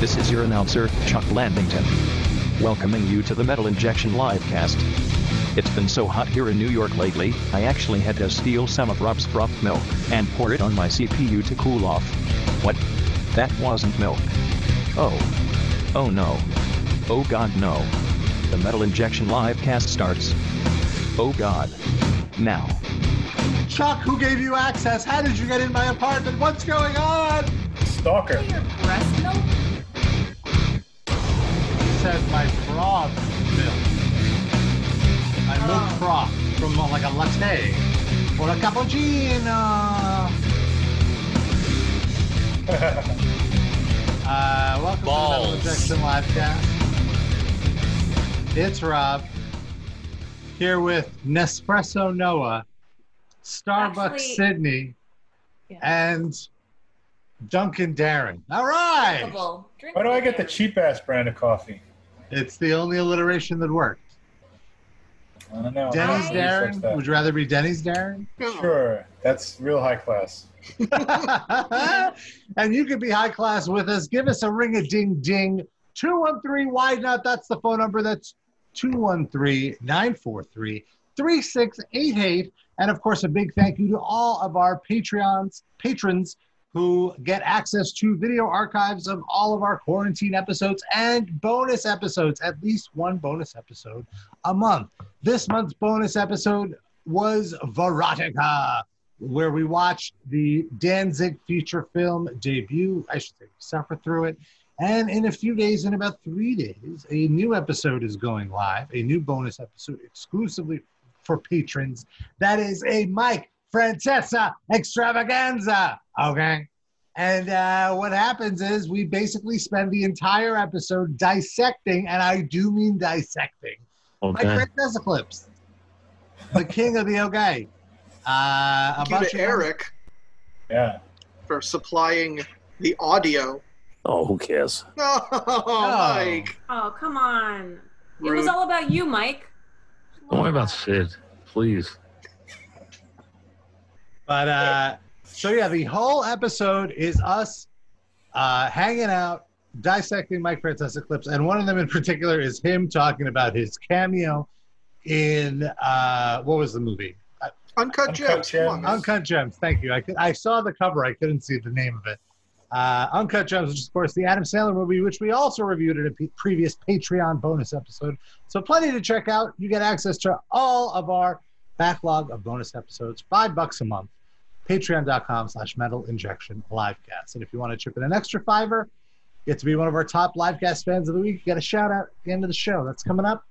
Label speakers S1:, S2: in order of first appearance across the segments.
S1: This is your announcer, Chuck Landington, welcoming you to the Metal Injection Livecast. It's been so hot here in New York lately, I actually had to steal some of Rob's prop milk and pour it on my CPU to cool off. What? That wasn't milk. Oh. Oh no. Oh god no. The Metal Injection Livecast starts. Oh god. Now.
S2: Chuck, who gave you access? How did you get in my apartment? What's going on?
S3: Stalker.
S4: Your breast milk?
S2: Said my frog milk. My milk
S4: Oh.
S2: frog from uh, like a latte or a cappuccino. Uh, welcome
S5: Balls.
S2: to the Metal Injection Livecast. It's Rob here with Nespresso Noah, Starbucks
S4: Actually-
S2: Sydney,
S4: Yeah.
S2: and Duncan Darren. All right.
S4: Drinkable.
S3: Why do I get the cheap ass brand of coffee?
S2: It's the only alliteration that worked.
S3: I don't know.
S2: Denny's
S3: Nobody
S2: Darren.
S3: says that.
S2: Would you rather be Denny's Darren?
S3: Sure, that's real high class.
S2: and you can be high class with us. Give us a ring a ding ding. 213 Why Not? That's the phone number. That's 213 943 3688. And of course, a big thank you to all of our Patreons, patrons who get access to video archives of all of our quarantine episodes and bonus episodes, at least one bonus episode a month. This month's bonus episode was Verotica, where we watched the Danzig feature film debut. I should say, we suffer through it. And in a few days, in about three days, a new episode is going live, a new bonus episode exclusively for patrons. That is a Mike Francesa extravaganza. Okay. And uh, what happens is we basically spend the entire episode dissecting, and I do mean dissecting, like Frank Desiclips, the king of the okay. Uh, a
S5: Thank you
S2: bunch
S5: to
S2: of
S5: Eric
S3: Yeah.
S5: for supplying the audio.
S6: Oh, who cares?
S5: No, Mike.
S4: Oh, come on. It was
S5: Rude.
S4: all about you, Mike.
S6: Don't worry about Sid, please.
S2: But uh, so yeah, the whole episode is us uh, hanging out, dissecting Mike Francesa clips, and one of them in particular is him talking about his cameo in uh, what was the movie?
S5: Uncut
S3: Uncut
S5: Gems. Come on,
S3: Gems.
S5: guys.
S2: Uncut Gems. Thank you. I could, I saw the cover. I couldn't see the name of it. Uh, Uncut Gems, which is of course the Adam Sandler movie, which we also reviewed in a p- previous Patreon bonus episode. So plenty to check out. You get access to all of our backlog of bonus episodes, five bucks a month. Patreon.com slash metal injection livecast. And if you want to chip in an extra fiver, get to be one of our top livecast fans of the week. You get a shout out at the end of the show. That's coming up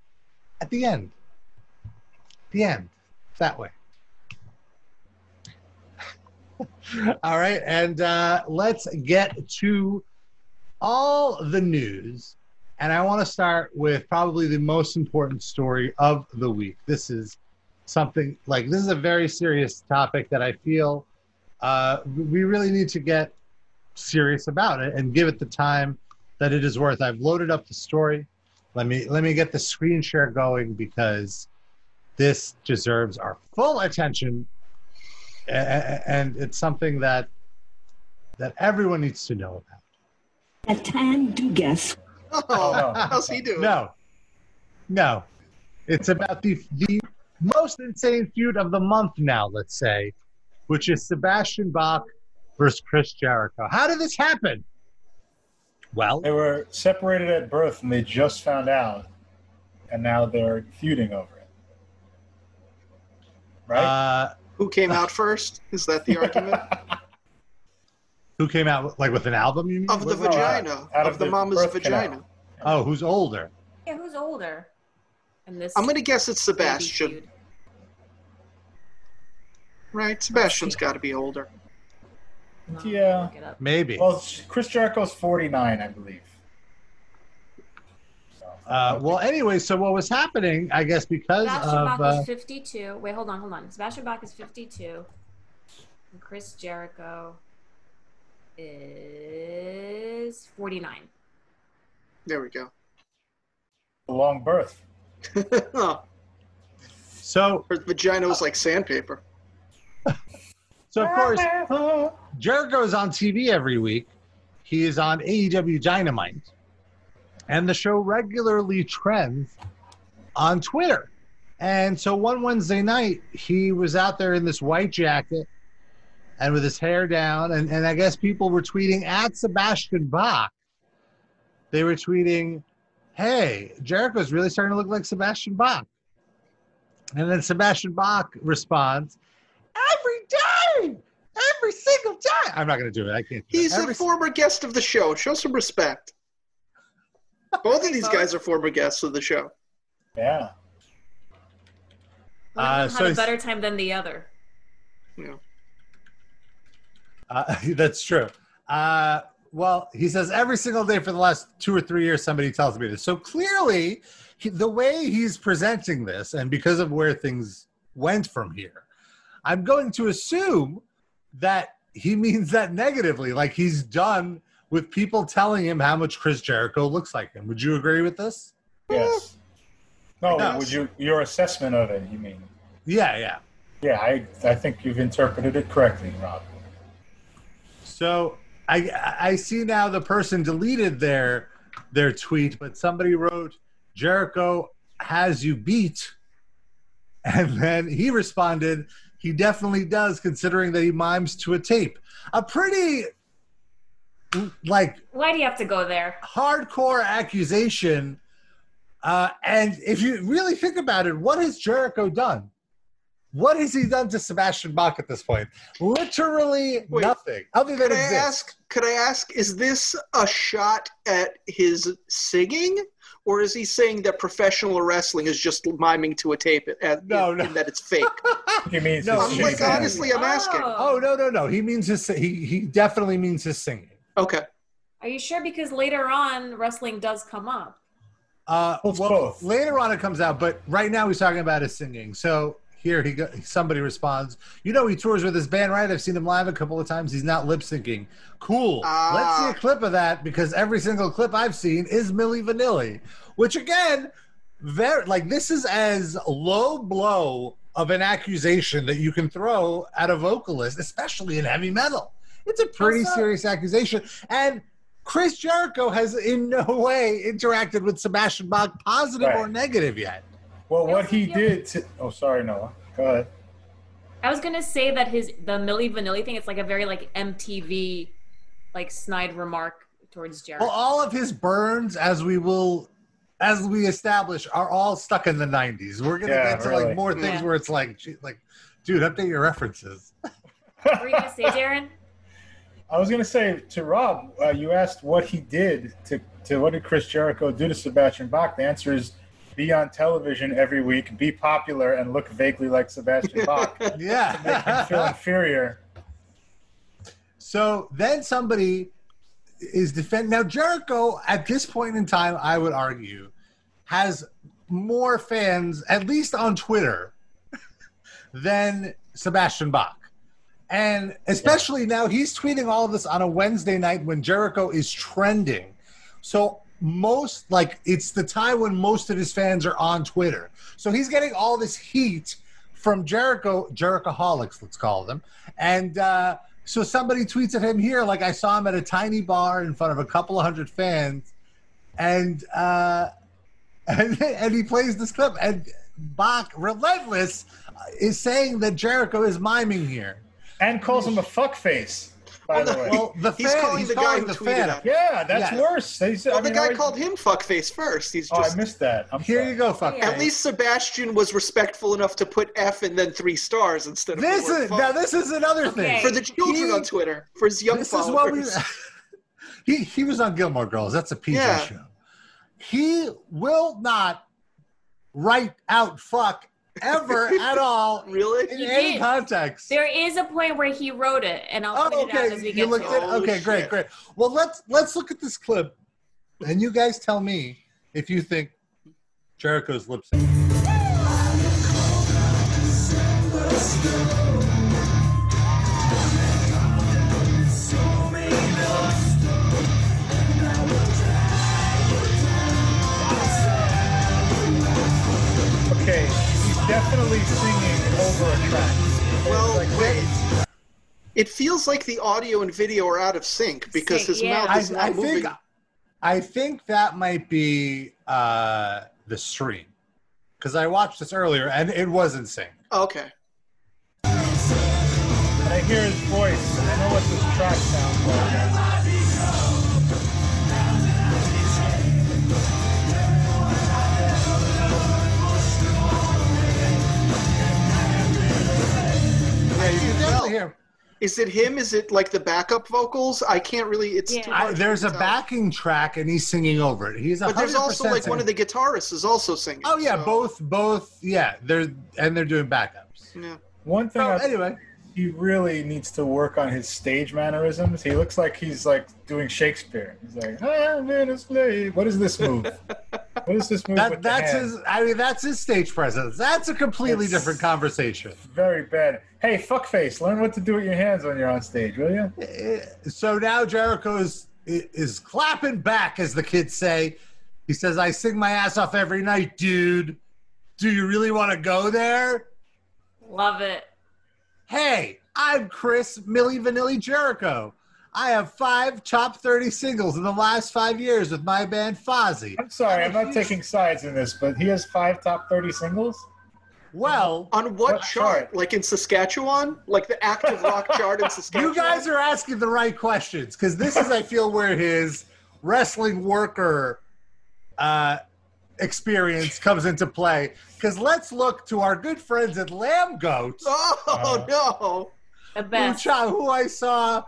S2: at the end. The end. That way. All right, and uh, let's get to all the news. And I want to start with probably the most important story of the week. This is something like this is a very serious topic that I feel uh, we really need to get serious about it and give it the time that it is worth. I've loaded up the story. Let me let me get the screen share going because this deserves our full attention a- a- and it's something that that everyone needs to know
S7: a time to guess.
S5: Oh, how's he
S2: about.
S5: doing?
S2: No, no, it's about the the most insane feud of the month now. Let's say, which is Sebastian Bach versus Chris Jericho. How did this happen? Well,
S3: They were separated at birth and they just found out, and now they're feuding over it. Right?
S2: uh,
S5: Who came out first? Is that the argument?
S2: who came out with- like with an album? You mean?
S5: of the
S3: No, out-
S5: vagina.
S3: out
S5: Of,
S3: of
S5: the,
S3: the
S5: mama's
S3: birth
S5: vagina.
S3: canal.
S2: oh, who's older?
S4: Yeah, who's older? And this.
S5: I'm going to guess it's
S4: baby
S5: Sebastian,
S4: feud.
S5: right? Sebastian's got to be older.
S4: No,
S3: Yeah.
S4: look it up.
S2: Maybe.
S3: well, Chris Jericho's 49, I believe. So, I
S2: Uh,
S3: don't
S2: well, anyway, so what was happening? I guess because
S4: Sebastian
S2: of
S4: Bach
S2: uh,
S4: was 52. Wait, hold on, hold on. Sebastian Bach is 52. And Chris Jericho is 49.
S5: There we go.
S3: think- long birth.
S5: Oh,
S2: so
S5: Her vagina was like sandpaper.
S2: so of course Jericho's on TV every week. He is on AEW Dynamite. And the show regularly trends on Twitter. And so one Wednesday night, he was out there in this white jacket and with his hair down. And, and I guess people were tweeting at Sebastian Bach. They were tweeting, hey, Jericho's really starting to look like Sebastian Bach. And then Sebastian Bach responds, every day, every single time. I'm not going to do it. I can't. Do it.
S5: He's
S2: Every
S5: a former guest of the show. Show some respect. Both of these guys are former guests of the show.
S3: Yeah.
S4: One
S2: Uh,
S4: of them
S2: so
S4: had a
S2: he's-
S4: better time than the other.
S2: Uh, that's true. Uh, well, he says every single day for the last two or three years, somebody tells me this. So clearly, he, the way he's presenting this, and because of where things went from here, I'm going to assume that he means that negatively. Like he's done with people telling him how much Chris Jericho looks like him. Would you agree with this?
S3: Yes. No,
S2: Yes.
S3: would you your assessment of it, you mean?
S2: Yeah, yeah.
S3: Yeah, I I think you've interpreted it correctly, Rob.
S2: So I I see now the person deleted their their tweet, but somebody wrote Jericho has you beat, and then he responded he definitely does, considering that he mimes to a tape. A pretty like
S4: Why do you have to go there?
S2: hardcore accusation. Uh, and if you really think about it, what has Jericho done? What has he done to Sebastian Bach at this point? Literally
S5: Wait,
S2: nothing other than
S5: Could I
S2: exist.
S5: ask? Could I ask? Is this a shot at his singing, or is he saying that professional wrestling is just miming to a tape at,
S2: No,
S5: in-
S2: no.
S5: in that it's fake?
S3: He means
S2: No,
S3: his
S5: I'm like,
S3: cheese
S2: Jesus.
S5: honestly, I'm asking.
S2: Oh no no no! He means his he he definitely means his singing.
S5: Okay.
S4: Are you sure? Because later on, wrestling does come up.
S2: Uh,
S3: Well, it's
S2: well,
S3: both.
S2: later on it comes out, but right now he's talking about his singing. So here he go, somebody responds, "You know he tours with his band, right? I've seen him live a couple of times. He's not lip syncing. Cool. Let's see
S5: Ah.
S2: a clip of that because every single clip I've seen is Milli Vanilli, which again, very like this is as low blow of an accusation that you can throw at a vocalist, especially in heavy metal. It's a pretty
S4: Also-
S2: serious accusation, and Chris Jericho has in no way interacted with Sebastian Bach, positive or
S3: Right.
S2: negative yet.
S3: Well,
S4: It
S3: what
S4: was
S3: he
S4: you.
S3: did to. Oh, sorry, Noah. Go ahead.
S4: I was gonna say that his the Millie Vanilli thing. It's like a very like MTV, like snide remark towards Jared.
S2: Well, uh, all of his burns, as we will, as we establish, are all stuck in the '90s. We're gonna
S3: Yeah,
S2: get to
S3: really.
S2: like more things
S4: Yeah.
S2: where it's like, gee, like, dude, update your references.
S4: what were you gonna say, Darren?
S3: I was going to say to Rob, uh, you asked what he did to, to what did Chris Jericho do to Sebastian Bach? The answer is be on television every week, be popular, and look vaguely like Sebastian Bach. Make him feel
S2: Yeah.
S3: inferior.
S2: so then somebody is defend now Jericho at this point in time. I would argue has more fans, at least on Twitter, than Sebastian Bach. And especially now, he's tweeting all of this on a Wednesday night when Jericho is trending. So, most like it's the time when most of his fans are on Twitter. So, he's getting all this heat from Jericho, Jerichoholics, let's call them. And uh, so, somebody tweets at him here, like I saw him at a tiny bar in front of a couple of hundred fans. And, uh, and, and he plays this clip. And Bach, relentless, uh, is saying that Jericho is miming here.
S3: And calls him a fuckface, by the way.
S2: Well, the
S5: He's
S2: fan,
S5: calling
S2: he's
S5: the guy
S2: calling
S5: who
S2: the
S5: tweeted
S2: fan.
S5: at him.
S3: yeah, that's
S2: yeah.
S3: worse. They said-
S5: Well,
S3: I mean,
S5: the guy
S3: I-
S5: called him fuckface first. He's
S3: Oh, I
S5: just.
S3: missed that. I'm
S2: Here
S3: sorry.
S2: you go, fuck.
S4: Yeah.
S5: at least Sebastian was respectful enough to put F and then three stars instead of
S2: this
S5: the word
S2: is
S5: fuck.
S2: now. This is another thing.
S4: Okay.
S5: for the children
S2: He-
S5: on Twitter for his young
S2: this
S5: followers.
S2: is what we. he he was on Gilmore Girls. That's a PG
S5: Yeah.
S2: show. He will not write out fuck ever at all
S5: really?
S2: in
S4: He
S2: any
S4: did.
S2: context.
S4: There is a point where he wrote it, and I'll
S2: Oh,
S4: point it out
S2: okay.
S4: as we
S2: You
S4: get to
S2: looked
S4: it.
S2: at,
S5: Holy
S2: okay, great,
S5: Oh, shit.
S2: great. Well, let's let's look at this clip, and you guys tell me if you think Jericho's lip sync.
S3: Okay, he's definitely singing over a track.
S5: Well,
S3: Like,
S5: wait. It feels like the audio and video are out of sync because
S4: Sync,
S5: his
S4: yeah.
S5: mouth Oh, is not
S2: I, I
S5: moving.
S2: think I think that might be uh, the stream because I watched this earlier and it was in sync.
S5: Okay.
S3: And I hear his voice. and I know what this track sounds like.
S5: I
S2: You
S5: can
S2: can definitely
S5: tell.
S2: hear.
S5: Is it him? Is it like the backup vocals? I can't really. It's
S4: Yeah.
S5: too
S2: I,
S5: hard to
S2: there's a
S5: tell.
S2: backing track and he's singing over it. He's
S5: But there's also
S2: 100%
S5: like one of the
S2: singing.
S5: guitarists is also singing.
S2: Oh yeah,
S5: so-
S2: both both yeah. They're and they're doing backups.
S5: Yeah.
S3: One thing
S2: So
S3: I
S2: anyway,
S3: he really needs to work on his stage mannerisms. He looks like he's like doing Shakespeare. He's like, I'm in a slave. What is this move? what is this move?
S2: that
S3: with the
S2: that's
S3: hand?
S2: his. I mean, that's his stage presence. That's a completely
S3: It's-
S2: different conversation.
S3: Very bad. Hey, fuckface, learn what to do with your hands when you're on stage, will you?
S2: Eh, So now Jericho's i- is clapping back, as the kids say. He says, "I sing my ass off every night, dude. Do you really want to go there?
S4: Love it.
S2: Hey, I'm Chris Millie Vanilli Jericho." I have five top 30 singles in the last five years with my band Fozzy.
S3: I'm sorry, I'm not
S2: Huge-
S3: taking sides in this, but he has five top 30 singles.
S2: Well,
S5: On what,
S3: What
S5: chart?
S3: chart?
S5: Like in Saskatchewan? Like the active rock chart in
S2: You
S5: Saskatchewan?
S2: guys are asking the right questions because this is, I feel, where his wrestling worker uh, experience comes into play. Because let's look to our good friends at Lamb Goat,
S5: Oh no!
S4: The
S2: who,
S4: best.
S2: cha- who I saw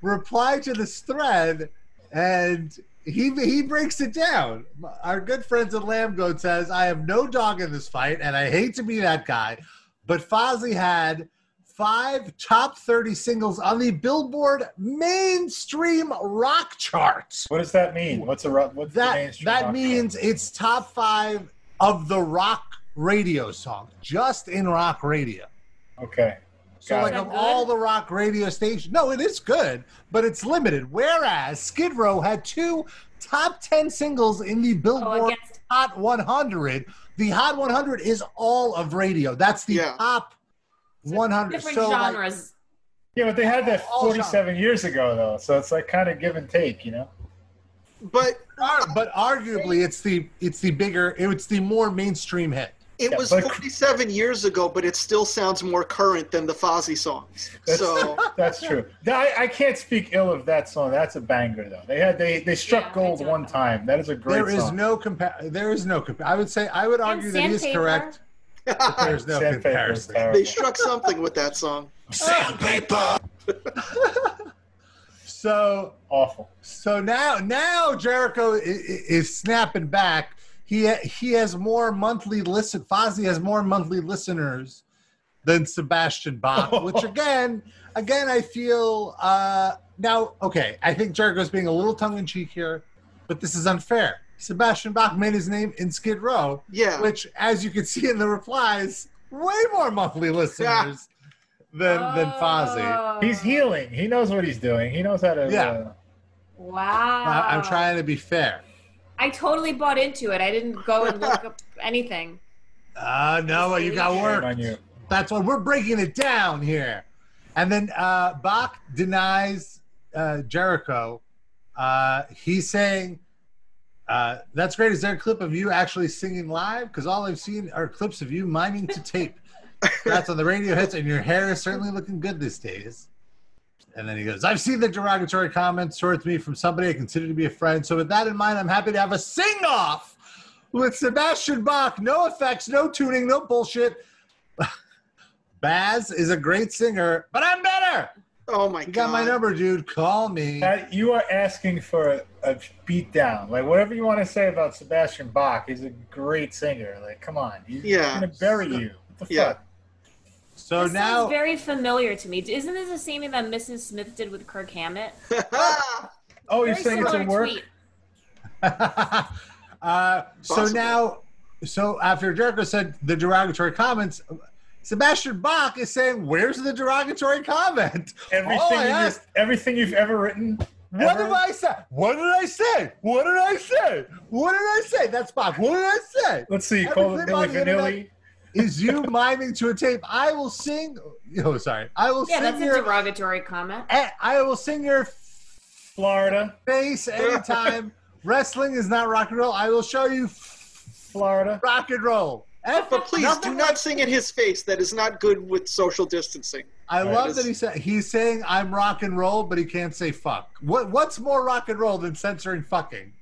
S2: reply to this thread, and he he breaks it down. Our good friends at Lamb Goat says, "I have no dog in this fight, and I hate to be that guy, but Fozzy had." five top 30 singles on the Billboard mainstream rock chart.
S3: What does that mean? What's a ru- what's the
S2: That
S3: mainstream rock
S2: that
S3: chart?
S2: means it's top 5 of the rock radio song, just in rock radio.
S3: Okay.
S2: So
S3: Got
S2: like
S3: it.
S2: of
S4: Is that
S2: all
S4: good?
S2: the rock radio stations, no, it is good, but it's limited. Whereas Skid Row had two top 10 singles in the
S4: Oh,
S2: Billboard
S4: against
S2: Hot 100. The Hot 100 is all of radio. That's the
S5: Yeah.
S2: top 100.
S4: different
S2: so like,
S4: genres.
S3: Yeah, but they had that
S2: All genres.
S3: 47 years ago, though, so it's like kind of give and take, you know?
S5: But
S2: Ar- but arguably it's the it's the bigger it's the more mainstream hit
S5: it
S3: Yeah,
S5: was
S3: but-
S5: 47 years ago, but it still sounds more current than the Fozzy songs.
S3: That's-
S5: So
S3: That's true. Th- I, I can't speak ill of that song. That's a banger, though. They had they they struck
S4: Yeah, I
S3: gold
S4: don't
S3: one
S4: know.
S3: time. That is a great
S2: there is
S3: song.
S2: no compa- there is no compa- i would say i would argue that he is
S4: sandpaper.
S2: correct but there's no
S3: Sandpaper is
S2: comparison
S3: terrible.
S5: they struck something with that song.
S2: so
S3: awful.
S2: so now now jericho is, is snapping back he he has more monthly listen Fozzy has more monthly listeners than sebastian bach which again again i feel uh now okay i think jericho's being a little tongue-in-cheek here but this is unfair sebastian bach made his name in skid row
S5: Yeah.
S2: which, as you can see in the replies, way more monthly listeners than than Fozzy.
S4: Oh,
S3: He's healing. He knows what he's doing. He knows how to.
S2: Yeah.
S3: Uh,
S4: Wow.
S2: I, I'm trying to be fair.
S4: I totally bought into it. I didn't go and look up anything.
S2: Uh, no, you got
S4: Shame
S3: shame
S2: work.
S3: on you.
S2: That's why we're breaking it down here. And then uh, Bach denies uh, Jericho. Uh, he's saying, uh, "That's great. Is there a clip of you actually singing live? Because all I've seen are clips of you miming to tape. That's on the radio hits, and your hair is certainly looking good these days." And then he goes, "I've seen the derogatory comments towards me from somebody I consider to be a friend. So with that in mind, I'm happy to have a sing off." With Sebastian Bach, no effects, no tuning, no bullshit. Baz is a great singer, but I'm better.
S5: Oh my
S2: You
S5: god.
S2: got my number, dude. Call me.
S3: Uh, you are asking for a, a beat down. Like whatever you want to say about Sebastian Bach, he's a great singer. Like come on, he's
S5: Yeah.
S3: gonna bury you. What the
S5: Yeah.
S3: fuck?
S2: So
S4: this
S2: now,
S4: sounds very familiar to me. Isn't this the same thing that Mrs. Smith did with Kirk Hammett?
S3: Oh, you're
S4: Very
S3: saying it's
S4: similar
S3: a work?
S4: tweet.
S2: uh, so
S5: Possible.
S2: now, so after Jericho said the derogatory comments, Sebastian Bach is saying, "Where's the derogatory comment?
S3: Everything,
S2: All I
S3: you
S2: asked-
S3: everything you've ever written.
S2: Oh, What
S3: ever?
S2: did I say? What did I say? What did I say? What did I say? That's Bach. What did I say?"
S3: Let's see. Call it
S2: Everything
S3: Billy
S2: on the internet-
S3: Vanilli.
S2: is you miming to a tape. I will sing. Oh, sorry. I will
S4: Yeah, that's
S2: sing
S4: a
S2: your.
S4: derogatory comment.
S2: eh, I will sing your
S3: Florida,
S2: face anytime. Wrestling is not rock and roll. I will show you
S3: Florida.
S2: rock and roll. F-
S4: But
S5: Please
S2: nothing
S5: do not
S2: like-
S5: sing in his face. That is not good with social distancing.
S2: I
S3: Right,
S2: love
S3: it's-
S2: that he said he's saying I'm rock and roll, but he can't say fuck. What what's more rock and roll than censoring fucking?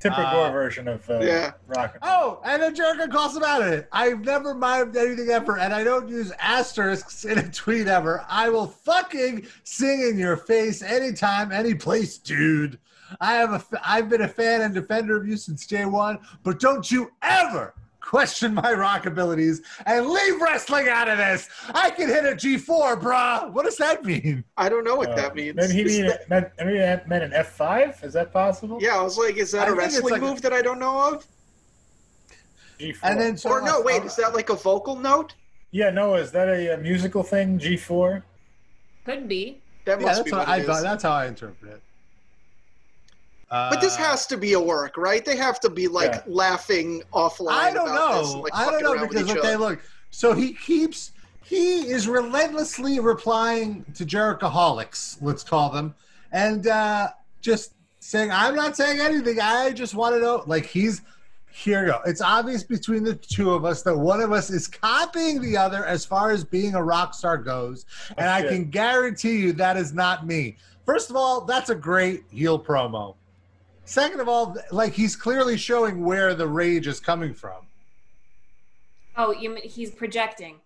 S3: Tipper
S2: Uh,
S3: Gore version of uh,
S5: Yeah.
S3: rock. and-
S2: Oh, and a jerk calls him out on it. I've never mimed anything ever, and I don't use asterisks in a tweet ever. I will fucking sing in your face anytime, any place, dude. I have a, f- I've been a fan and defender of you since day one, but don't you ever question my rock abilities and leave wrestling out of this. I can hit a G4, bruh. What does that mean?
S5: I don't know what
S3: Uh,
S5: that means.
S3: Maybe he
S5: Is
S3: mean,
S5: that-
S3: meant, maybe that meant an F five. Is that possible?
S5: yeah, I was like, is
S2: I
S5: that a
S2: think it's
S5: wrestling
S2: like a-
S5: move that I don't know of?
S3: G4.
S2: And then so
S5: Or no, wait, is that like a vocal note?
S3: yeah, Noah, is that a, uh musical thing? G four.
S4: Could be.
S5: That
S2: yeah,
S5: must
S2: that's
S5: be
S2: what
S5: what
S2: I
S5: it
S2: thought.
S5: is.
S2: That's how I interpret it.
S5: But this
S2: Uh,
S5: has to be a work, right? They have to be like
S3: Yeah.
S5: laughing offline.
S2: I don't
S5: about This and,
S2: know.
S5: like,
S2: I don't
S5: fucking
S2: know
S5: around with
S2: because
S5: each
S2: what they
S5: other.
S2: look. So he keeps. He is relentlessly replying to Jerichoholics, let's call them, and uh, just saying, "I'm not saying anything. I just want to know." Like he's here. You go. It's obvious between the two of us that one of us is copying the other as far as being a rock star goes, and I
S3: shit.
S2: can guarantee you that is not me. First of all, that's a great heel promo. Second of all, like he's clearly showing where the rage is coming from.
S4: Oh, you mean he's projecting.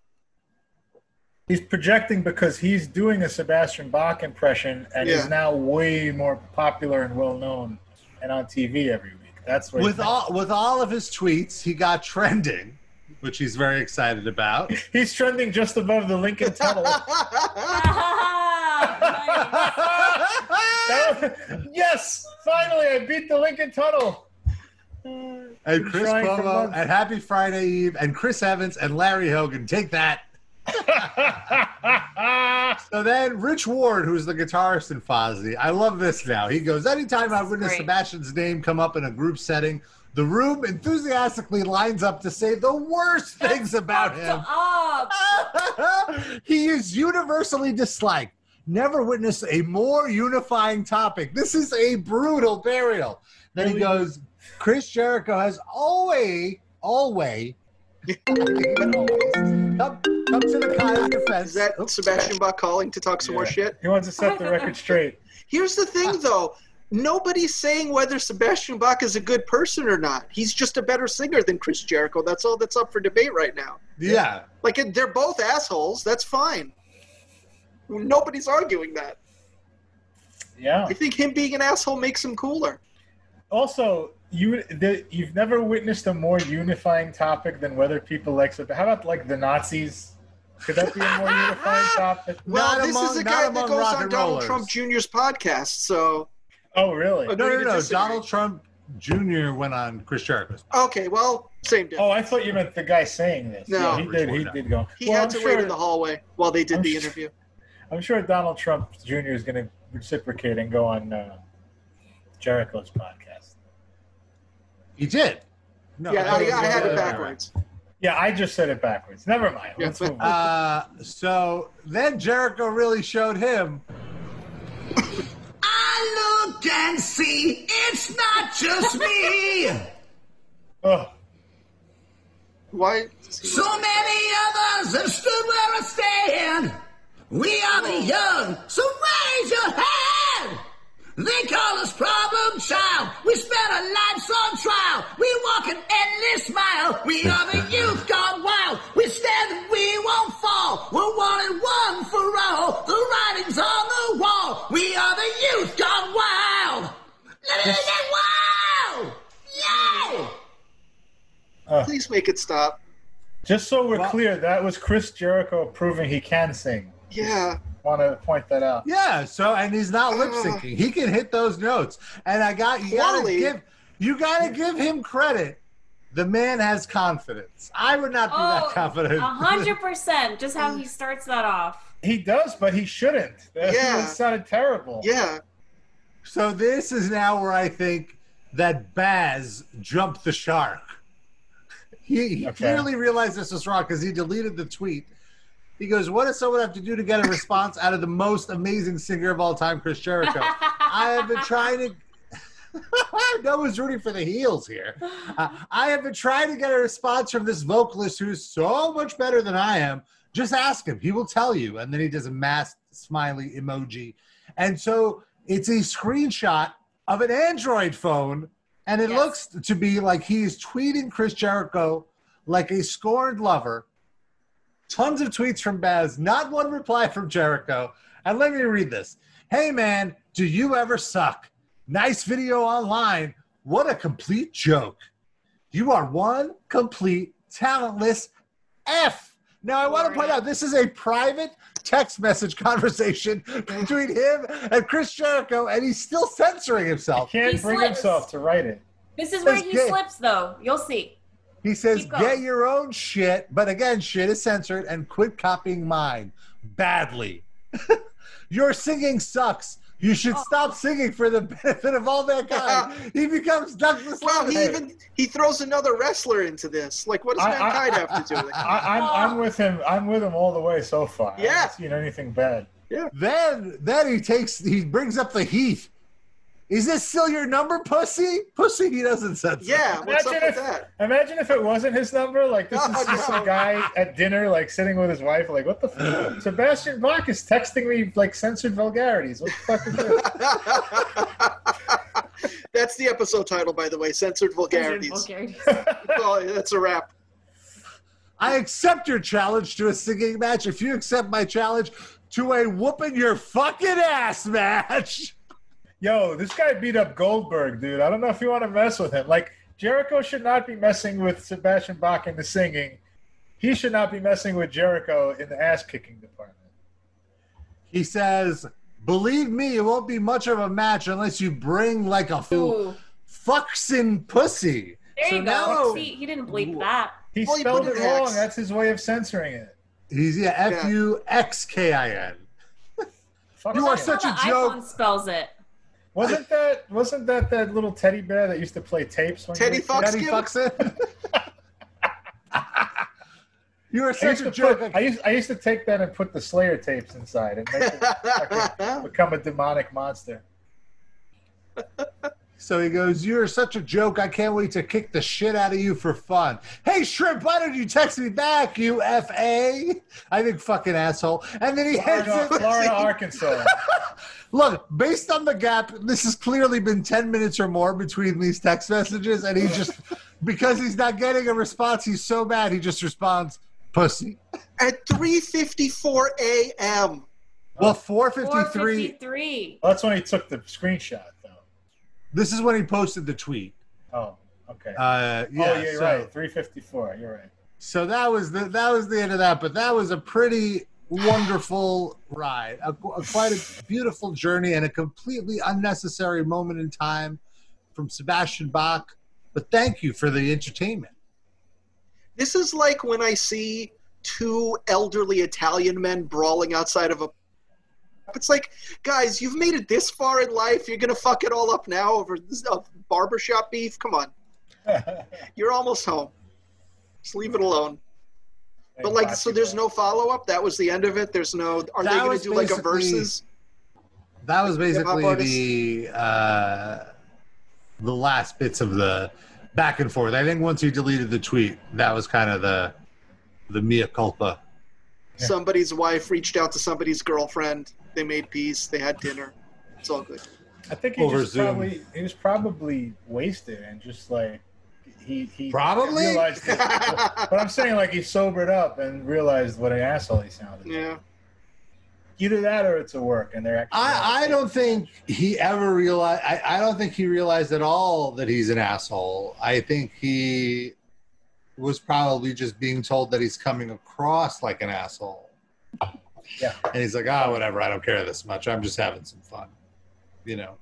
S3: He's projecting because he's doing a Sebastian Bach impression and
S5: Yeah.
S3: is now way more popular and well known and on TV every week. That's what
S2: with all with all of his tweets, he got trending, which he's very excited about.
S3: he's trending just above the Lincoln Tunnel. that
S4: Ah,
S3: was- yes, finally, I beat the Lincoln Tunnel.
S2: and Chris
S3: Trying for
S2: Cuomo
S3: months.
S2: and Happy Friday Eve and Chris Evans and Larry Hogan. Take that. So then Rich Ward, who's the guitarist in Fozzy, I love this now. He goes, Anytime I witness
S4: Great.
S2: Sebastian's name come up in a group setting, the room enthusiastically lines up to say the worst things about
S4: fucked
S2: him.
S4: up.
S2: he is universally disliked. Never witnessed a more unifying topic. This is a brutal burial. Then he goes, Chris Jericho has always, always, always come, come to the Kyle's defense.
S5: Is that
S2: Oops.
S5: Sebastian Bach calling to talk some more
S3: Yeah.
S5: shit?
S3: He wants to set the record straight.
S5: Here's the thing, though. Nobody's saying whether Sebastian Bach is a good person or not. He's just a better singer than Chris Jericho. That's all that's up for debate right now.
S2: Yeah.
S5: Like, they're both assholes. That's fine. Nobody's arguing that.
S3: Yeah.
S5: I think him being an asshole makes him cooler.
S3: Also, you the, you've never witnessed a more unifying topic than whether people like. Seb- How about like the Nazis? Could that be a more unifying topic?
S5: Well,
S2: Not
S5: this
S2: among-
S5: is a
S2: not
S5: guy
S2: among
S5: that goes
S2: rock
S5: on
S2: and
S5: Donald
S2: rollers.
S5: Trump Jr.'s podcast, so
S3: Oh, really?
S2: No,
S5: Agree
S2: no,
S5: to
S2: no.
S5: disagree.
S2: Donald Trump Jr. went on Chris Jericho's.
S5: okay, well, same difference.
S3: Oh, I thought you meant the guy saying this.
S5: No.
S3: yeah, he did. He did go.
S5: He
S3: Well,
S5: had
S3: I'm
S5: to
S3: sure,
S5: wait in the hallway while they did
S3: I'm
S5: the
S3: sure-
S5: interview.
S3: I'm sure Donald Trump Jr. is going to reciprocate and go on uh, Jericho's podcast.
S2: He did. No,
S5: yeah, I,
S3: that was
S5: I
S3: the
S5: had
S3: other
S5: it
S3: way
S5: backwards.
S3: Yeah, I just said it backwards. Never mind. Let's
S5: Yeah.
S3: move on.
S2: Uh, so then Jericho really showed him
S8: I look and see it's not just me.
S3: Ugh.
S5: Why?
S8: So many others have stood where I stand. We are the young, so raise your hand. They call us problem child. We spend our lives on trial. We walk an endless mile. We are the youth gone wild. We stand and we won't fall. We're one and one for all. The writing's on the wall. We are the youth gone wild. Let it get wild. Yeah.
S5: Please make it stop.
S3: Just so we're
S2: Well-
S3: clear, that was Chris Jericho proving he can sing.
S5: Yeah.
S3: Want to point that out?
S2: Yeah, so and he's not lip syncing. He can hit those notes. And I got you gotta
S5: Poorly.
S2: give you gotta give him credit. The man has confidence. I would not be
S4: Oh,
S2: that confident.
S4: a hundred percent. Just how he starts that off.
S3: He does, but he shouldn't. That
S5: Yeah.
S3: sounded terrible.
S5: Yeah.
S2: so this is now where I think that Baz jumped the shark. He, he
S3: Okay.
S2: clearly realized this was wrong because he deleted the tweet. He goes, "What does someone have to do to get a response out of the most amazing singer of all time, Chris Jericho?" I have been trying to. no one's rooting for the heels here. Uh, I have been trying to get a response from this vocalist who's so much better than I am. Just ask him; he will tell you. And then he does a masked smiley emoji, and so it's a screenshot of an Android phone, and it
S4: Yes.
S2: looks to be like he is tweeting Chris Jericho like a scorned lover. Tons of tweets from Baz, not one reply from Jericho. And let me read this. Hey man, do you ever suck? Nice video online. What a complete joke. You are one complete talentless F. Now, I want to point out this is a private text message conversation between him and Chris Jericho, and he's still censoring
S3: He
S2: himself.
S3: can't
S4: He
S3: bring
S4: slips.
S3: himself to write it.
S4: This is where
S2: That's
S4: he
S2: good.
S4: slips, though. You'll see.
S2: He says,
S4: Keep going.
S2: Get your own shit, but again, shit is censored, and quit copying mine badly. your singing sucks. You should
S5: Oh.
S2: stop singing for the benefit of all mankind. he becomes Douglas
S5: Well, he
S2: Lemonade.
S5: even he throws another wrestler into this. Like, what does
S3: I- I-
S5: mankind have to do with it?
S3: I, I'm, I'm with him. I'm with him all the way so far. I
S5: Yeah.
S3: haven't seen anything bad.
S2: Then then he takes he brings up the Heath. Is this still your number, pussy? Pussy, he doesn't censor.
S5: Yeah, what's up
S3: Imagine if-
S5: with that?
S3: Imagine if it wasn't his number. Like this
S5: Oh,
S3: is just
S5: no.
S3: some guy at dinner, like sitting with his wife. Like what the fuck? Sebastian Bach is texting me like censored vulgarities. What the fuck is this?
S5: That's the episode title, by the way. Censored vulgarities.
S4: Vulgarities.
S5: Oh, that's a wrap.
S2: I accept your challenge to a singing match if you accept my challenge to a whooping your fucking ass match.
S3: Yo, this guy beat up Goldberg, dude. I don't know if you want to mess with him. Like Jericho should not be messing with Sebastian Bach in the singing. He should not be messing with Jericho in the ass kicking department.
S2: He says, Believe me, it won't be much of a match unless you bring like a full
S4: Ooh.
S2: fucksin' pussy.
S4: There
S2: So
S4: you go.
S2: now-
S4: See, he didn't bleep that.
S3: He
S5: Well, he
S3: spelled
S5: put
S3: it
S5: an
S3: wrong.
S5: X.
S3: That's his way of censoring it.
S2: He's yeah, F
S5: Yeah.
S2: U X K I N.
S3: Fuck
S2: You are
S3: him.
S2: so- Such a
S4: How the
S2: joke.
S4: iPhone spells it.
S3: Wasn't that wasn't that that little teddy bear that used to play tapes? When
S5: Teddy
S3: you were a kid?
S5: Fuckskin?
S2: Daddy fucksin'. You are
S3: I used,
S2: such
S3: to
S2: a jerk.
S3: put, I, used, I used to take that and put the Slayer tapes inside and make it fucking become a demonic monster.
S2: So he goes, You're such a joke. I can't wait to kick the shit out of you for fun. Hey, Shrimp, why don't you text me back, you FA? I think fucking asshole. And then he heads
S3: Florida,
S2: it.
S3: Florida Arkansas.
S2: Look, based on the gap, this has clearly been 10 minutes or more between these text messages. And he just, because he's not getting a response, he's so mad, he just responds, Pussy.
S5: At 3:54 a.m.
S2: Well, 453,
S4: 453.
S3: Well, that's when he took the screenshot, though.
S2: this is when he posted the tweet.
S3: Oh, okay.
S2: Uh, yeah,
S3: oh, yeah, you're
S2: so-
S3: right. 354. You're right.
S2: So that was the that was the end of that, but that was a pretty wonderful ride, a, a- quite a beautiful journey, and a completely unnecessary moment in time from Sebastian Bach. But thank you for the entertainment.
S5: This is like when I see two elderly Italian men brawling outside of a. It's like, guys, you've made it this far in life. You're gonna fuck it all up now over this uh, barbershop beef. Come on, you're almost home. Just leave it alone. But like, so there's no follow up. That was the end of it. There's no. Are
S2: That
S5: they gonna
S2: was
S5: do like a
S2: basically-
S5: versus?
S2: That was
S5: Hip-hop
S2: basically
S5: artist.
S2: the uh, the last bits of the back and forth. I think once he deleted the tweet, that was kind of the the mea culpa.
S5: Somebody's wife reached out to somebody's girlfriend. They made peace. They had dinner. It's all good.
S3: I think he
S2: Over
S3: just
S2: Zoom.
S3: probably he was probably wasted and just like he he
S2: Probably?
S3: realized it. but I'm saying like he sobered up and realized what an asshole he sounded.
S5: yeah.
S3: Either that or it's a work and they're actually
S2: I, I don't think he ever realized. I, I don't think he realized at all that he's an asshole. I think he was probably just being told that he's coming across like an asshole.
S3: Yeah.
S2: And he's like, ah, whatever. I don't care this much. I'm just having some fun. You know.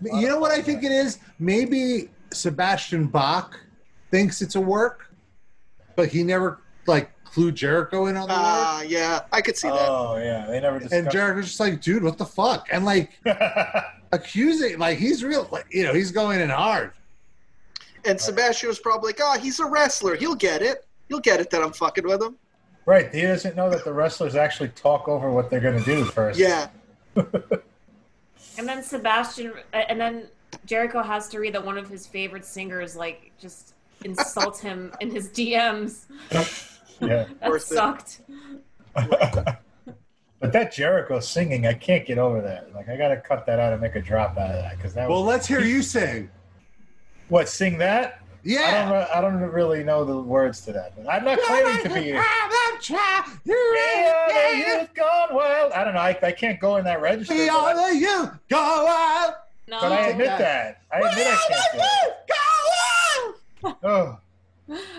S2: You know what I think it is? Maybe Sebastian Bach thinks it's a work, but he never like clued Jericho in on the work.
S5: Ah, yeah. I could see that.
S3: Oh yeah, they never discussed.
S2: And Jericho's just like, dude, what the fuck? And like accusing, like he's real, like you know, he's going in hard.
S3: Uh,
S5: And Sebastian was probably like, "Ah, he's a wrestler. You'll get it. You'll get it that I'm fucking with him."
S3: Right. He doesn't know that the wrestlers actually talk over what they're going to do first.
S5: Yeah.
S4: And then Sebastian, uh, and then Jericho has to read that one of his favorite singers like just insults him in his DMs.
S3: Yeah.
S4: That
S5: Worth it.
S4: sucked.
S3: But that Jericho singing, I can't get over that. Like, I got to cut that out and make a drop out of that because that
S2: Well,
S3: was
S2: let's hear you sing.
S3: what sing that. I don't.
S2: Yeah.
S3: re- I don't really know the words to that. But I'm not claiming to be.
S2: I'm a child. You're
S3: Yeah,
S2: in
S3: you've gone wild. I don't know. I, I can't go in that register.
S2: We
S3: but
S2: all
S3: I,
S2: of you go out.
S4: No,
S3: but I admit
S2: that.
S3: that. I admit I can't do it. Oh,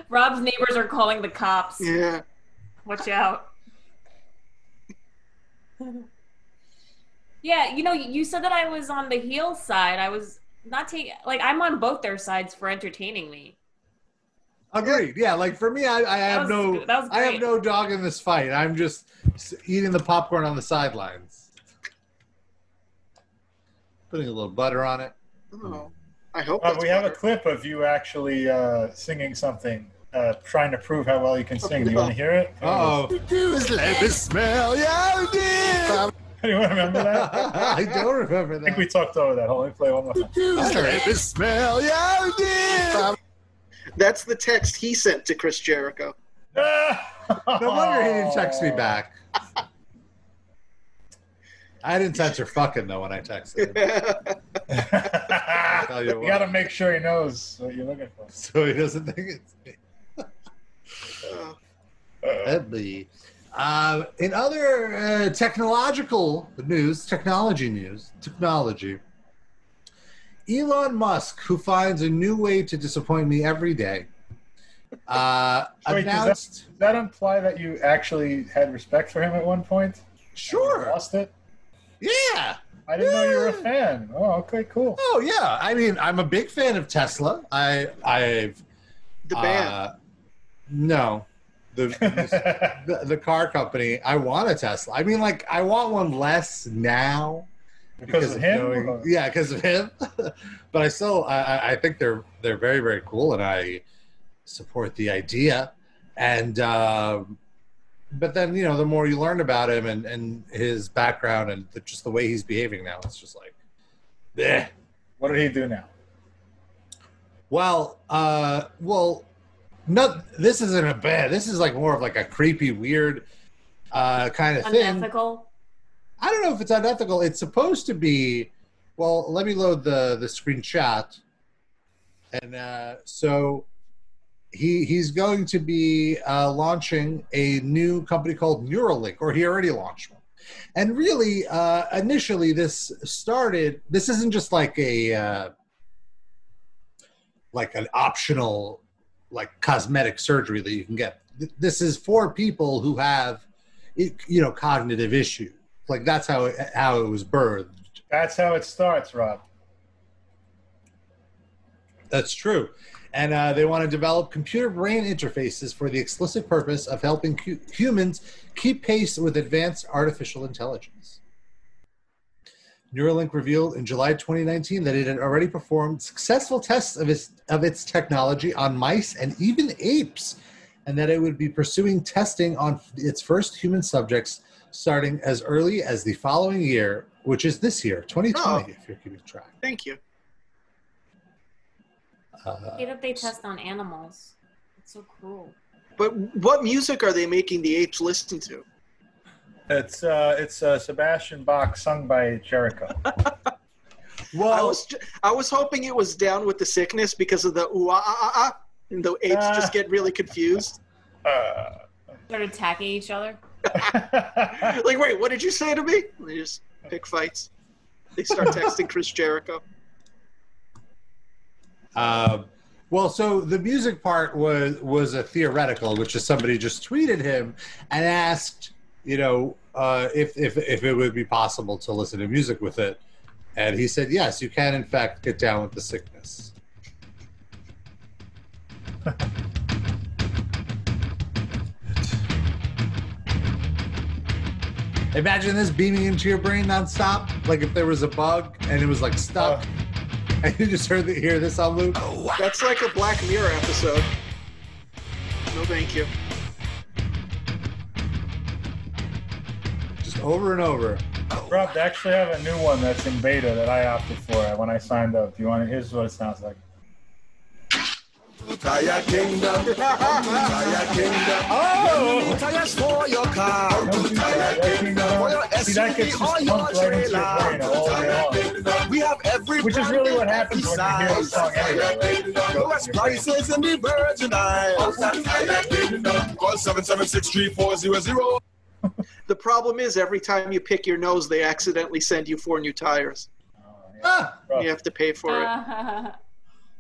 S4: Rob's neighbors are calling the cops.
S5: Yeah.
S4: Watch out. yeah, you know, you said that I was on the heel side. I was not taking like I'm on both their sides for entertaining me.
S2: Agreed. Yeah, like for me, I, I have
S4: was
S2: no,
S4: good. That was
S2: I have
S4: great.
S2: no dog in this fight. I'm just s- eating the popcorn on the sidelines, putting a little butter on it.
S5: Oh, I hope
S3: Uh,
S5: that's
S3: we have a
S5: better.
S3: clip of you actually uh, singing something, uh, trying to prove how well you can sing. Do you want to hear it?
S2: Oh, let me smell your dick.
S3: Anyone remember that? I
S2: I don't remember
S3: think we
S2: that.
S3: talked over that. Hold on, let me play one more time.
S2: Let me smell your dick.
S5: That's the text he sent to Chris Jericho.
S3: Ah!
S2: No wonder he didn't text me back. I didn't censor fucking though when I texted. him.
S3: Uh,
S2: tell you
S3: you
S2: what.
S3: got to make sure he knows what you're looking for.
S2: so he doesn't think it's me.
S5: Uh,
S2: That'd be. Uh, in other uh, technological news, technology news, technology, Elon Musk, who finds a new way to disappoint me every day, uh,
S3: Wait, does that-
S2: announced.
S3: Does that imply that you actually had respect for him at one point? You
S2: Sure.
S3: Lost it?
S2: Yeah.
S3: I didn't know you were a
S2: Yeah.
S3: fan. Oh, okay, cool.
S2: Oh, yeah. I mean, I'm a big fan of Tesla. I, I've.
S5: the band.
S2: Uh, no. The,
S3: yeah,
S2: the the car company. I want a Tesla. I mean, like, I want one less now.
S3: Because of him?
S2: knowing- yeah, because of him. but I still, I- I, I think they're they're very very cool, and I support the idea. And um, but then you know, the more you learn about him and and his background and the, just the way he's behaving now, it's just like, eh. bleh.
S3: What did he do now?
S2: well, uh, well, no, this isn't a bad. This is like more of like a creepy, weird uh, kind of thing.
S4: Unethical.
S2: I don't know if it's unethical. It's supposed to be. Well, let me load the the screenshot. And uh, so he he's going to be uh, launching a new company called Neuralink, or he already launched one. And really, uh, initially, this started. This isn't just like a uh, like an optional like cosmetic surgery that you can get. Th- This is for people who have you know cognitive issues like that's how it, how it was birthed.
S3: That's how it starts, Rob.
S2: That's true. And uh, they want to develop computer brain interfaces for the explicit purpose of helping cu- humans keep pace with advanced artificial intelligence. Neuralink revealed in July 2019 that it had already performed successful tests of its, of its technology on mice and even apes, and that it would be pursuing testing on f- its first human subjects starting as early as the following year, which is this year, 2020, if you're keeping track.
S5: Thank you.
S2: Uh,
S4: Hate that they test on animals. It's so cruel.
S5: But what music are they making the apes listen to?
S3: It's uh, it's uh, Sebastian Bach sung by Jericho.
S5: I
S2: well,
S5: was ju- I was hoping it was down with the sickness because of the ooh ah ah ah. ah, And the apes
S3: Ah.
S5: just get really confused.
S3: Uh.
S4: They're attacking each other.
S5: Like, wait, what did you say to me? They just pick fights. They start texting Chris Jericho.
S2: Um, well, so the music part was was a theoretical, which is somebody just tweeted him and asked, you know, uh, if if if it would be possible to listen to music with it, and he said yes, you can in fact get down with the sickness. Imagine this beaming into your brain nonstop, like if there was a bug and it was like stuck. And you just heard the, hear this on loop.
S5: That's like a Black Mirror episode. No, thank you.
S2: Just over and over.
S3: Rob, they actually have a new one that's in beta that I opted for when I signed up. Do you want to? Here's what it sounds like.
S9: Tire Kingdom, Tire Kingdom.
S3: Oh!
S9: Need tires for your car.
S3: See, that gets just pumped right into your brain all day long.
S9: We have every
S3: Which is
S9: brand
S3: really what
S9: and
S3: happens when you hear the
S9: size.
S3: song anyway, right?
S9: Lowest prices in the Virgin Islands. Tire Kingdom. Call 776-3400.
S5: The problem is, every time you pick your nose, they accidentally send you four new tires.
S2: Ah!
S5: You have to pay for
S4: Uh,
S5: it.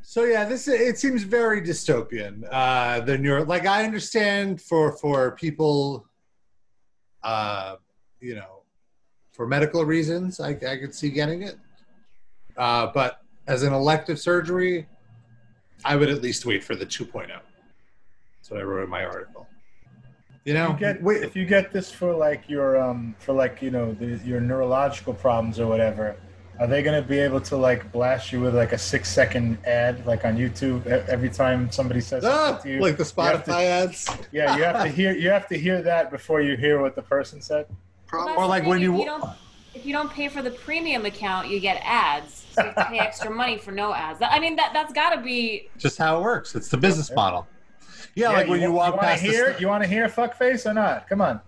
S2: So yeah, this it seems very dystopian. Uh, the neuro, like I understand for for people, uh, you know, for medical reasons, I I could see getting it. Uh, but as an elective surgery, I would at least wait for the 2.0. That's what I wrote in my article. You know,
S3: If you get,
S2: wait,
S3: if you get this for like your um for like you know the, your neurological problems or whatever, are they going to be able to like blast you with like a six second ad like on YouTube e- every time somebody says
S2: Ah,
S3: something to you?
S2: like the
S3: You have
S2: Spotify
S3: to-
S2: ads.
S3: yeah, you have to hear you have to hear that before you hear what the person said.
S5: Problem.
S2: Or like when you-
S4: if you don't if you don't pay for the premium account, you get ads. So you have to pay extra money for no ads. I mean that that's got to be
S2: Just how it works. It's the business model. Yeah, like when you,
S3: wa-
S2: walk
S3: wanna
S2: past the
S3: hear
S2: sta-
S3: you want to hear fuckface or not? Come on.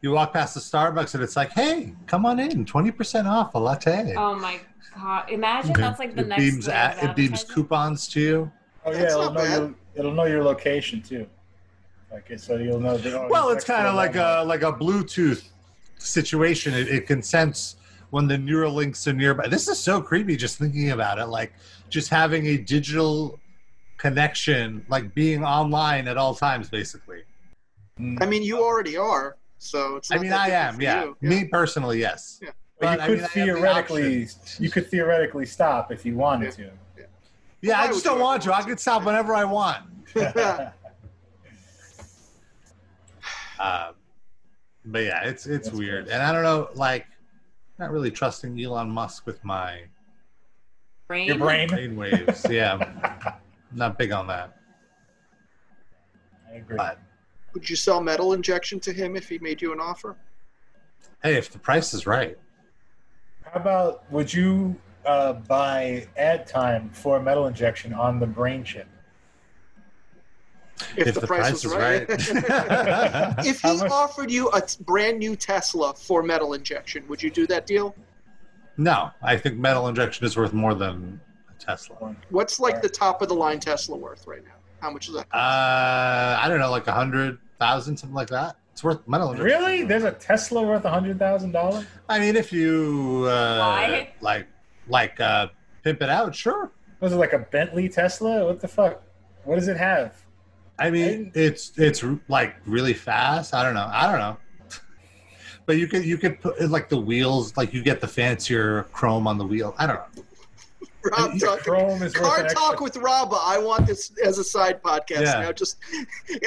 S2: You walk past the Starbucks and it's like, hey, come on in, twenty percent off a latte.
S4: oh my god. Imagine
S2: It-
S4: that's like the
S2: it
S4: next
S2: beams
S4: layer
S2: at-
S4: of
S2: it beams
S4: advertising.
S2: coupons to you.
S3: Oh yeah,
S5: That's
S3: it'll
S5: not
S3: know
S5: bad.
S3: your, it'll know your location too. Like so you'll know. The, oh,
S2: Well,
S3: he's
S2: it's
S3: next
S2: kind
S3: to
S2: of like
S3: Walmart.
S2: a like a Bluetooth situation. It, it can sense when the neural links are nearby. This is so creepy just thinking about it. Like just having a digital connection, like being online at all times, basically.
S5: I mean, you already are, so it's.
S2: I
S5: Not
S2: mean,
S5: that
S2: I
S5: different
S2: am.
S5: for
S2: Yeah,
S5: you.
S2: me personally, yes.
S5: Yeah.
S3: But
S2: But, I
S3: you could
S2: mean, I have the
S3: theoretically,
S2: option.
S3: you could theoretically stop if you wanted
S2: Yeah,
S5: Why
S2: I just
S5: would
S2: don't
S5: you
S2: want to.
S5: ever
S2: I
S5: want
S2: could stop whenever I want.
S3: to.
S2: Um, but yeah, it's it's
S3: That's
S2: weird,
S3: gross.
S2: and I don't know, like, not really trusting Elon Musk with my
S4: brain.
S3: Your brain.
S2: brain waves. yeah, not big on that.
S3: I agree.
S2: But
S5: Would you sell metal injection to him if he made you an offer?
S2: hey, if the price is right,
S3: How about would you uh, buy ad time for a metal injection on the brain chip?
S5: If, the, price, was
S2: right.
S5: right. if he
S3: How much-
S5: offered you a t- brand new Tesla for metal injection, would you do that deal?
S2: no, I think metal injection is worth more than a Tesla.
S5: What's like the top of the line Tesla worth right now? How much is that?
S2: Uh, I don't know, like a hundred thousand, something like that. It's worth metal injection.
S3: Really? There's a Tesla worth hundred thousand dollars?
S2: I mean, if you uh,
S4: Why?
S2: like like uh, pimp it out, sure.
S3: Was it like a Bentley Tesla? What the fuck? What does it have?
S2: I mean, it's it's like really fast. I don't know. I don't know. But you could you could put like the wheels like you get the fancier chrome on the wheel. I don't know.
S5: Rob talking.
S3: Chrome is worth
S5: Car
S3: an extra.
S5: talk with Raba. I want this as a side podcast
S2: Yeah.
S5: now. Just,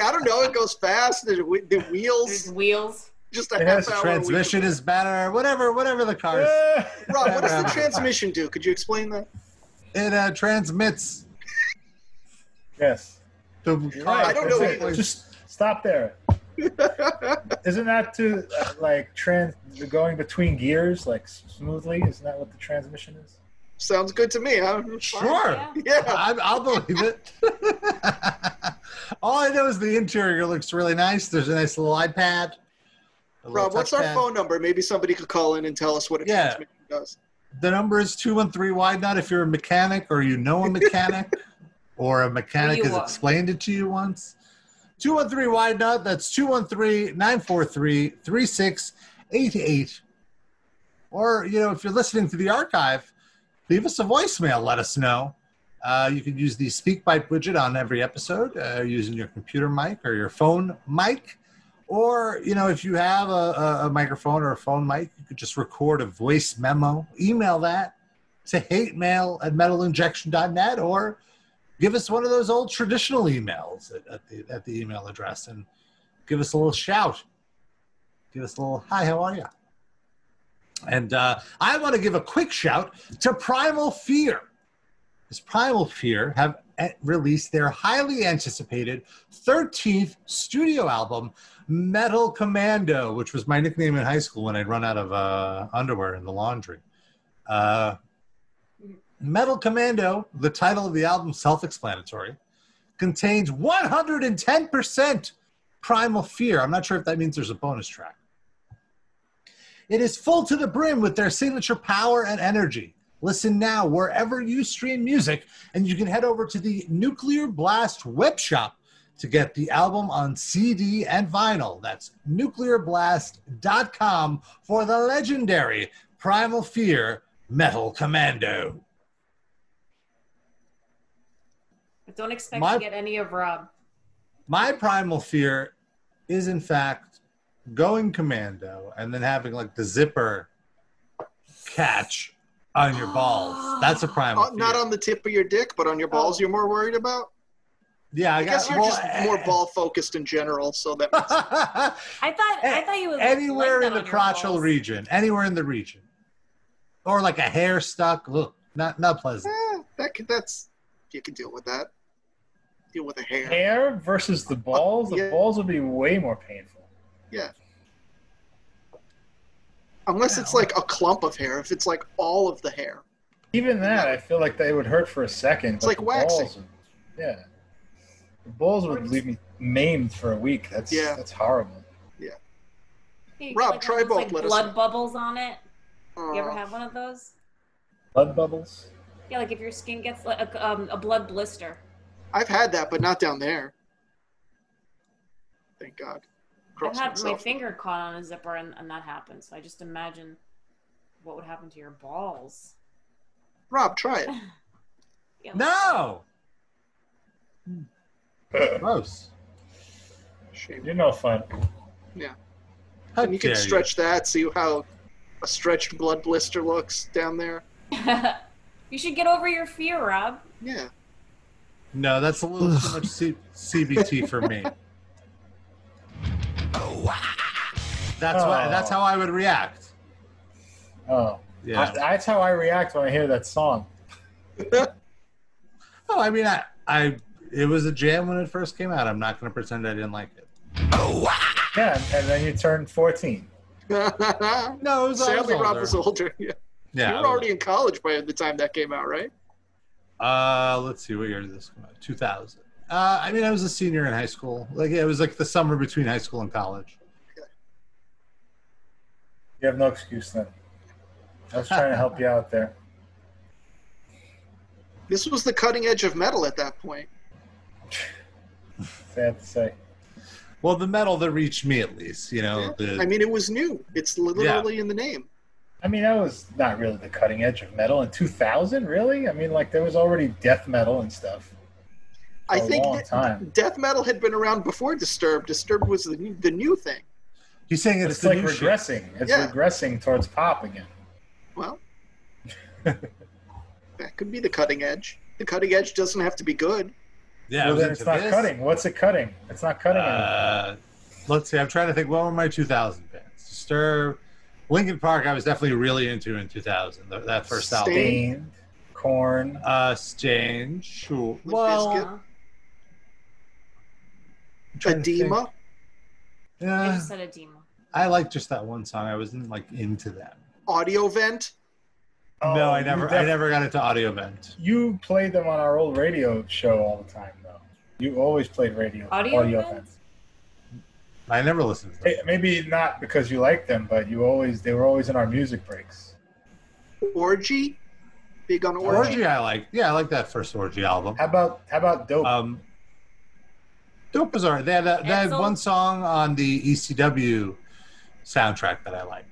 S5: I don't know. It goes fast. The, whe- the
S4: There's
S5: wheels,
S4: wheels.
S5: just a
S3: It
S5: half
S3: has
S5: hour.
S2: Transmission is better. Whatever whatever the car is,
S3: Ah!
S5: wheel. Rob, what does the transmission do? Could you explain that?
S2: it uh, transmits
S3: yes.
S2: the
S3: You're
S2: car.
S3: right.
S5: I don't know
S3: That's it.
S5: either.
S3: Just stop there. Isn't that to uh, like trans going between gears like s- smoothly? Isn't that what the transmission is?
S5: Sounds good to me. I'm
S2: Sure,
S4: Yeah.
S5: Yeah.
S2: I, I'll believe it. All I know is the interior looks really nice. There's a nice little iPad. a little
S5: Rob, what's our
S2: touchpad.
S5: phone number? Maybe somebody could call in and tell us what a
S2: Yeah.
S5: transmission does.
S2: The number is 213 wide not if you're a mechanic or you know a mechanic or a mechanic
S4: You
S2: has
S4: are.
S2: explained it to you once. 213 wide not that's 213 943 3688. Or, you know, if you're listening to the archive, leave us a voicemail. Let us know. Uh, you can use the SpeakPipe widget on every episode uh, using your computer mic or your phone mic. Or, you know, if you have a, a, a microphone or a phone mic, you could just record a voice memo, email that to hate mail at metalinjection.net or give us one of those old traditional emails at, at, the, at the email address and give us a little shout. Give us a little, hi, how are you? And uh, I want to give a quick shout to Primal Fear. is Primal Fear have eh, released their highly anticipated 13th studio album, Metal Commando, which was my nickname in high school when I'd run out of uh, underwear in the laundry. Uh, Metal Commando, the title of the album, self explanatory, contains 110% Primal Fear. I'm not sure if that means there's a bonus track. It is full to the brim with their signature power and energy. Listen now wherever you stream music, and you can head over to the Nuclear Blast web shop to get the album on CD and vinyl. That's nuclearblast.com for the legendary Primal Fear Metal Commando.
S4: But don't expect
S2: My-
S4: to get any of Rob.
S2: My primal fear is, in fact, going commando and then having like the zipper catch on your balls. That's a primal
S5: Uh,
S2: fear.
S5: not on the tip of your dick, but on your
S4: Oh.
S5: balls, you're more worried about.
S2: yeah, I,
S5: I
S2: got-
S5: guess you're
S2: well, eh.
S5: just more ball focused in general, so that makes
S4: I thought I thought you would like
S2: anywhere
S4: that
S2: in the
S4: on your balls.
S2: crotchal region, anywhere in the region, or like a hair stuck. Look, not not pleasant.
S5: eh, that could, that's you can deal with that. Deal with the hair.
S3: Hair versus the balls. The
S5: Yeah.
S3: balls would be way more painful.
S5: Yeah. Unless it's like a clump of hair. If it's like all of the hair.
S3: Even that, I feel like that it would hurt for a second.
S5: It's
S3: but
S5: like
S3: the
S5: waxing.
S3: balls would- yeah, the balls would leave me maimed for a week. That's
S5: Yeah.
S3: that's horrible.
S4: You get,
S5: Rob,
S4: like,
S5: try
S4: one of those, Like
S5: both, let us
S4: blood
S5: know.
S4: bubbles on it. You ever
S5: Uh,
S4: have one of those?
S3: Blood bubbles.
S4: Yeah, like if your skin gets like a, um, a blood blister.
S5: I've had that, but not down there. Thank God. Cross
S4: I've had my
S5: myself.
S4: finger caught on a zipper and, and that happened. So I just imagine what would happen to your balls.
S5: Rob, try it.
S4: Yeah, like-
S2: No, gross.
S5: Shame.
S3: You're no fun.
S2: How
S5: And you can
S2: dare
S5: stretch that, see how a stretched blood blister looks down there.
S4: you should get over your fear, Rob.
S5: Yeah.
S2: No, that's a little too much C- CBT for me. That's why.
S3: Oh.
S2: That's how I would react.
S3: Oh,
S2: Yeah.
S3: I- that's how I react when I hear that song.
S2: oh, I mean, I, I. It was a jam when it first came out. I'm not going to pretend I didn't like it.
S3: Yeah, and then you turn 14.
S5: Sadly,
S2: No, it was. I was
S5: Rob
S2: older.
S5: was older. Yeah.
S2: Yeah, I
S5: you
S2: was
S5: were already in college by the time that came out, right?
S2: Uh, let's see, what year did this come out? 2000. Uh, I mean, I was a senior in high school. Like, it was like the summer between high school and college.
S3: You have no excuse then. I was trying to help you out there.
S5: This was the cutting edge of metal at that point.
S3: Sad to say.
S2: Well, the metal that reached me, at least, you know, the,
S5: I mean, it was new. It's literally in the name.
S3: I mean, that was not really the cutting edge of metal in 2000, really. I mean, like there was already death metal and stuff.
S5: I
S3: a
S5: think
S3: long
S5: that
S3: time.
S5: death metal had been around before Disturbed. Disturbed was the new, the new thing.
S2: he's saying
S3: It's,
S2: it's, the
S3: like
S2: new shit.
S3: regressing. It's
S5: Yeah.
S3: regressing towards pop again.
S5: Well, that could be the cutting edge. The cutting edge doesn't have to be good.
S2: Yeah, I
S3: well,
S2: was
S3: then it's
S2: into
S3: not
S2: this.
S3: cutting. What's it cutting? It's not cutting. anymore.
S2: Uh, let's see, I'm trying to think, what were my 2000 bands? Disturbed, Linkin Park, I was definitely really into in 2000, th- that first album.
S5: Stain?
S3: Stained, corn.
S2: Uh, Stain, sure.
S5: Limp
S2: Well,
S5: Bizkit.
S4: Uh,
S2: I'm trying to think.
S5: Edema.
S4: I
S2: Yeah,
S4: just said edema.
S2: I like just that one song. I wasn't like into that.
S5: Audio vent.
S2: no,
S3: Oh,
S2: I
S3: you
S2: never, I
S3: def-
S2: never got into audio vent.
S3: You played them on our old radio show all the time, though. You always played radio
S4: Audio, vent?
S3: vents.
S2: I never listened to
S3: Hey,
S2: them.
S3: Maybe not because you liked them, but you always they were always in our music breaks.
S5: Orgy. Big on orgy.
S2: Orgy, I like. Yeah, I like that first Orgy album.
S3: How about how about dope?
S2: Um, Dope Bizarre. They had, a, they had
S4: Edsel?
S2: one song on the ECW soundtrack that I liked.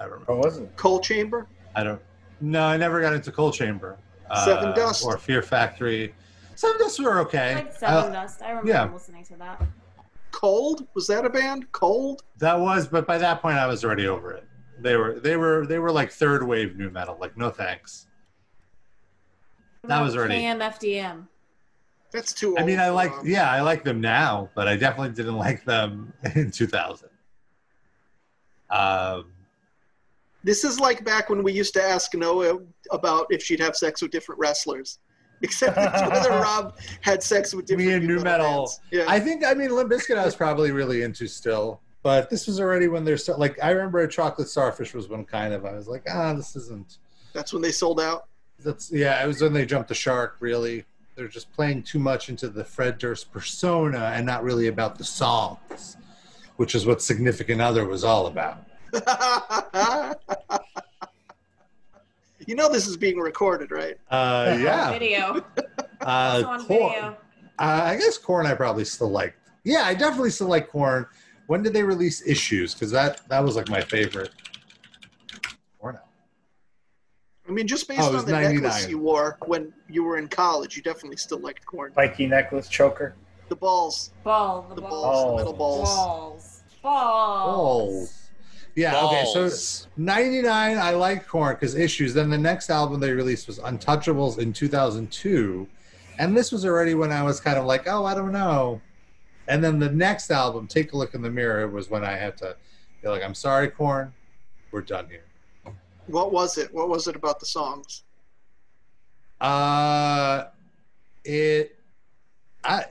S2: I don't
S3: what was it?
S5: Coal chamber.
S2: I don't. No, I never got into Cold Chamber. uh,
S5: Seven Dust.
S2: or Fear Factory. Seven Dust were okay.
S4: I like Seven
S2: Uh,
S4: Dust. I remember
S2: yeah.
S4: listening to that.
S5: Cold. Was that a band? Cold.
S2: that was, but by that point, I was already over it. They were, they were, they were like third wave new metal. Like, no thanks. That was already-
S4: KMFDM.
S5: That's too old.
S2: I mean, I like,
S5: Um,
S2: yeah, I like them now, but I definitely didn't like them in 2000. Um,
S5: This is like back when we used to ask Noah about if she'd have sex with different wrestlers. Except it's whether Rob had sex with different
S2: we in new
S5: people
S2: metal.
S5: bands. Yeah.
S2: I think I mean Limp Bizkit I was probably really into still, but this was already when they're so, like I remember Chocolate Starfish was one kind of I was like ah this isn't
S5: That's when they sold out.
S2: that's yeah it was when they jumped the shark really they're just playing too much into the Fred Durst persona and not really about the songs, which is what Significant Other was all about.
S5: you know this is being recorded, right?
S2: Uh, yeah,
S4: Video. Also
S2: uh, Korn.
S4: on video.
S2: Uh, I guess Corn I probably still liked. Yeah, I definitely still like Corn. When did they release Issues? Because that that was like my favorite. Corn.
S5: I mean, just based
S2: Oh, it was
S5: on the necklace
S2: 99.
S5: you wore when you were in college, you definitely still liked corn.
S3: Spiky necklace choker.
S5: The balls,
S4: Ball. The,
S5: the
S4: ball.
S5: balls,
S2: Oh.
S3: Balls.
S5: the metal balls.
S4: Balls. Balls.
S2: Balls. Yeah. Okay. So ninety nine, I like Corn because Issues. Then the next album they released was Untouchables in two thousand two, and this was already when I was kind of like, oh, I don't know. And then the next album, Take a Look in the Mirror, was when I had to be like, I'm sorry, Corn, we're done here.
S5: What was it? What was it about the songs?
S2: Uh, it, I,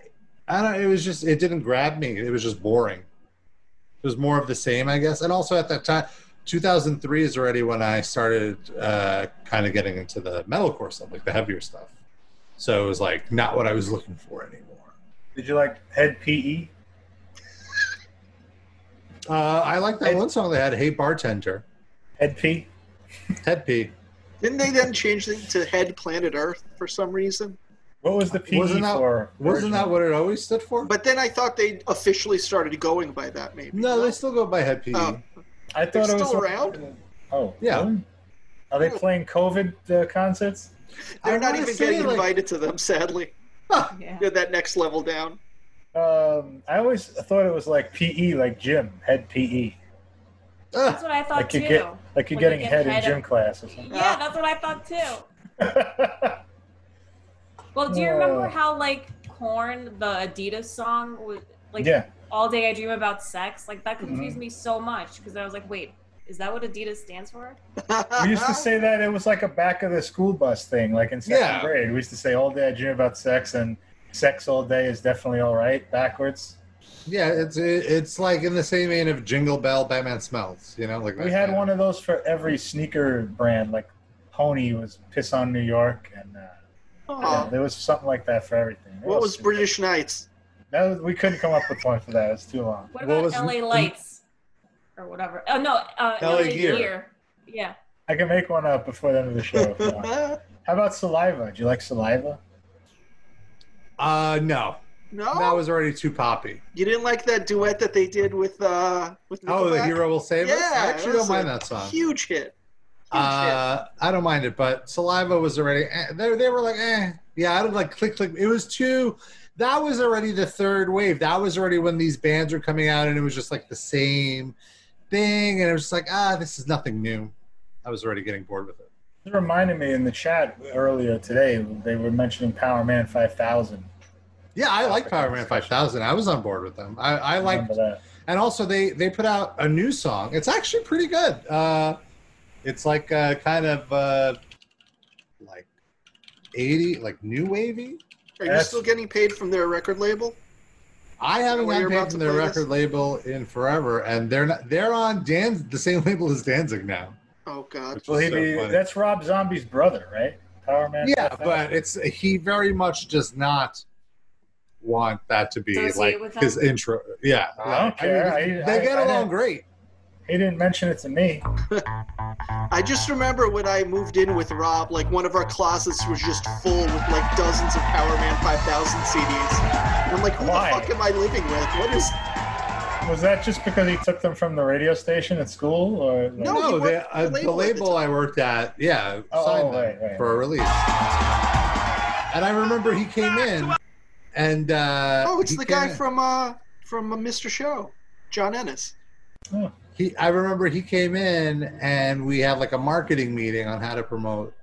S2: I don't. It was just it didn't grab me. It was just boring. It was more of the same, I guess. And also at that time, 2003 is already when I started uh, kind of getting into the metalcore stuff, like the heavier stuff. So it was like not what I was looking for anymore.
S3: Did you like head E? PE?
S2: Uh, I like that
S3: I-
S2: one song they had, "Hey Bartender,"
S3: Head P?
S2: Ted P.
S5: Didn't they then change it to Head Planet Earth for some reason?
S3: What was the PE
S2: Wasn't that-
S3: for?
S2: Wasn't that what it always stood for?
S5: But then I thought they officially started going by that. Maybe
S2: no, they still go by Head P.
S5: Oh.
S3: I thought
S5: They're
S3: it was
S5: still
S3: what-
S5: around?
S3: Oh,
S2: Yeah.
S3: really? Are they playing COVID uh, concerts?
S5: they're
S2: I
S5: not
S2: wanna
S5: even
S2: say,
S5: getting
S2: like-
S5: invited to them. Sadly,
S4: Yeah.
S5: they're that next level down.
S3: Um, I always thought it was like PE, like gym, head PE.
S2: Ah.
S4: That's what I thought
S3: Like you
S4: too.
S3: get, like you're
S4: Like
S3: getting
S4: you get
S3: head, in
S4: head
S3: gym
S4: of-
S3: class or something.
S4: yeah, that's what I thought too. Well, do you
S3: Yeah.
S4: remember how like Corn, the Adidas song, was like
S3: yeah,
S4: "All Day I Dream About Sex"? Like that confused me so much because I was like, wait, is that what Adidas stands for?
S3: we used
S5: Uh-huh.
S3: to say that it was like a back of the school bus thing, like in second
S2: Yeah.
S3: grade. We used to say all day I dream about sex, and sex all day is definitely all right backwards.
S2: Yeah, it's it, it's like in the same vein of Jingle Bell, Batman Smells. You know, like
S3: We had one of those for every sneaker brand, like Pony was Piss on New York, and uh, yeah,
S5: Aw.
S3: there was something like that for everything. It
S5: Uh-huh. Uh, What was British Knights?
S3: That was, we couldn't come up with one for that. It's too long.
S4: What
S2: What
S4: about
S2: was-
S4: LA Lights or whatever? Oh no, uh,
S2: LA
S4: LA,
S2: Gear.
S4: Gear. Yeah,
S3: I can make one up before the end of the show.
S2: Oh,
S3: if you want.
S5: no,
S3: How about saliva? Do you like saliva?
S2: Uh, no,
S5: Oh.
S2: that was already too poppy.
S5: you didn't like that duet that they did with uh with
S2: Oh, the
S5: Nickelback?
S2: hero will save us. I actually
S5: that's
S2: don't mind
S5: a
S2: that song.
S5: Huge hit. Huge
S2: Uh, I don't mind it, but Saliva was already. Eh, they they were like, eh, yeah. I did like click click. It was too. That was already the third wave. That was already when these bands were coming out, and it was just like the same thing, and it was just like, ah, this is nothing new. I was already getting bored with it.
S3: It reminded me in the chat earlier today, they were mentioning Power Man 5000.
S2: Yeah, I like Power Man 5000. I was on board with them. I, I liked
S3: Remember that?
S2: and also they they put out a new song it's actually pretty good uh it's like uh kind of uh like 80 like new wavy
S5: Are you
S3: That's-
S5: still getting paid from their record label?
S2: i haven't
S5: Well, you're
S2: gotten
S5: about
S2: paid from
S5: to
S2: their
S5: play
S2: record
S5: this?
S2: label in forever and they're not they're on dan's the same label as danzig now
S5: Oh God.
S2: which
S3: Will
S2: is
S3: he
S2: so
S3: be,
S2: funny.
S3: that's Rob Zombie's brother, right? Power Man.
S2: yeah
S3: 5000?
S2: but it's he very much does not want that to be
S4: Associate
S2: like
S4: with
S2: his
S4: them?
S2: intro yeah
S3: I don't
S2: mean,
S3: care. I-
S2: they
S3: I-
S2: get
S3: I
S2: along
S3: don't-
S2: great
S3: he didn't mention it to me.
S5: I just remember when I moved in with Rob, like one of our closets was just full with like dozens of Power Man 5000 CDs. And I'm like, who
S3: Why?
S5: the fuck am I living with? What is?
S3: Was that just because he took them from the radio station at school, or like,
S5: No,
S2: No,
S5: he
S2: they,
S5: worked for
S2: uh,
S5: the
S2: the
S5: label at the
S2: label I worked at, yeah,
S3: Oh,
S2: signed
S3: oh,
S2: them
S3: right, right,
S2: for a release. And I remember he came in, and uh,
S5: Oh, it's
S2: he
S5: the
S2: came
S5: guy
S2: in-
S5: from uh from uh, Mr. Show, John Ennis.
S2: He, I remember he came in, and we had like a marketing meeting on how to promote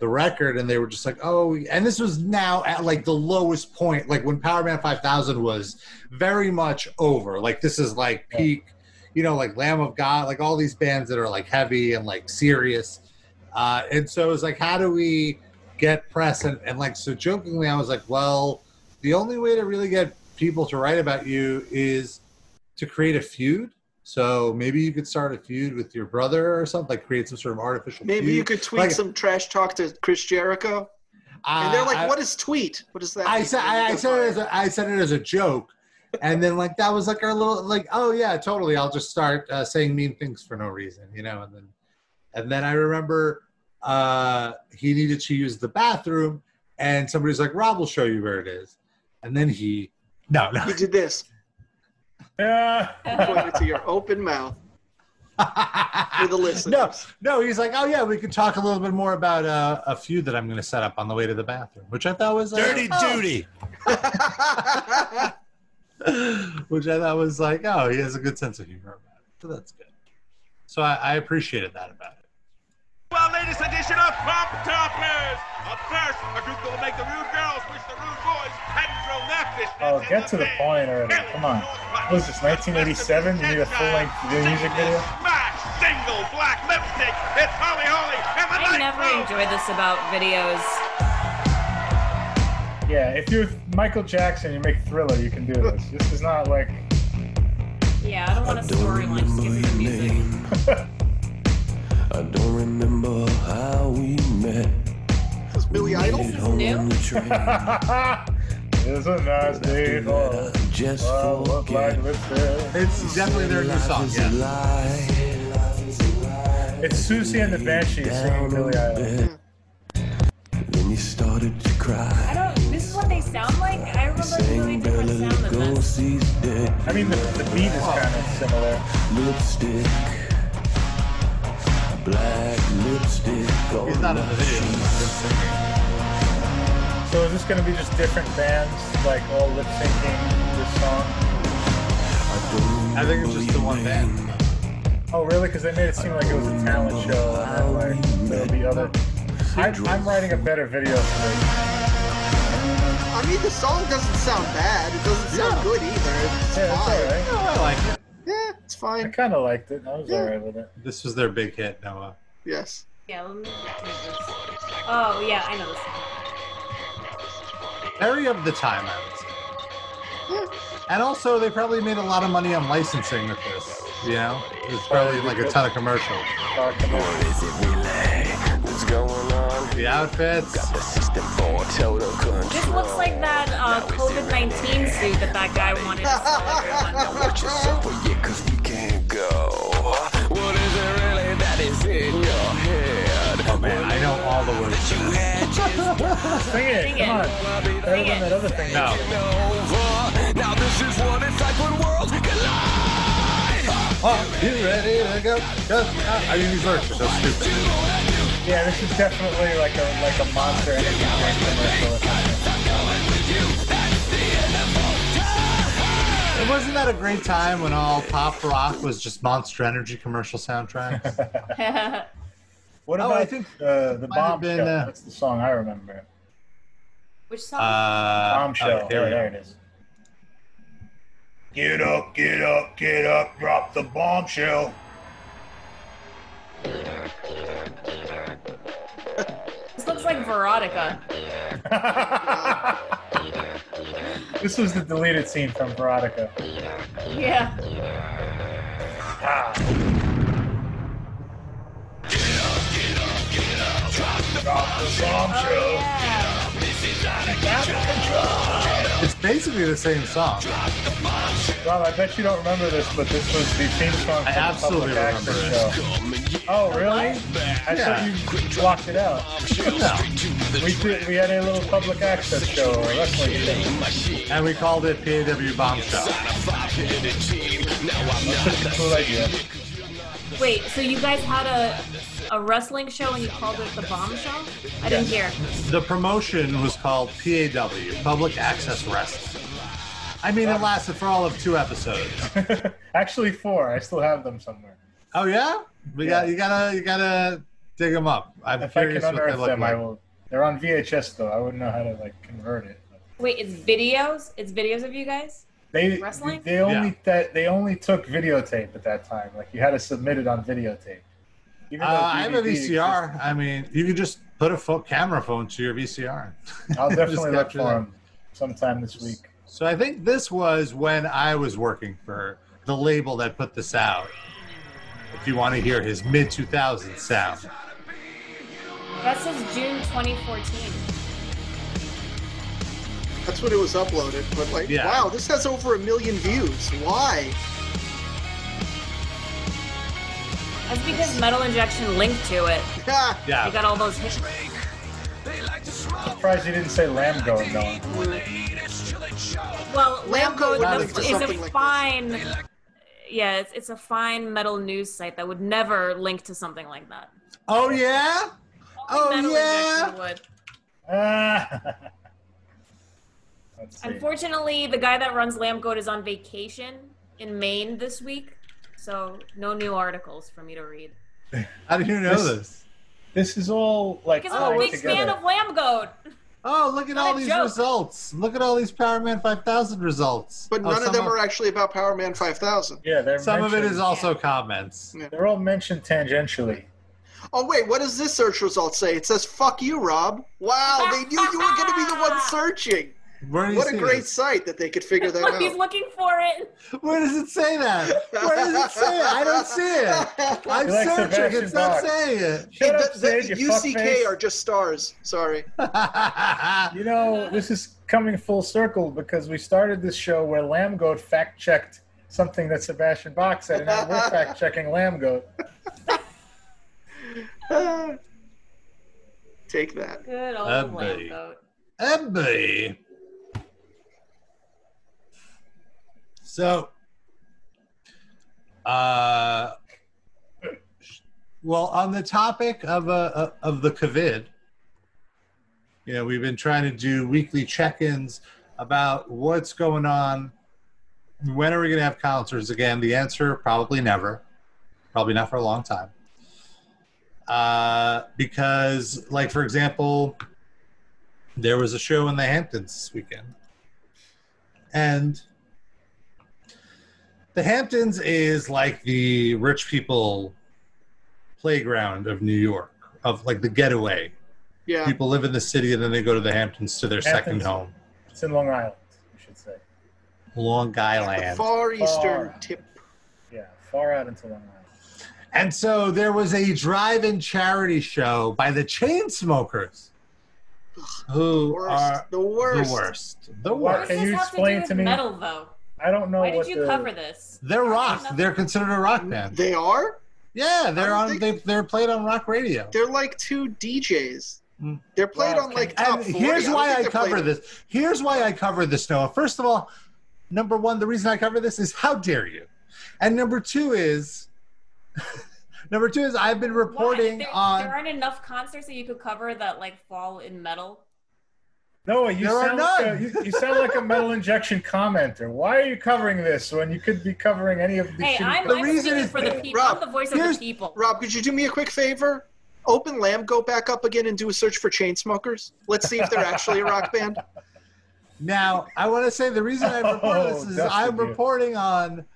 S2: the record, and they were just like, "Oh," we-" and this was now at like the lowest point, like when Power Man Five Thousand was very much over. Like this is like peak. you know, like Lamb of God, like all these bands that are like heavy and like serious. Uh, and so it was like, how do we get press? And, and like, so jokingly, I was like, well, the only way to really get people to write about you is to create a feud. So maybe you could start a feud with your brother or something, like create some sort of artificial.
S5: Maybe
S2: feud.
S5: you could tweet
S2: Like,
S5: some trash talk to Chris Jericho. And they're
S2: uh,
S5: like,
S2: I-
S5: "What is tweet? What is that?"
S2: I
S5: mean?"
S2: said
S5: And you
S2: I, I
S5: go
S2: said it as
S5: fire.
S2: a, I said it as a joke, and then like that was like our little like oh yeah totally I'll just start uh, saying mean things for no reason you know and then and then I remember uh, he needed to use the bathroom and somebody's like Rob will show you where it is and then he no no
S5: He did this. Pointed to your open mouth for the listeners.
S2: no no he's like oh yeah we could talk a little bit more about uh, a feud that I'm going to set up on the way to the bathroom which I thought was uh,
S10: Dirty Duty.
S2: which I thought was like, oh, he has a good sense of humor about it. So that's good. So I, I appreciated that about it.
S11: Well, latest edition of Pop Toppers! Up first, a group that will make the rude girls wish the rude boys hadn't thrown their fists.
S3: Oh, get to the point already. Come on. What was this, 1987? You need a full length music video?
S11: Smash, single, black lipstick, it's Holly Holly and the
S4: I never
S8: Oh.
S4: enjoyed this about videos.
S3: Yeah, if you're Michael Jackson, you make Thriller, you can do this. This is not like.
S4: Yeah, I don't want a storyline. Just give me the music.
S12: I don't remember how we met.
S5: Was Billy Idol?
S12: This is new.
S3: It's a nice day for.
S12: Just
S3: Well, look like lipstick.
S2: It's definitely their new song. Yeah.
S3: It's Susie and the Banshee singing Billy Idol.
S12: Then you started to cry.
S4: I don't. This is what they sound like. I remember a really different sound than this.
S12: Ghosts dead.
S3: I mean, the, the beat is kind of similar.
S12: Lipstick. Black lipstick.
S2: He's not in the video.
S3: So is this going to be just different bands, like all lip syncing this song?
S2: I think it's just the one band.
S3: Oh, really? Because they made it seem like it was a talent show, and then, like there'll be other. I, I'm writing a better video for you.
S5: I mean, the song doesn't sound bad. It doesn't sound good either. It's
S3: Yeah,
S5: fine.
S3: it's
S2: Oh,
S3: alright.
S2: I like it.
S5: Yeah, it's
S3: I
S5: fine.
S3: kind of liked it. I was
S5: Yeah.
S3: alright with it.
S2: This was their big hit, Noah.
S5: Yes.
S4: Yeah, let me take this. Oh yeah, I know this.
S2: Very of the time, I would say. And also, they probably made a lot of money on licensing with this. You know, it's probably like a ton of commercials.
S3: Talk to me.
S2: The outfits.
S4: This looks like that uh, COVID nineteen suit that that guy wanted to sell everyone.
S2: Oh man, I know all the words.
S3: Sing it.
S4: Sing it.
S3: Come on. Better
S4: Sing
S3: than
S4: it.
S3: that other thing.
S2: No. Oh, you ready to go? Just- I mean, these lyrics are so stupid.
S3: Yeah, this is definitely like a like a monster energy drink commercial. or something.
S2: And wasn't that a great time when all pop rock was just Monster Energy commercial soundtracks?
S3: What
S2: Oh,
S3: about uh,
S2: I think
S3: the the
S2: might have
S3: bomb
S2: been,
S3: show?
S2: uh,
S3: That's the song I remember.
S4: Which song?
S2: uh,
S3: Bomb show.
S2: okay,
S3: there,
S2: here we
S3: there
S2: go.
S3: it is.
S9: Get up, get up, get up, drop the bombshell.
S4: this looks like Veronica.
S3: this was the deleted scene from Veronica.
S4: Yeah. Oh yeah.
S2: It's basically the same song.
S3: Rob, I bet you don't remember this, but this was the theme song from
S2: I absolutely
S3: the Public Access
S2: remember
S3: show. Oh, really? I
S2: Yeah.
S3: thought you blocked it out.
S2: No.
S3: We did, we had a little public access show, a wrestling thing.
S2: And we called it PAW Bombshell.
S3: Such a cool idea.
S4: Wait. So you guys had a a wrestling show and you called it the Bomb Show? I didn't hear.
S2: The promotion was called PAW, Public Access Wrestling. I mean, it lasted for all of two episodes.
S3: Actually, four. I still have them somewhere.
S2: Oh yeah, we got you gotta you gotta dig them up. I'm
S3: If I can
S2: curious what they
S3: unearth
S2: look
S3: them, I
S2: like.
S3: will. They're on VHS though. I wouldn't know how to like convert it.
S4: Wait, it's videos. It's videos of you guys.
S3: They
S4: Wrestling?
S3: they only that they only took videotape at that time. Like you had to submit it on videotape. Even though
S2: Uh, I have a
S3: DVD
S2: VCR. I mean, you can just put a fo- camera phone to your VCR.
S3: I'll
S2: Just
S3: definitely look
S2: capture
S3: for
S2: that.
S3: them sometime this week.
S2: So I think this was when I was working for the label that put this out. If you want to hear his mid 2000s sound,
S4: That says June 2014.
S5: That's when it was uploaded. But like,
S2: Yeah.
S5: wow, this has over a million views. Why?
S4: That's because Metal Injection linked to it.
S2: Yeah.
S4: You got all those hits.
S3: Surprised you didn't say Lamgo. No.
S4: Well,
S5: Lamco
S4: Lamco
S5: would link to
S4: is a
S5: something like this.
S4: fine. yeah, it's, it's a fine metal news site that would never link to something like that.
S2: oh yeah, oh
S4: metal
S2: yeah,
S4: Injection would.
S3: Ah. Let's see.
S4: Unfortunately, the guy that runs Lamb Goat is on vacation in Maine this week, so no new articles for me to read.
S2: how do you know
S3: This-
S2: this?
S3: This is all like
S4: Because I'm a
S3: tied
S4: big
S3: Oh,
S4: fan
S3: together.
S4: of Lamb Goat.
S2: Oh, look at
S4: Not
S2: all
S4: a
S2: these
S4: joke.
S2: results! Look at all these Power Man 5000 results.
S5: But
S2: Oh,
S5: none of
S2: some
S5: them are actually about Power Man 5000.
S3: Yeah, they're
S2: Some of it
S3: mentioned-
S2: is also comments.
S3: They're all mentioned tangentially.
S5: Oh wait, what does this search result say? It says "fuck you, Rob." Wow, they knew you were going to be the one searching.
S2: Where do you
S5: What
S2: see
S5: a great
S2: this?
S5: site that they could figure that
S4: Look, he's
S5: out.
S4: looking for it.
S2: Where does it say that? Where does it say it? I don't see it. I'm
S3: He likes
S2: searching.
S3: Sebastian
S2: It's not
S3: Bach.
S2: saying it.
S5: Hey,
S3: Shut up,
S5: the- the
S3: Sid, you
S5: UCK
S3: fuckface.
S5: are just stars. Sorry.
S3: You know, this is coming full circle because we started this show where Lamb Goat fact checked something that Sebastian Bach said, and now we're fact checking Lamb Goat.
S5: Take that.
S4: Good old
S2: That'd be-
S4: Lamb Goat.
S2: MB. So, uh, well, on the topic of uh, of the COVID, you know, we've been trying to do weekly check-ins about what's going on. When are we going to have concerts again? The answer probably never. Probably not for a long time. Uh, because, like for example, there was a show in the Hamptons this weekend. And the Hamptons is like the rich people playground of New York, of like the getaway.
S5: Yeah.
S2: People live in the city and then they go to the Hamptons to their second
S3: Hamptons.
S2: home,
S3: It's in Long Island, you should say.
S2: Long
S5: The
S2: Island.
S5: far eastern
S3: Far.
S5: tip.
S3: Yeah, far out into Long Island.
S2: And so there was a drive-in charity show by the Chainsmokers, who
S5: Worst.
S2: are
S5: The worst.
S2: the worst. The
S3: What
S4: What
S2: worst.
S4: does
S3: Can
S4: this
S3: you
S4: have
S3: explain
S4: to do with
S3: to me-
S4: metal, though?
S3: I don't know
S4: Why
S3: what
S4: did you
S3: the,
S4: cover this?
S2: They're rock. They're considered a rock band.
S5: They are?
S2: Yeah, they're
S5: I
S2: on.
S5: think-
S2: They, they're played on rock radio.
S5: They're like two DJs.
S2: Mm.
S5: They're played
S3: Wow,
S5: on
S3: can-
S5: like top
S2: And
S5: 40.
S2: here's
S5: don't
S2: why
S5: think
S2: I
S5: they're
S2: cover
S5: played-
S2: this. Here's why I cover this, Noah. First of all, number one, the reason I cover this is how dare you, and number two is, number two is I've been reporting
S4: Why? There,
S2: on.
S4: there aren't enough concerts that you could cover that like fall in metal.
S3: Noah, you
S2: There are
S3: sound, like a,
S2: none.
S3: you, you sound like a metal injection commenter. Why are you covering this when you could be covering any of the
S4: Hey,
S3: shitty
S4: I'm,
S2: The
S3: co-
S4: I'm
S2: reason
S4: speaking
S2: is-
S4: for the people.
S5: Rob,
S4: I'm the voice of
S2: here's-
S4: the people.
S5: Rob, could you do me a quick favor? Open Lamb, go back up again and do a search for Chainsmokers. Let's see if they're actually a rock band.
S2: Now, I want to say the reason I reported this is
S3: Oh, that's
S2: I'm
S3: the deal.
S2: reporting on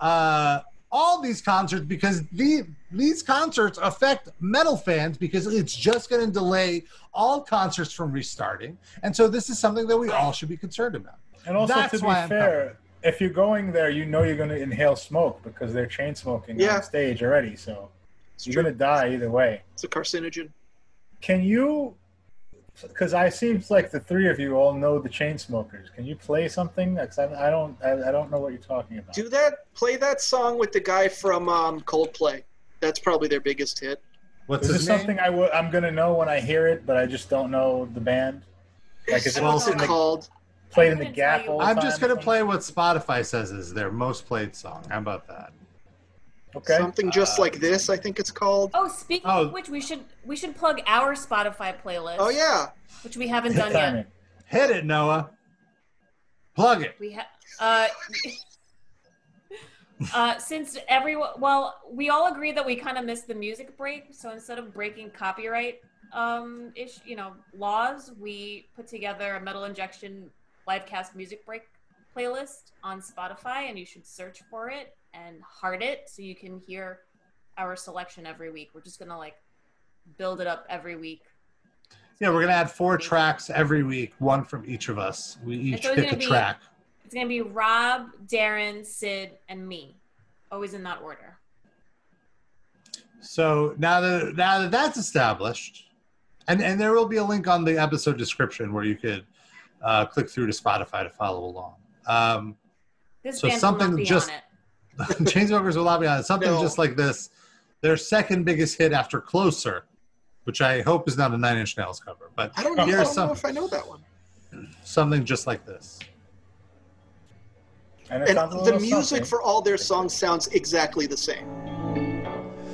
S2: uh, all these concerts because the these concerts affect metal fans because it's just going to delay all concerts from restarting, and so this is something that we all should be concerned about.
S3: And also,
S2: That's
S3: to be
S2: why I'm covering.
S3: fair, if you're going there, you know you're going to inhale smoke because they're chain smoking
S5: Yeah.
S3: on stage already. So
S5: It's,
S3: you're going to die either way.
S5: it's a carcinogen.
S3: Can you? Because I seems like the three of you all know the chain smokers. Can you play something? Because I, I don't, I, I don't know what you're talking about.
S5: Do that. Play that song with the guy from um, Coldplay. That's probably their biggest hit.
S2: What's
S3: Is
S2: his
S3: this
S2: name?
S3: something I would? I'm going to know when I hear it, but I just don't know the band. Like is
S5: What's
S3: it
S2: Well,
S5: it
S3: in the,
S5: called?
S3: played in the
S4: I'm gonna
S3: gap?
S4: tell you
S3: all the
S2: I'm just
S3: time?
S2: going to play what Spotify says is their most played song. How about that?
S3: Okay.
S5: Something just
S2: Uh,
S5: like this, I think it's called.
S4: Oh, speaking
S2: Oh.
S4: of which, we should we should plug our Spotify playlist.
S5: Oh yeah,
S4: which we haven't
S3: Good
S4: done
S3: timing.
S4: yet.
S2: Hit it, Noah. Plug it.
S4: We have. Uh, uh, since everyone, well, we all agree that we kind of missed the music break. So instead of breaking copyright um, ish, you know, laws, we put together a metal injection livecast music break playlist on Spotify, and you should search for it and heart it so you can hear our selection every week. We're just gonna like build it up every week.
S2: Yeah, we're gonna add four tracks every week, one from each of us. We each
S4: It's always
S2: pick a
S4: gonna be-
S2: track.
S4: It's gonna be Rob, Darren, Sid, and me, always in that order.
S2: So now that now that that's established, and and there will be a link on the episode description where you could uh, click through to Spotify to follow along. Um,
S4: This
S2: So
S4: band
S2: something
S4: will not be
S2: just-
S4: on it.
S2: Chainsmokers will not be on it. Something just like this, their second biggest hit after "Closer," which I hope is not a Nine Inch Nails cover, but
S5: I don't know. I
S2: here's
S5: don't know
S2: some,
S5: if I know that one.
S2: something just like this.
S3: And, it
S5: And
S3: sounds a
S5: the
S3: little
S5: music
S3: something.
S5: for all their songs sounds exactly the same.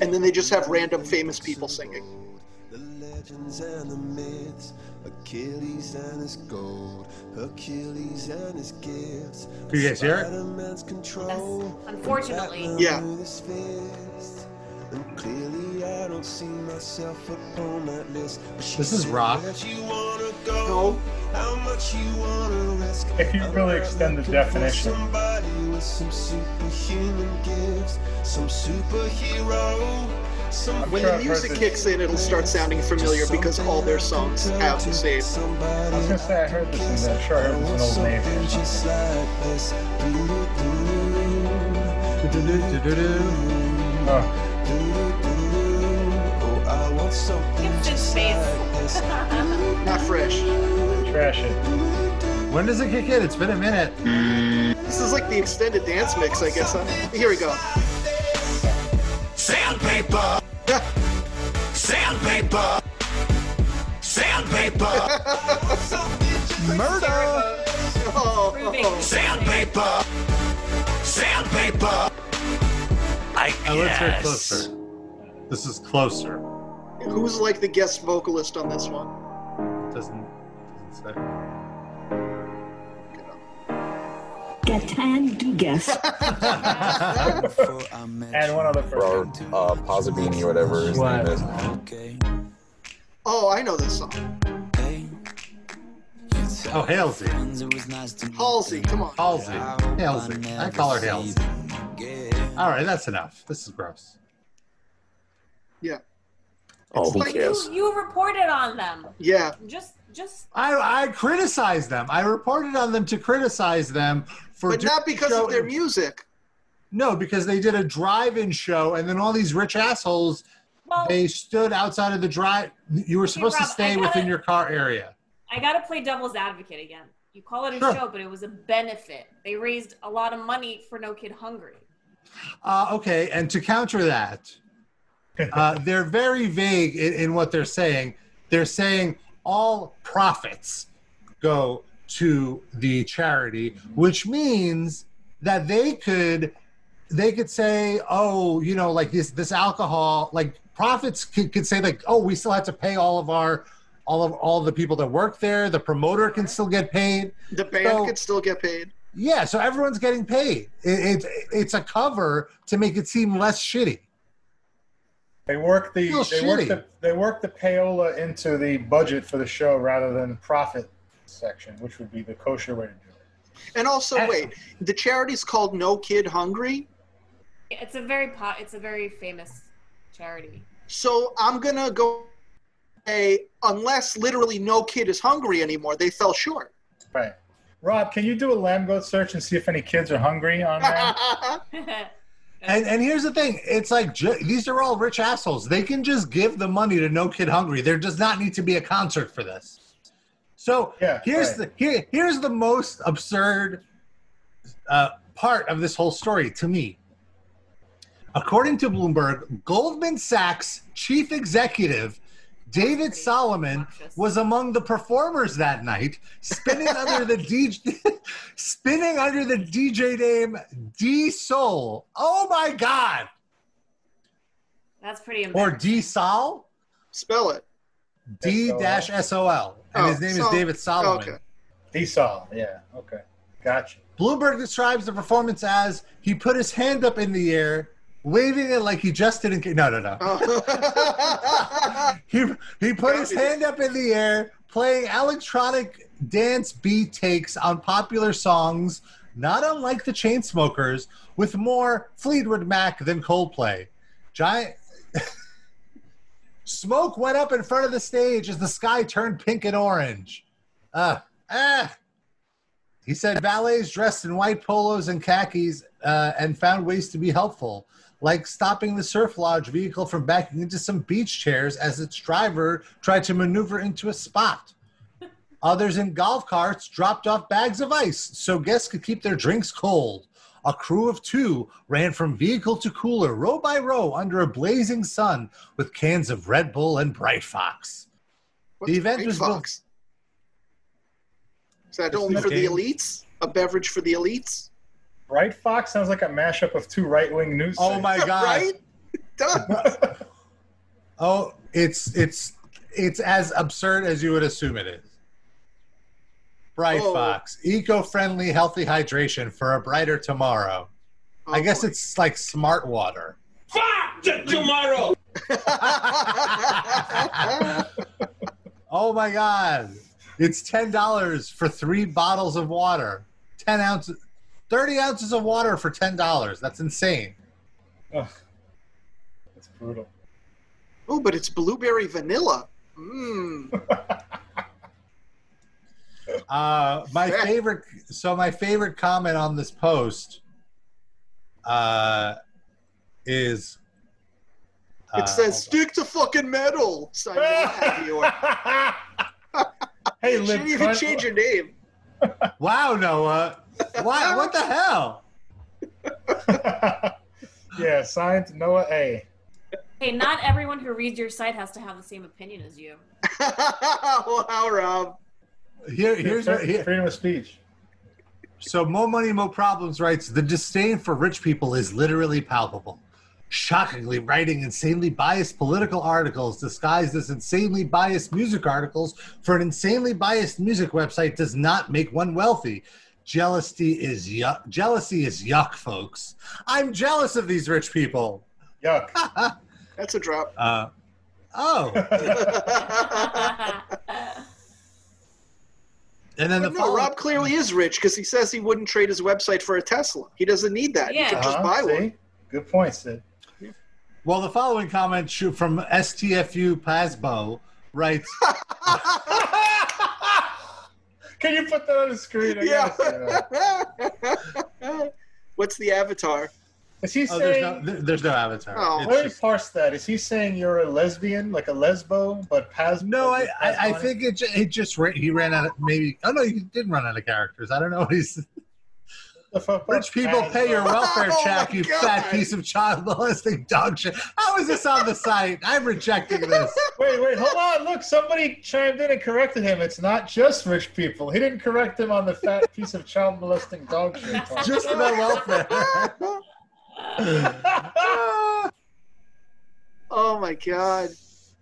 S5: And then they just have random famous people singing.
S12: The legends and the myths, Achilles and his gold, Hercules and his gifts.
S2: Can you guys hear it?
S12: Spider-Man's control.
S4: Unfortunately.
S12: Batman
S5: Yeah.
S12: with his fist. And clearly I don't see myself upon that list.
S2: This is rock.
S5: No,
S12: How much you wanna risk?
S3: If you really extend the definition,
S12: Somebody with some superhuman gifts, some superhero. Some
S3: I'm
S5: when
S3: sure
S5: the
S3: I've heard
S5: music
S3: this-
S5: kicks in, it'll start sounding familiar because all their songs have the same.
S3: I was gonna say I heard this, and I'm sure I heard this in an old name.
S12: just like this. Do-do-do-do.
S2: Do-do-do-do-do.
S3: Oh,
S12: Oh, I want something
S4: It's his
S12: just
S4: face.
S12: like this.
S5: Not fresh.
S3: trash it.
S2: When does it kick in? It's been a minute.
S5: This is like the extended dance mix, I guess. Huh? Here we go.
S9: Sandpaper! Sandpaper! Sandpaper!
S5: Murder! Oh,
S4: Proving.
S5: oh.
S9: Sandpaper! Sandpaper!
S6: I
S2: Now let's hear closer. This is closer.
S5: Who's like the guest vocalist on this one?
S2: Doesn't doesn't say.
S7: Gatan Dugas.
S3: And one other person.
S10: uh, Pozzabini or whatever his
S2: What?
S10: name is.
S5: Oh, I know this song.
S2: Oh, Halsey.
S5: Halsey, come on.
S2: Halsey. Halsey. I call her Halsey. All right, that's enough. This is gross.
S5: Yeah.
S6: Oh,
S5: It's
S6: who
S5: like-
S6: cares?
S4: You, you reported on them.
S5: Yeah.
S4: Just, just
S2: I I criticized them. I reported on them to criticize them for
S5: But
S2: doing
S5: not because
S2: show-
S5: of their music.
S2: No, because they did a drive-in show, and then all these rich assholes
S4: well.
S2: they stood outside of the drive. You were supposed
S4: Rob,
S2: to
S4: I
S2: stay
S4: gotta-
S2: within your car area.
S4: I gotta play devil's advocate again. You call it a
S2: Sure.
S4: show, but it was a benefit. They raised a lot of money for No Kid Hungry.
S2: Uh, okay, and to counter that, uh, they're very vague in, in what they're saying. They're saying all profits go to the charity, which means that they could they could say, oh, you know, like this this alcohol, like profits could, could say like, oh, we still have to pay all of our all of all the people that work there. The promoter can still get paid.
S5: The band
S2: So-
S5: could still get paid.
S2: Yeah, so everyone's getting paid. It, it, it's a cover to make it seem less shitty.
S3: They work the
S2: Feels
S3: they work
S2: shitty.
S3: the they work the payola into the budget for the show rather than profit section, which would be the kosher way to do it.
S5: And also,
S2: Eh.
S5: wait, the charity's called No Kid Hungry.
S4: It's a very pot. It's a very famous charity.
S5: So I'm gonna go say unless literally no kid is hungry anymore, they fell short.
S3: Right. Rob, can you do a lamb goat search and see if any kids are hungry on that?
S2: And and here's the thing, it's like ju- these are all rich assholes. They can just give the money to No Kid Hungry. There does not need to be a concert for this. So
S3: Yeah,
S2: here's
S3: right.
S2: the here, here's the most absurd uh, part of this whole story to me. According to Bloomberg, Goldman Sachs chief executive David
S4: Pretty
S2: Solomon
S4: obnoxious.
S2: was among the performers that night, spinning under the DJ, spinning under the DJ name D Soul. Oh my God!
S4: That's pretty
S2: Or
S4: embarrassing.
S2: D Sol,
S5: Spell it.
S2: D dash S O L, and his
S5: Oh,
S2: name is
S5: Sol.
S2: David Solomon.
S5: Okay.
S3: Esau. Yeah. Okay. Gotcha.
S2: Bloomberg describes the performance as he put his hand up in the air, waving it like he just didn't. ca- No, no, no.
S5: Oh.
S2: He he put his hand up in the air, playing electronic dance beat takes on popular songs not unlike the Chainsmokers, with more Fleetwood Mac than Coldplay. Giant smoke went up in front of the stage as the sky turned pink and orange. Uh, ah. He said valets dressed in white polos and khakis uh, and found ways to be helpful, like stopping the Surf Lodge vehicle from backing into some beach chairs as its driver tried to maneuver into a spot. Others in golf carts dropped off bags of ice so guests could keep their drinks cold. A crew of two ran from vehicle to cooler, row by row, under a blazing sun with cans of Red Bull and Bright Fox.
S5: What's
S2: the event
S5: Great
S2: was built-
S5: Fox? Is that
S2: Isn't
S5: only
S2: that
S5: for the
S2: game?
S5: elites? A beverage for the elites?
S3: Right Fox sounds like a mashup of two right wing news.
S2: Oh my god!
S5: Right?
S2: Oh, it's it's it's as absurd as you would assume it is. Bright
S5: Oh.
S2: Fox, eco-friendly, healthy hydration for a brighter tomorrow.
S5: Oh,
S2: I guess it's like smart water.
S11: tomorrow.
S2: Oh my god! It's ten dollars for three bottles of water. Ten ounces, thirty ounces of water for ten dollars. That's insane.
S3: Ugh. That's brutal.
S5: Oh, but it's blueberry vanilla. Mmm.
S2: Uh, my favorite. So my favorite comment on this post uh, is. uh,
S5: it says stick to fucking metal. Simon Hagior.
S3: Hey,
S5: you
S3: Lib
S5: should even
S3: Cunt,
S5: change your name.
S2: uh, "Wow, Noah! Why? What the hell?"
S3: Yeah, signed Noah A.
S4: Hey, not everyone who reads your site has to have the same opinion as you.
S5: wow, Rob.
S2: Here, here's what, here,
S3: freedom of speech.
S2: So Mo Money Mo Problems writes the disdain for rich people is literally palpable. Shockingly, writing insanely biased political articles disguised as insanely biased music articles for an insanely biased music website does not make one wealthy. Jealousy is yuck. Jealousy is yuck, folks. I'm jealous of these rich people.
S3: Yuck.
S5: That's a drop.
S2: Uh, oh, and then the
S5: But no,
S2: follow-
S5: Rob clearly is rich because he says he wouldn't trade his website for a Tesla. He doesn't need that. He
S4: Yeah.
S5: could just
S3: Uh-huh,
S5: buy one.
S3: see? Good point, Sid.
S2: Well, the following comment sh- from STFU Pasbo writes.
S3: Can you put that on the screen? I
S5: Yeah.
S3: gotta see that.
S5: What's the avatar?
S3: Is he
S2: Oh,
S3: saying?
S2: there's no, there- there's no avatar.
S5: Oh.
S2: It's
S3: Let me
S2: just-
S3: parse that. Is he saying you're a lesbian, like a lesbo, but pas?
S2: No, I,
S3: but
S2: I, I
S3: pasbonic?
S2: think it, ju- it just ran, he ran out of maybe. Oh no, he did run out of characters. I don't know. He's
S3: The fuck-
S2: rich people pay your
S3: Pasbo.
S2: welfare
S5: Oh
S2: check.
S5: my
S2: you
S5: God.
S2: fat piece of child molesting dog shit. How is this on the site? I'm rejecting this.
S3: Wait, wait, hold on. Look, somebody chimed in and corrected him. It's not just rich people. He didn't correct him on the fat piece of child molesting dog shit. talk.
S2: Just about welfare.
S5: Oh my god.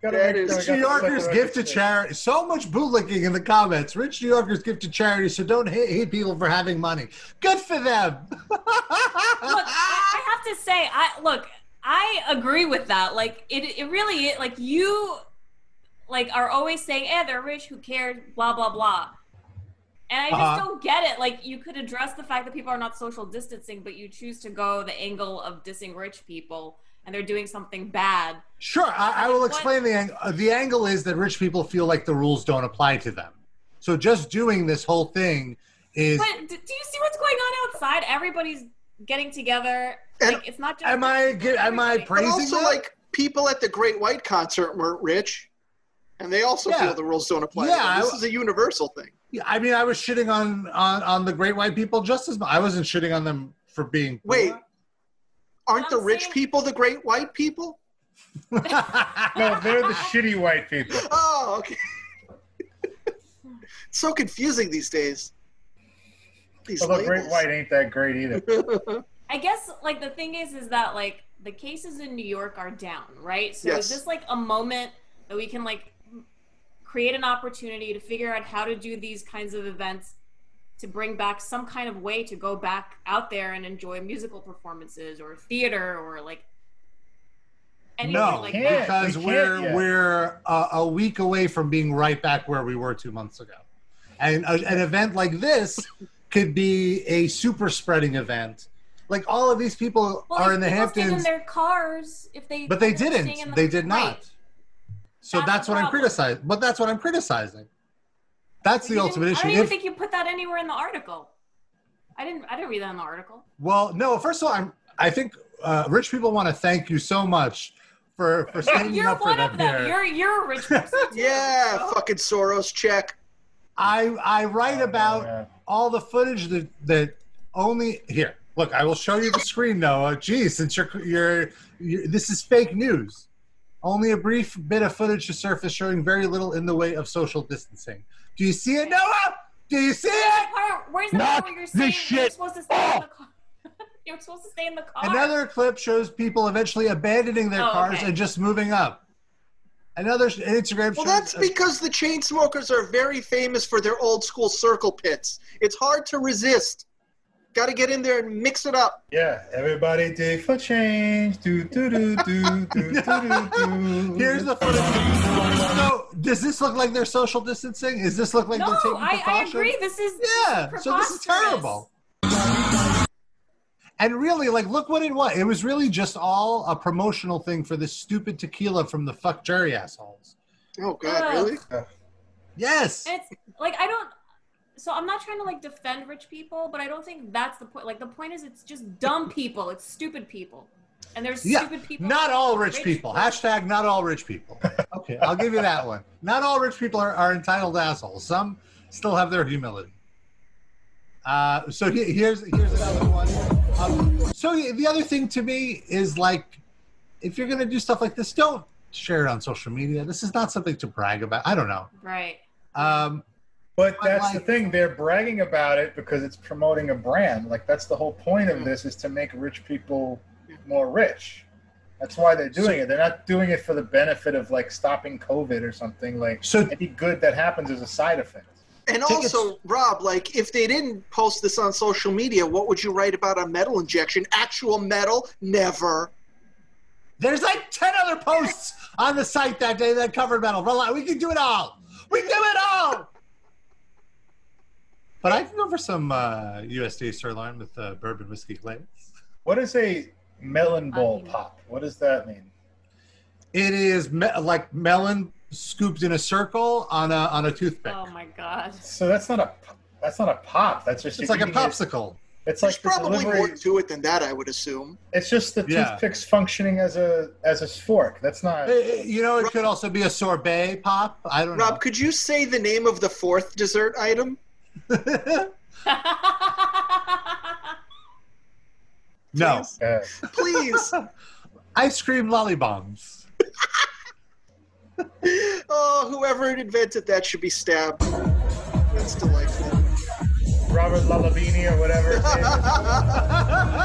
S3: Gotta
S5: That
S3: make
S2: Rich
S3: sure I
S5: is-
S3: got
S2: New
S3: the
S2: Yorkers
S3: correct
S2: give to
S3: shit.
S2: charity. So much bootlicking in the comments. Rich New Yorkers give to charity, so don't hate, hate people for having money. Good for them.
S4: look, I I have to say, I look, I agree with that. Like it, it really is like you, like are always saying, "Eh, they're rich. Who cares?" Blah blah blah. And I just
S2: Uh-huh.
S4: don't get it. Like you could address the fact that people are not social distancing, but you choose to go the angle of dissing rich people and they're doing something bad.
S2: Sure, I, I will explain the angle. The angle is that rich people feel like the rules don't apply to them. So just doing this whole thing is.
S4: But d- do you see what's going on outside? Everybody's getting together.
S5: And
S4: like it's not just.
S2: Am I gi- am I
S4: Everybody.
S5: But
S2: praising
S5: also,
S2: that?
S5: like, people at the Great White concert weren't rich, and they also
S2: Yeah.
S5: feel the rules don't apply. to
S2: Yeah,
S5: them. this
S2: I-
S5: is a universal thing.
S2: Yeah, I mean, I was shitting on on on the great white people just as much. I wasn't shitting on them for being. poor.
S5: Wait, aren't
S4: I'm
S5: the rich
S4: saying-
S5: people the Great White people?
S3: No, they're the shitty white people.
S5: Oh, okay. It's so confusing these days. These
S3: Although Great White ain't that great either.
S5: labels.
S4: I guess like the thing is is that like the cases in New York are down, right? So
S5: Yes.
S4: is this like a moment that we can like create an opportunity to figure out how to do these kinds of events to bring back some kind of way to go back out there and enjoy musical performances or theater or like anything
S2: no,
S4: like
S3: can't.
S4: that.
S2: because
S3: We
S2: we are
S3: can't yet.
S2: we're uh, a week away from being right back where we were two months ago, and uh, an event like this could be a super spreading event. Like all of these people
S4: Well,
S2: are
S4: if
S2: in the
S4: people stayed
S2: Hamptons,
S4: in their cars if they
S2: but they
S4: were staying in
S2: didn't.
S4: the-
S2: They did
S4: Right.
S2: not. So
S4: That's
S2: that's,
S4: the
S2: what I'm
S4: problem.
S2: criticizing. But that's what I'm criticizing. That's the
S4: You
S2: ultimate
S4: didn't-
S2: issue.
S4: I don't even
S2: If-
S4: think you put that anywhere in the article. I didn't. I didn't read that in the article.
S2: Well, no. First of all, I'm, I think uh, rich people want to thank you so much for for standing
S4: You're
S2: up for
S4: one
S2: them
S4: of them.
S2: here.
S4: You're you're a rich person.
S5: yeah, fucking Soros check.
S2: I I
S3: Oh,
S2: write about all the footage that that only here. Look, I will show you the screen, Noah. Geez, since you're, you're you're this is fake news. Only a brief bit of footage to surface showing very little in the way of social distancing. Do you see it, Noah? Do you see it?
S4: Where's the
S2: Knock
S4: part where you're
S2: this
S4: saying you're
S2: shit
S4: supposed to stay in the car? you're supposed to stay in the car.
S2: Another clip shows people eventually abandoning their
S4: Oh,
S2: cars
S4: okay.
S2: and just moving up. Another sh- Instagram.
S5: Well,
S2: shows-
S5: that's because the chain smokers are very famous for their old school circle pits. It's hard to resist. Got to get in there and mix it up.
S3: Yeah, everybody dig for change. Do do do do do do do do.
S2: Here's the footage. So, does this look like they're social distancing? Is this look like
S4: no,
S2: they're taking
S4: I, I
S2: precautions?
S4: agree. This is
S2: yeah. So this is
S4: preposterous.
S2: terrible. And really, like, look what it was. It was really just all a promotional thing for this stupid tequila from the fuck Jerry assholes.
S5: Oh God,
S4: Ugh.
S5: really?
S2: Yes.
S4: And it's like I don't. So I'm not trying to like defend rich people, but I don't think that's the point. Like the point is, it's just dumb people. It's stupid people, and there's
S2: Yeah.
S4: stupid people.
S2: Not all rich, people. Hashtag not all rich people. Okay, I'll give you that one. Not all rich people are, are entitled assholes. Some still have their humility. Uh, so he- here's here's another one. Um, so the other thing to me is like, if you're gonna do stuff like this, don't share it on social media. This is not something to brag about. I don't know.
S4: Right.
S2: Um,
S3: But that's the thing; they're bragging about it because it's promoting a brand. Like that's the whole point of this is to make rich people more rich. That's why they're doing it. They're not doing it for the benefit of like stopping COVID or something. Like any good that happens is a side effect.
S5: And also, Rob, like if they didn't post this on social media, what would you write about a metal injection? Actual metal? Never.
S2: There's like ten other posts on the site that day that covered metal. Rel- We can do it all. We can do it all. But I can go for some uh, USDA sirloin with uh, bourbon whiskey glaze.
S3: What is a melon bowl pop? What does that mean?
S2: It is me- like melon scooped in a circle on a on a toothpick.
S4: Oh my god.
S3: So that's not a that's not a pop. That's just
S2: It's like a
S3: eating it.
S2: popsicle.
S3: It's
S5: There's
S3: like the
S5: probably
S3: delivery-
S5: more to it than that, I would assume.
S3: It's just the
S2: Yeah.
S3: toothpicks functioning as a as a fork. That's not.
S2: Eh, eh, You know, it could also be a sorbet pop. I don't
S5: Rob, could you say the name of the fourth dessert item?
S2: know. No.
S3: uh,
S5: Please.
S2: Ice cream lollibombs.
S5: oh, whoever invented that should be stabbed. That's delightful.
S3: Robert Lalabini or whatever. his name is.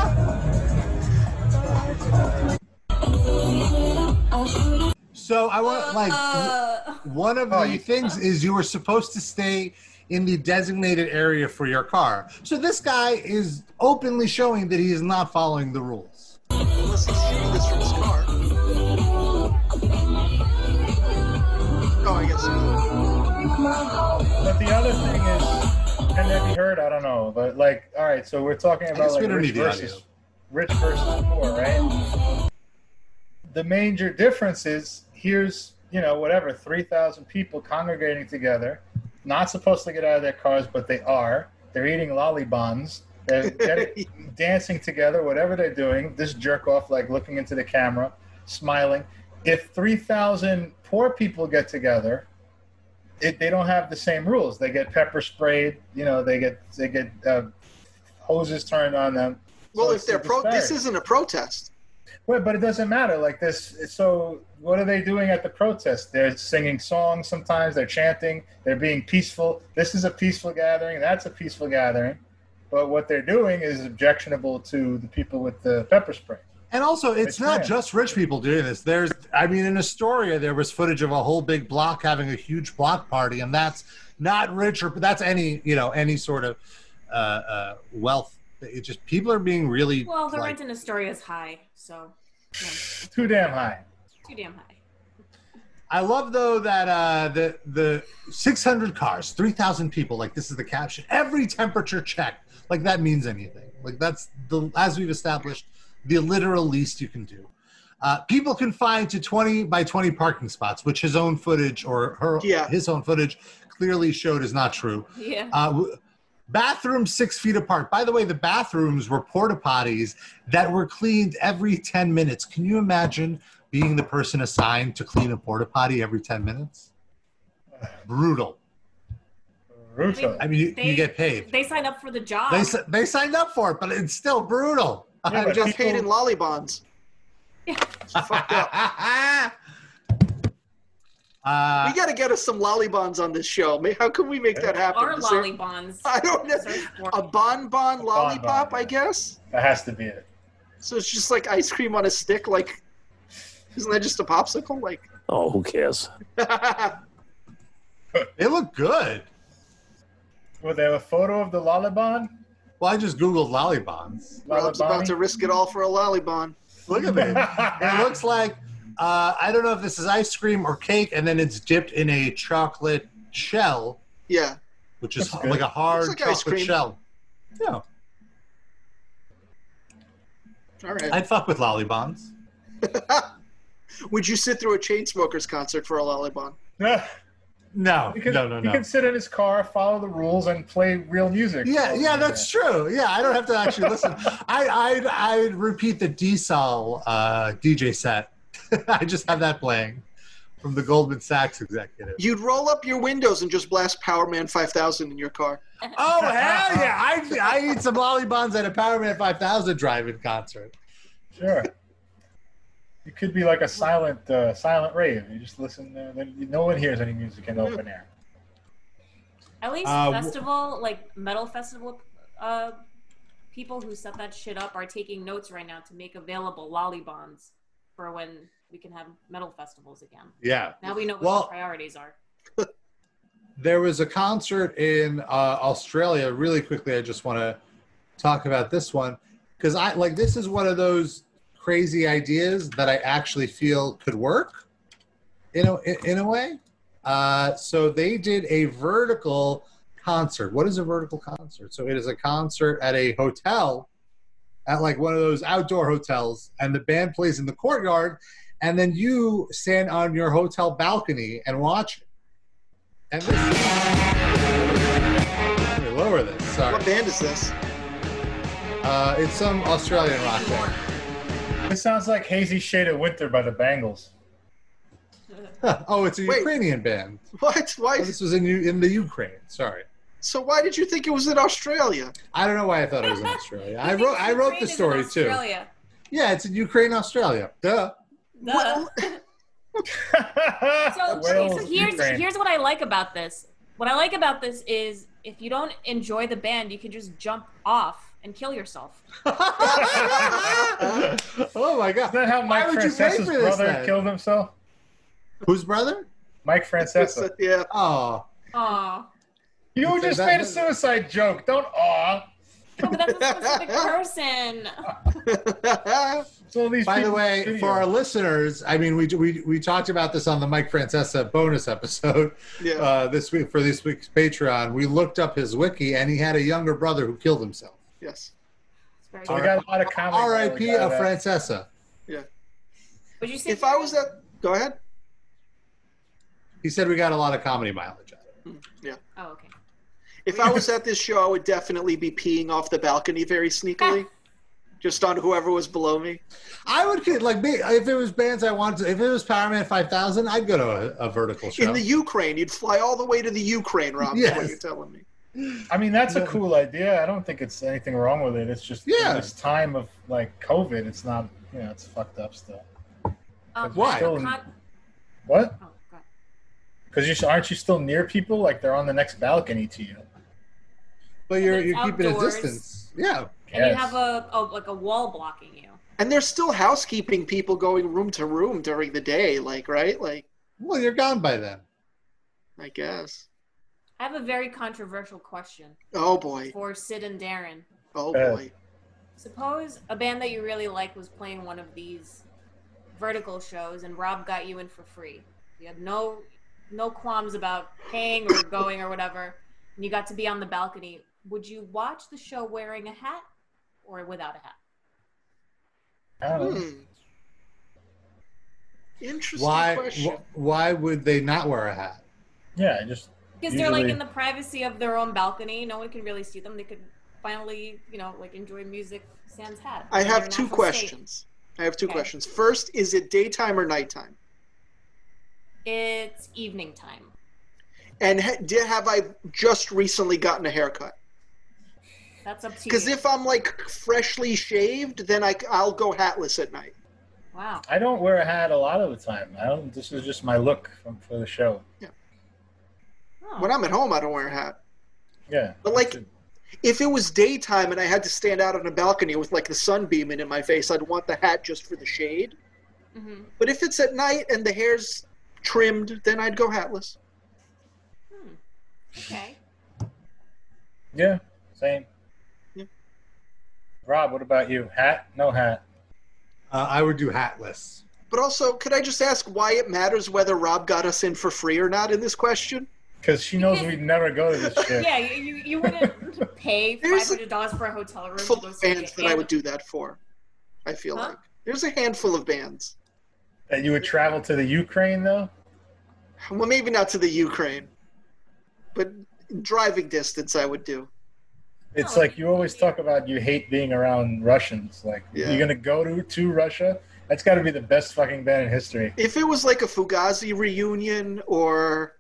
S2: So I want
S4: Uh,
S2: like w- one of the things is you were supposed to stay in the designated area for your car. So this guy is openly showing that he is not following the rules.
S5: Unless he's shooting this from his car. Oh, I guess.
S3: But the other thing is, can that be heard? I don't know. But like, all right, so we're talking about
S2: guess
S3: like
S2: we don't
S3: rich
S2: need the audio.
S3: versus rich versus poor, right? The major difference is here's you know whatever three thousand people congregating together, not supposed to get out of their cars, but they are. They're eating lollibombs. They're getting- dancing together, whatever they're doing. This jerk off, like looking into the camera, smiling. If three thousand poor people get together, it, they don't have the same rules. They get pepper sprayed. You know, they get they get uh, hoses turned on them.
S5: Well,
S3: So
S5: if
S3: it's
S5: they're
S3: a
S5: pro, this
S3: disparity.
S5: isn't a protest.
S3: Well, but it doesn't matter. Like this. So what are they doing at the protest? They're singing songs sometimes. They're chanting. They're being peaceful. This is a peaceful gathering. That's a peaceful gathering. But what they're doing is objectionable to the people with the pepper spray.
S2: And also, it's
S3: It's
S2: not
S3: rare.
S2: just rich people doing this. There's, I mean, in Astoria, there was footage of a whole big block having a huge block party, and that's not rich or that's any, you know, any sort of uh, uh, wealth. It just people are being really
S4: Well, the
S2: like,
S4: rent in Astoria is high, so
S3: Too damn high.
S4: too damn high.
S2: I love though that uh, the the 600 cars, 3,000 people. Like this is the caption. Every temperature checked. Like that means anything. Like that's the as we've established, the literal least you can do. Uh, people confined to 20 by 20 parking spots, which his own footage or her
S5: Yeah.
S2: his own footage clearly showed is not true.
S4: Yeah.
S2: Uh, w- bathrooms six feet apart. By the way, the bathrooms were porta potties that were cleaned every 10 minutes. Can you imagine being the person assigned to clean a porta potty every 10 minutes? Brutal.
S3: Brutal.
S2: I mean, you, you get paid.
S4: They signed up for the job.
S2: They, s- they signed up for it, but it's still brutal.
S5: Yeah, but Just people- paid in lolly bonds.
S2: Uh,
S5: we got to get us some lolly bonds on this show. May- How can we make that happen?
S4: Or
S5: Is there-
S4: lolly bonds.
S5: I don't know. A bonbon lollipop, I guess.
S3: That has to be it.
S5: So it's just like ice cream on a stick. Like, isn't that just a popsicle? Like,
S6: Oh, who cares?
S2: They look good.
S3: Well, they have a photo of the Lollibon.
S2: Well, I just Googled lollybons.
S5: Rob's about to risk it all for a lolly bond.
S2: Look at me. it looks like uh, I don't know if this is ice cream or cake, and then it's dipped in a chocolate shell,
S5: Yeah.
S2: which is
S3: That's good.
S2: like a hard
S5: Looks like ice
S2: chocolate
S5: cream.
S2: shell. Yeah,
S5: All right.
S2: I'd fuck with lollybons.
S5: Would you sit through a Chainsmokers concert for a lolly bond?
S2: No,
S3: You can,
S2: no, no,
S3: You
S2: no.
S3: can sit in his car, follow the rules, and play real music.
S2: Yeah, yeah, that's true. Yeah, I don't have to actually listen. I, I'd, I'd repeat the D-Sol uh, DJ set. I just have that playing from the Goldman Sachs executive.
S5: You'd roll up your windows and just blast Power Man 5000 in your car.
S2: Oh hell yeah! I I need some lollybons at a Power Man 5000 drive-in concert.
S3: Sure. You could be like a silent, uh, silent rave. You just listen. Uh, then you- no one hears any music in the open air.
S4: At least
S3: Uh, w-
S4: festival, like metal festival, uh, people who set that shit up are taking notes right now to make available lolly bonds for when we can have metal festivals again.
S2: Yeah.
S4: Now we know what
S2: Well-
S4: the priorities are.
S2: There was a concert in uh, Australia. Really quickly, I just want to talk about this one because I like this is one of those crazy ideas that I actually feel could work. You know, in, in a way. Uh, so they did a vertical concert. What is a vertical concert? So it is a concert at a hotel, at like one of those outdoor hotels, and the band plays in the courtyard, and then you stand on your hotel balcony and watch it. And this, let me lower this. Sorry.
S5: What band is this?
S2: Uh, it's some Australian rock band.
S3: This sounds like "Hazy Shade of Winter" by the Bangles.
S2: oh, it's a
S5: Wait.
S2: Ukrainian band.
S5: What? Why?
S2: Oh, this was in U- in the Ukraine. Sorry,
S5: So why did you think it was in Australia?
S2: I don't know why I thought it was in Australia. I wrote I wrote the story too.
S4: Australia.
S2: Yeah, it's in Ukraine, Australia. Duh.
S4: Duh.
S5: Well-
S4: so, okay, so here's here's what I like about this. What I like about this is if you don't enjoy the band, you can just jump off and kill yourself.
S2: oh my god!
S3: Isn't that how
S2: Why
S3: Mike
S2: would you pay for
S3: Francesa's
S2: this,
S3: brother
S2: then?
S3: killed himself?
S2: Whose brother?
S3: Mike Francesa.
S5: yeah.
S2: Oh,
S4: Aw.
S3: You
S2: That-
S3: just
S2: that-
S3: made a suicide joke. Don't aw.
S4: No, but that's a specific person.
S3: It's all these
S2: by the
S3: people in
S2: way,
S3: studio.
S2: for our listeners, I mean, we, we we talked about this on the Mike Francesa bonus episode
S5: Yeah.
S2: uh, this week for this week's Patreon. We looked up his wiki, and he had a younger brother who killed himself.
S5: yes.
S4: It's very
S3: So we got a lot of comedy.
S2: R.I.P. of Francesa.
S4: Would you say
S5: If I was that, go ahead.
S2: He said we got a lot of comedy mileage out of it.
S4: Oh, okay.
S5: If I was at this show, I would definitely be peeing off the balcony very sneakily, just on whoever was below me.
S2: I would get- like me if it was bands I wanted. to If it was Power Man Five Thousand, I'd go to a, a vertical show.
S5: In the Ukraine, you'd fly all the way to the Ukraine, Rob. Is
S2: Yes.
S5: what you're telling me.
S3: I mean, that's a cool idea. I don't think it's anything wrong with it. It's just
S2: Yeah.
S3: in this time of like COVID, it's not you know, it's fucked up still.
S4: Um,
S2: Why?
S4: Con- oh,
S3: What?
S4: God.
S3: Because you s- aren't you still near people? Like they're on the next balcony to you.
S2: but you're
S4: It's
S2: you're keeping a
S4: outdoors.
S2: distance. Yeah,
S4: And you
S3: Yes.
S4: have a oh, like a wall blocking you.
S5: And there's still housekeeping people going room to room during the day, like right, like
S2: well, you're gone by then.
S5: I guess.
S4: I have a very controversial question
S5: Oh boy.
S4: for Sid and Darren.
S5: Oh
S3: Yeah.
S5: boy.
S4: Suppose a band that you really like was playing one of these vertical shows and Rob got you in for free. You had no no qualms about paying or going or whatever. And you got to be on the balcony. Would you watch the show wearing a hat or without a hat?
S3: Oh.
S5: Hmm. Interesting
S2: Why?
S5: question.
S2: wh- why would they not wear a hat?
S3: Yeah, just
S4: Because they're like
S2: Usually-
S4: in the privacy of their own balcony. No one can really see them. They could finally, you know, like enjoy music sans hat.
S5: I
S4: in
S5: have
S4: their
S5: two
S4: natural state.
S5: questions. I have two
S4: Okay.
S5: questions. First, is it daytime or nighttime?
S4: It's evening time.
S5: And ha- did, have I just recently gotten a haircut?
S4: That's up to you.
S5: Because if I'm like freshly shaved, then I, will go hatless at night.
S4: Wow.
S3: I don't wear a hat a lot of the time. I don't. This is just my look from, for the show.
S4: Oh.
S5: When I'm at home, I don't wear a hat.
S3: Yeah.
S5: But like, if it was daytime and I had to stand out on a balcony with like the sun beaming in my face, I'd want the hat just for the shade.
S4: Mm-hmm.
S5: But if it's at night and the hair's trimmed, then I'd go hatless.
S4: Hmm. Okay.
S3: Yeah. Same.
S5: Yeah.
S3: Rob, what about you? Hat? No hat.
S2: Uh, I would do hatless.
S5: But also, could I just ask why it matters whether Rob got us in for free or not in this question?
S3: Because she knows we'd never go to this shit.
S4: Yeah, you, you- you wouldn't pay five
S5: There's a-
S4: hundred dollars for a hotel room. to
S5: Full
S4: go
S5: of
S4: see
S5: bands
S4: a
S5: that I would
S4: band.
S5: do that for. I feel
S4: Huh?
S5: like there's a handful of bands.
S3: That you would travel to the Ukraine though.
S5: Well, maybe not to the Ukraine, but driving distance I would do.
S3: It's like you always talk about you hate being around Russians. Like
S5: Yeah.
S3: you're gonna go to to Russia. That's got to be the best fucking band in history.
S5: If it was like a Fugazi reunion or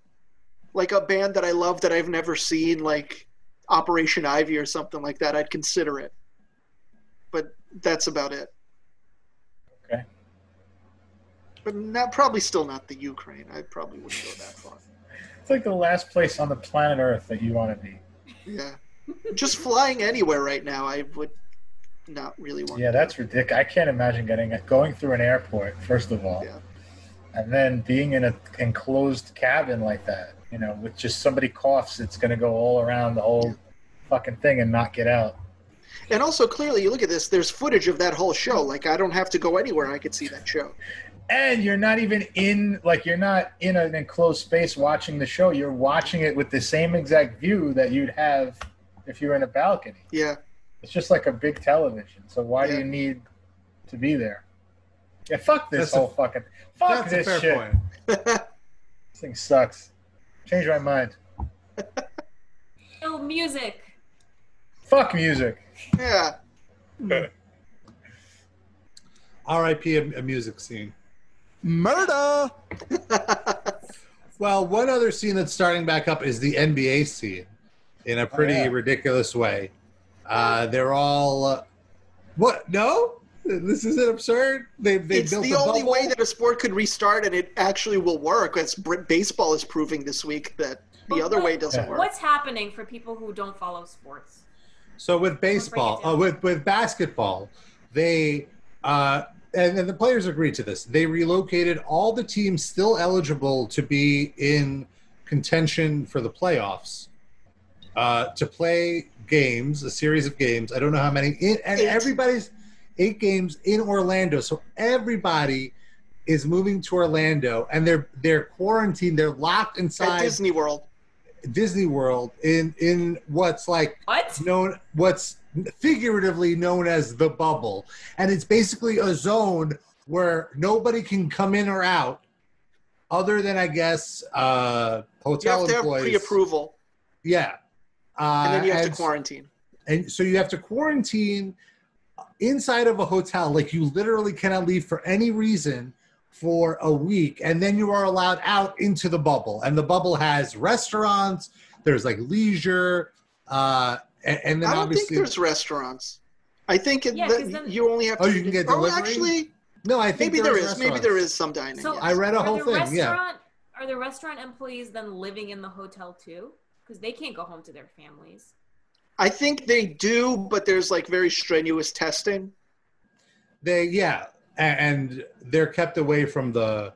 S5: like a band that I love that I've never seen, like Operation Ivy or something like that, I'd consider it. But that's about it.
S3: Okay.
S5: But not probably still not the Ukraine. I probably wouldn't go that far.
S3: It's like the last place on the planet Earth that you want to be.
S5: Yeah. Just flying anywhere right now, I would not really want.
S3: Yeah, that's ridiculous. I can't imagine getting going through an airport first of all,
S5: Yeah.
S3: and then being in a enclosed cabin like that. You know, with just somebody coughs, it's gonna go all around the whole fucking thing and not get out.
S5: And also, clearly, you look at this. There's footage of that whole show. Like, I don't have to go anywhere. I could see that show.
S3: And you're not even in like you're not in an enclosed space watching the show. You're watching it with the same exact view that you'd have if you were in a balcony.
S5: Yeah.
S3: It's just like a big television. So why do you need to be there? Yeah, fuck this
S2: That's a-
S3: whole fucking fuck
S2: that's a
S3: this
S2: fair
S3: shit.
S2: point.
S3: This thing sucks. Change my mind.
S4: No music.
S3: Fuck music.
S5: Yeah.
S2: R.I.P. A, a music scene. Murder. well, one other scene that's starting back up is the NBA scene, in a pretty
S3: yeah.
S2: ridiculous way. Uh, they're all uh, what? No, this isn't absurd. They they
S5: it's
S2: built
S5: the
S2: a
S5: only
S2: bubble.
S5: way that a sport could restart, and it actually will work. As br- baseball is proving this week that the
S4: But
S5: other
S4: what-
S5: way doesn't work.
S4: What's happening for people who don't follow sports?
S2: So with baseball,
S4: down.
S2: uh, with with basketball, they uh, and, and the players agreed to this. They relocated all the teams still eligible to be in contention for the playoffs uh, to play games, a series of games. I don't know how many, in, and
S5: Eight.
S2: everybody's eight games in Orlando. So everybody is moving to Orlando, and they're they're quarantined. They're locked
S5: At
S2: inside
S5: Disney World,
S2: Disney World in in what's like
S4: What?
S2: known what's figuratively known as the bubble and it's basically a zone where nobody can come in or out other than i guess uh
S5: you
S2: hotel
S5: have to have
S2: employees
S5: pre-approval,
S2: yeah uh,
S5: and then you have to quarantine.
S2: and so you have to quarantine inside of a hotel like you literally cannot leave for any reason for a week and then you are allowed out into the bubble and the bubble has restaurants there's like leisure uh and, and then
S5: I don't think
S2: obviously
S5: there's restaurants. I think it,
S4: Yeah,
S5: that
S4: 'cause then-
S5: you only have.
S2: Oh,
S5: to
S2: you can get
S5: oh,
S2: delivery?
S5: actually,
S2: no i think
S5: maybe there is. Maybe
S2: restaurants.
S5: there is some dining.
S4: So
S5: yes.
S2: i read a
S4: Are
S2: whole
S4: the
S2: thing yeah
S4: restaurant- Are the restaurant employees then living in the hotel too? Because they can't go home to their families.
S5: I think they do, but there's like very strenuous testing.
S2: they yeah a- and they're kept away from the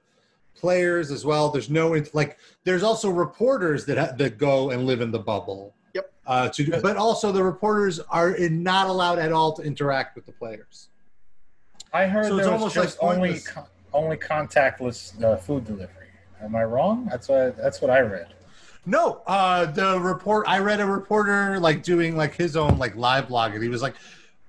S2: players as well there's no int- like there's also reporters that ha- that go and live in the bubble
S5: Yep.
S2: uh to do, but also the reporters are in, not allowed at all to interact with the players
S3: I heard
S2: So it's
S3: there was
S2: almost like
S3: just only
S2: pointless.
S3: con- only contactless uh, food delivery. Am I wrong? That's what that's what I read.
S2: No, uh, the report I read a reporter like doing like his own like live blog, and he was like,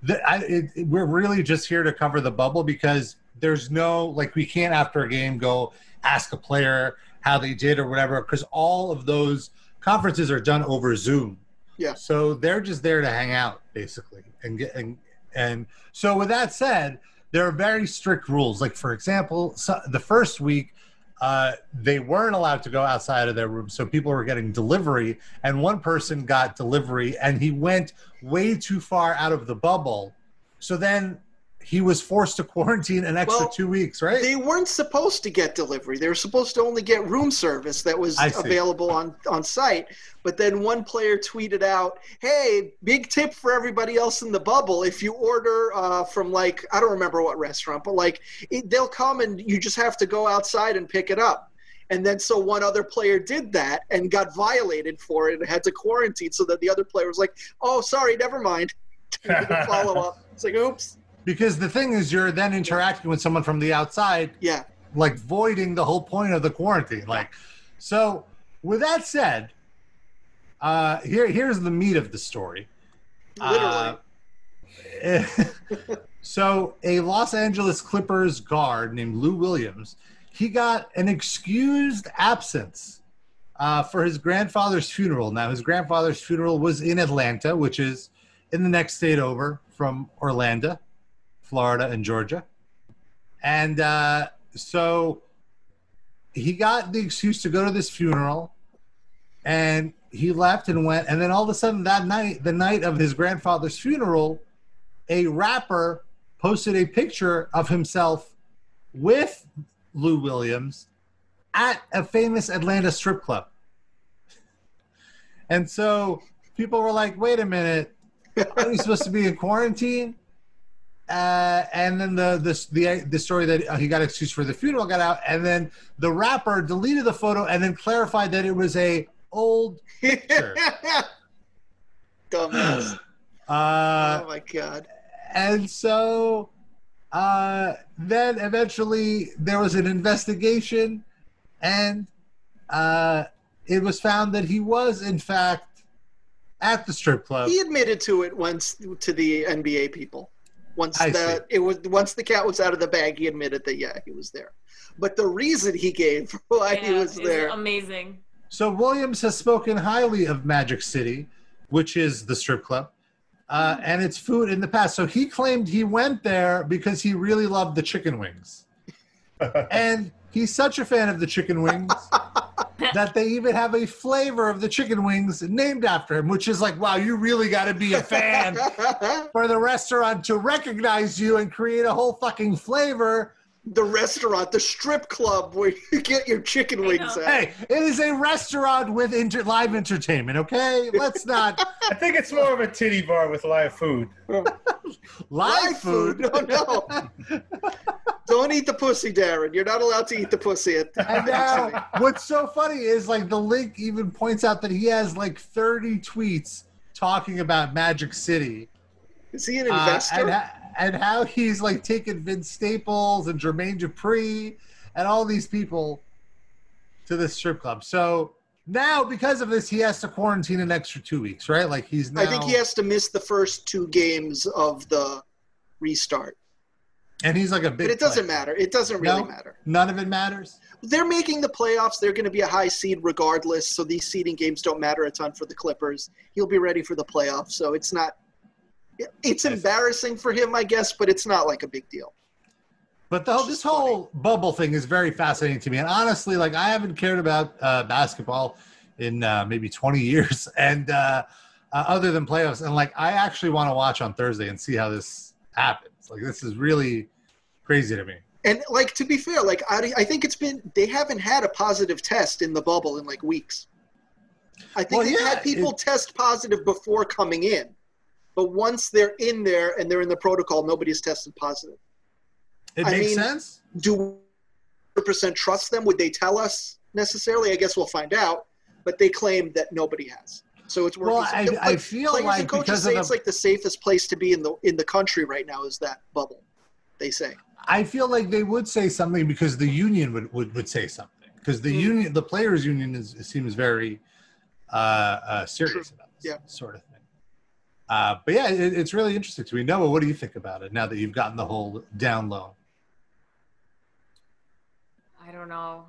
S2: the, I, it, it- "We're really just here to cover the bubble because there's no like we can't after a game go ask a player how they did or whatever because all of those conferences are done over Zoom.
S5: Yeah.
S2: So they're just there to hang out basically and get and and so with that said, there are very strict rules. Like for example, so the first week uh, they weren't allowed to go outside of their room. So people were getting delivery, and one person got delivery, and he went way too far out of the bubble. So then he was forced to quarantine an extra
S5: Well,
S2: two weeks, right?
S5: They weren't supposed to get delivery. They were supposed to only get room service that was
S2: I see.
S5: available on, on site. But then one player tweeted out, "Hey, big tip for everybody else in the bubble: if you order uh, from like I don't remember what restaurant, but like it, they'll come and you just have to go outside and pick it up." And then so one other player did that and got violated for it and had to quarantine. So that the other player was like, "Oh, sorry, never mind." follow up. It's like, oops.
S2: Because the thing is, you're then interacting with someone from the outside,
S5: Yeah.
S2: like voiding the whole point of the quarantine. Like, so with that said, uh, here here's the meat of the story. Um,
S5: Literally.
S2: Uh, so a Los Angeles Clippers guard named Lou Williams, he got an excused absence uh, for his grandfather's funeral. Now his grandfather's funeral was in Atlanta, which is in the next state over from Orlando, Florida, and Georgia, and uh, so he got the excuse to go to this funeral, and he left and went, and then all of a sudden that night, the night of his grandfather's funeral a rapper posted a picture of himself with Lou Williams at a famous Atlanta strip club. And so people were like, wait a minute, are we supposed to be in quarantine? Uh, and then the, the the the story that uh, he got excused for the funeral got out, and then the rapper deleted the photo and then clarified that it was a old picture.
S5: Dumbass.
S2: Uh,
S5: oh my god.
S2: and so uh, then eventually there was an investigation and uh, it was found that he was in fact at the strip club
S5: he admitted to it once to the NBA people. Once
S2: I
S5: the it was once the cat was out of the bag, he admitted that yeah, he was there. But the reason he gave for why he
S4: Yeah,
S5: was
S4: it's
S5: there,
S4: Amazing.
S2: so williams has spoken highly of magic city which is the strip club uh, and its food in the past so he claimed he went there because he really loved the chicken wings and he's such a fan of the chicken wings that they even have a flavor of the chicken wings named after him, which is like, wow, you really got to be a fan for the restaurant to recognize you and create a whole fucking flavor.
S5: the restaurant, the strip club where you get your chicken wings at.
S2: Hey, it is a restaurant with inter- live entertainment, okay? Let's not
S3: I think it's more of a titty bar with live food.
S2: live, food.
S5: No, Oh, no. Don't eat the pussy, Darren. You're not allowed to eat the pussy. At
S2: And now, what's so funny is like the link even points out that he has like 30 tweets talking about Magic City.
S5: Is he an
S2: Uh,
S5: investor?
S2: and, ha- and how he's like taken Vince Staples and Jermaine Dupri and all these people to this strip club. So now, because of this, he has to quarantine an extra two weeks, right? Like he's now.
S5: I think he has to miss the first two games of the restart.
S2: And he's like a big.
S5: but it doesn't
S2: player.
S5: matter. It doesn't really
S2: No?
S5: matter.
S2: None of it matters.
S5: They're making the playoffs. They're going to be a high seed regardless, so these seeding games don't matter a ton for the Clippers. He'll be ready for the playoffs, so it's not. it- It's embarrassing for him, I guess, but it's not like a big deal.
S2: But the, this whole bubble thing is very fascinating to me. And honestly, like I haven't cared about uh, basketball in uh, maybe 20 years, and uh, uh, other than playoffs. And like I actually want to watch on Thursday and see how this happens. Like this is really crazy to me.
S5: And like to be fair, like I, I think it's been they haven't had a positive test in the bubble in like weeks. I think
S2: Well,
S5: they've
S2: yeah,
S5: had people
S2: it-
S5: test positive before coming in, but once they're in there and they're in the protocol, nobody's tested positive.
S2: It
S5: I
S2: makes
S5: mean-
S2: sense.
S5: do we 100% trust them? Would they tell us necessarily? I guess we'll find out. But they claim that nobody has. So it's working.
S2: Well, I-
S5: Like,
S2: I feel
S5: players
S2: like
S5: and coaches
S2: because
S5: say
S2: of the-
S5: it's like the safest place to be in the in the country right now is that bubble. They say.
S2: I feel like they would say something because the union would would, would say something. because the union, the players' union, is seems very uh, uh, serious about this sort of thing. Uh, but yeah, it, it's really interesting to me. Noah, what do you think about it now that you've gotten the whole down low?
S4: I don't know.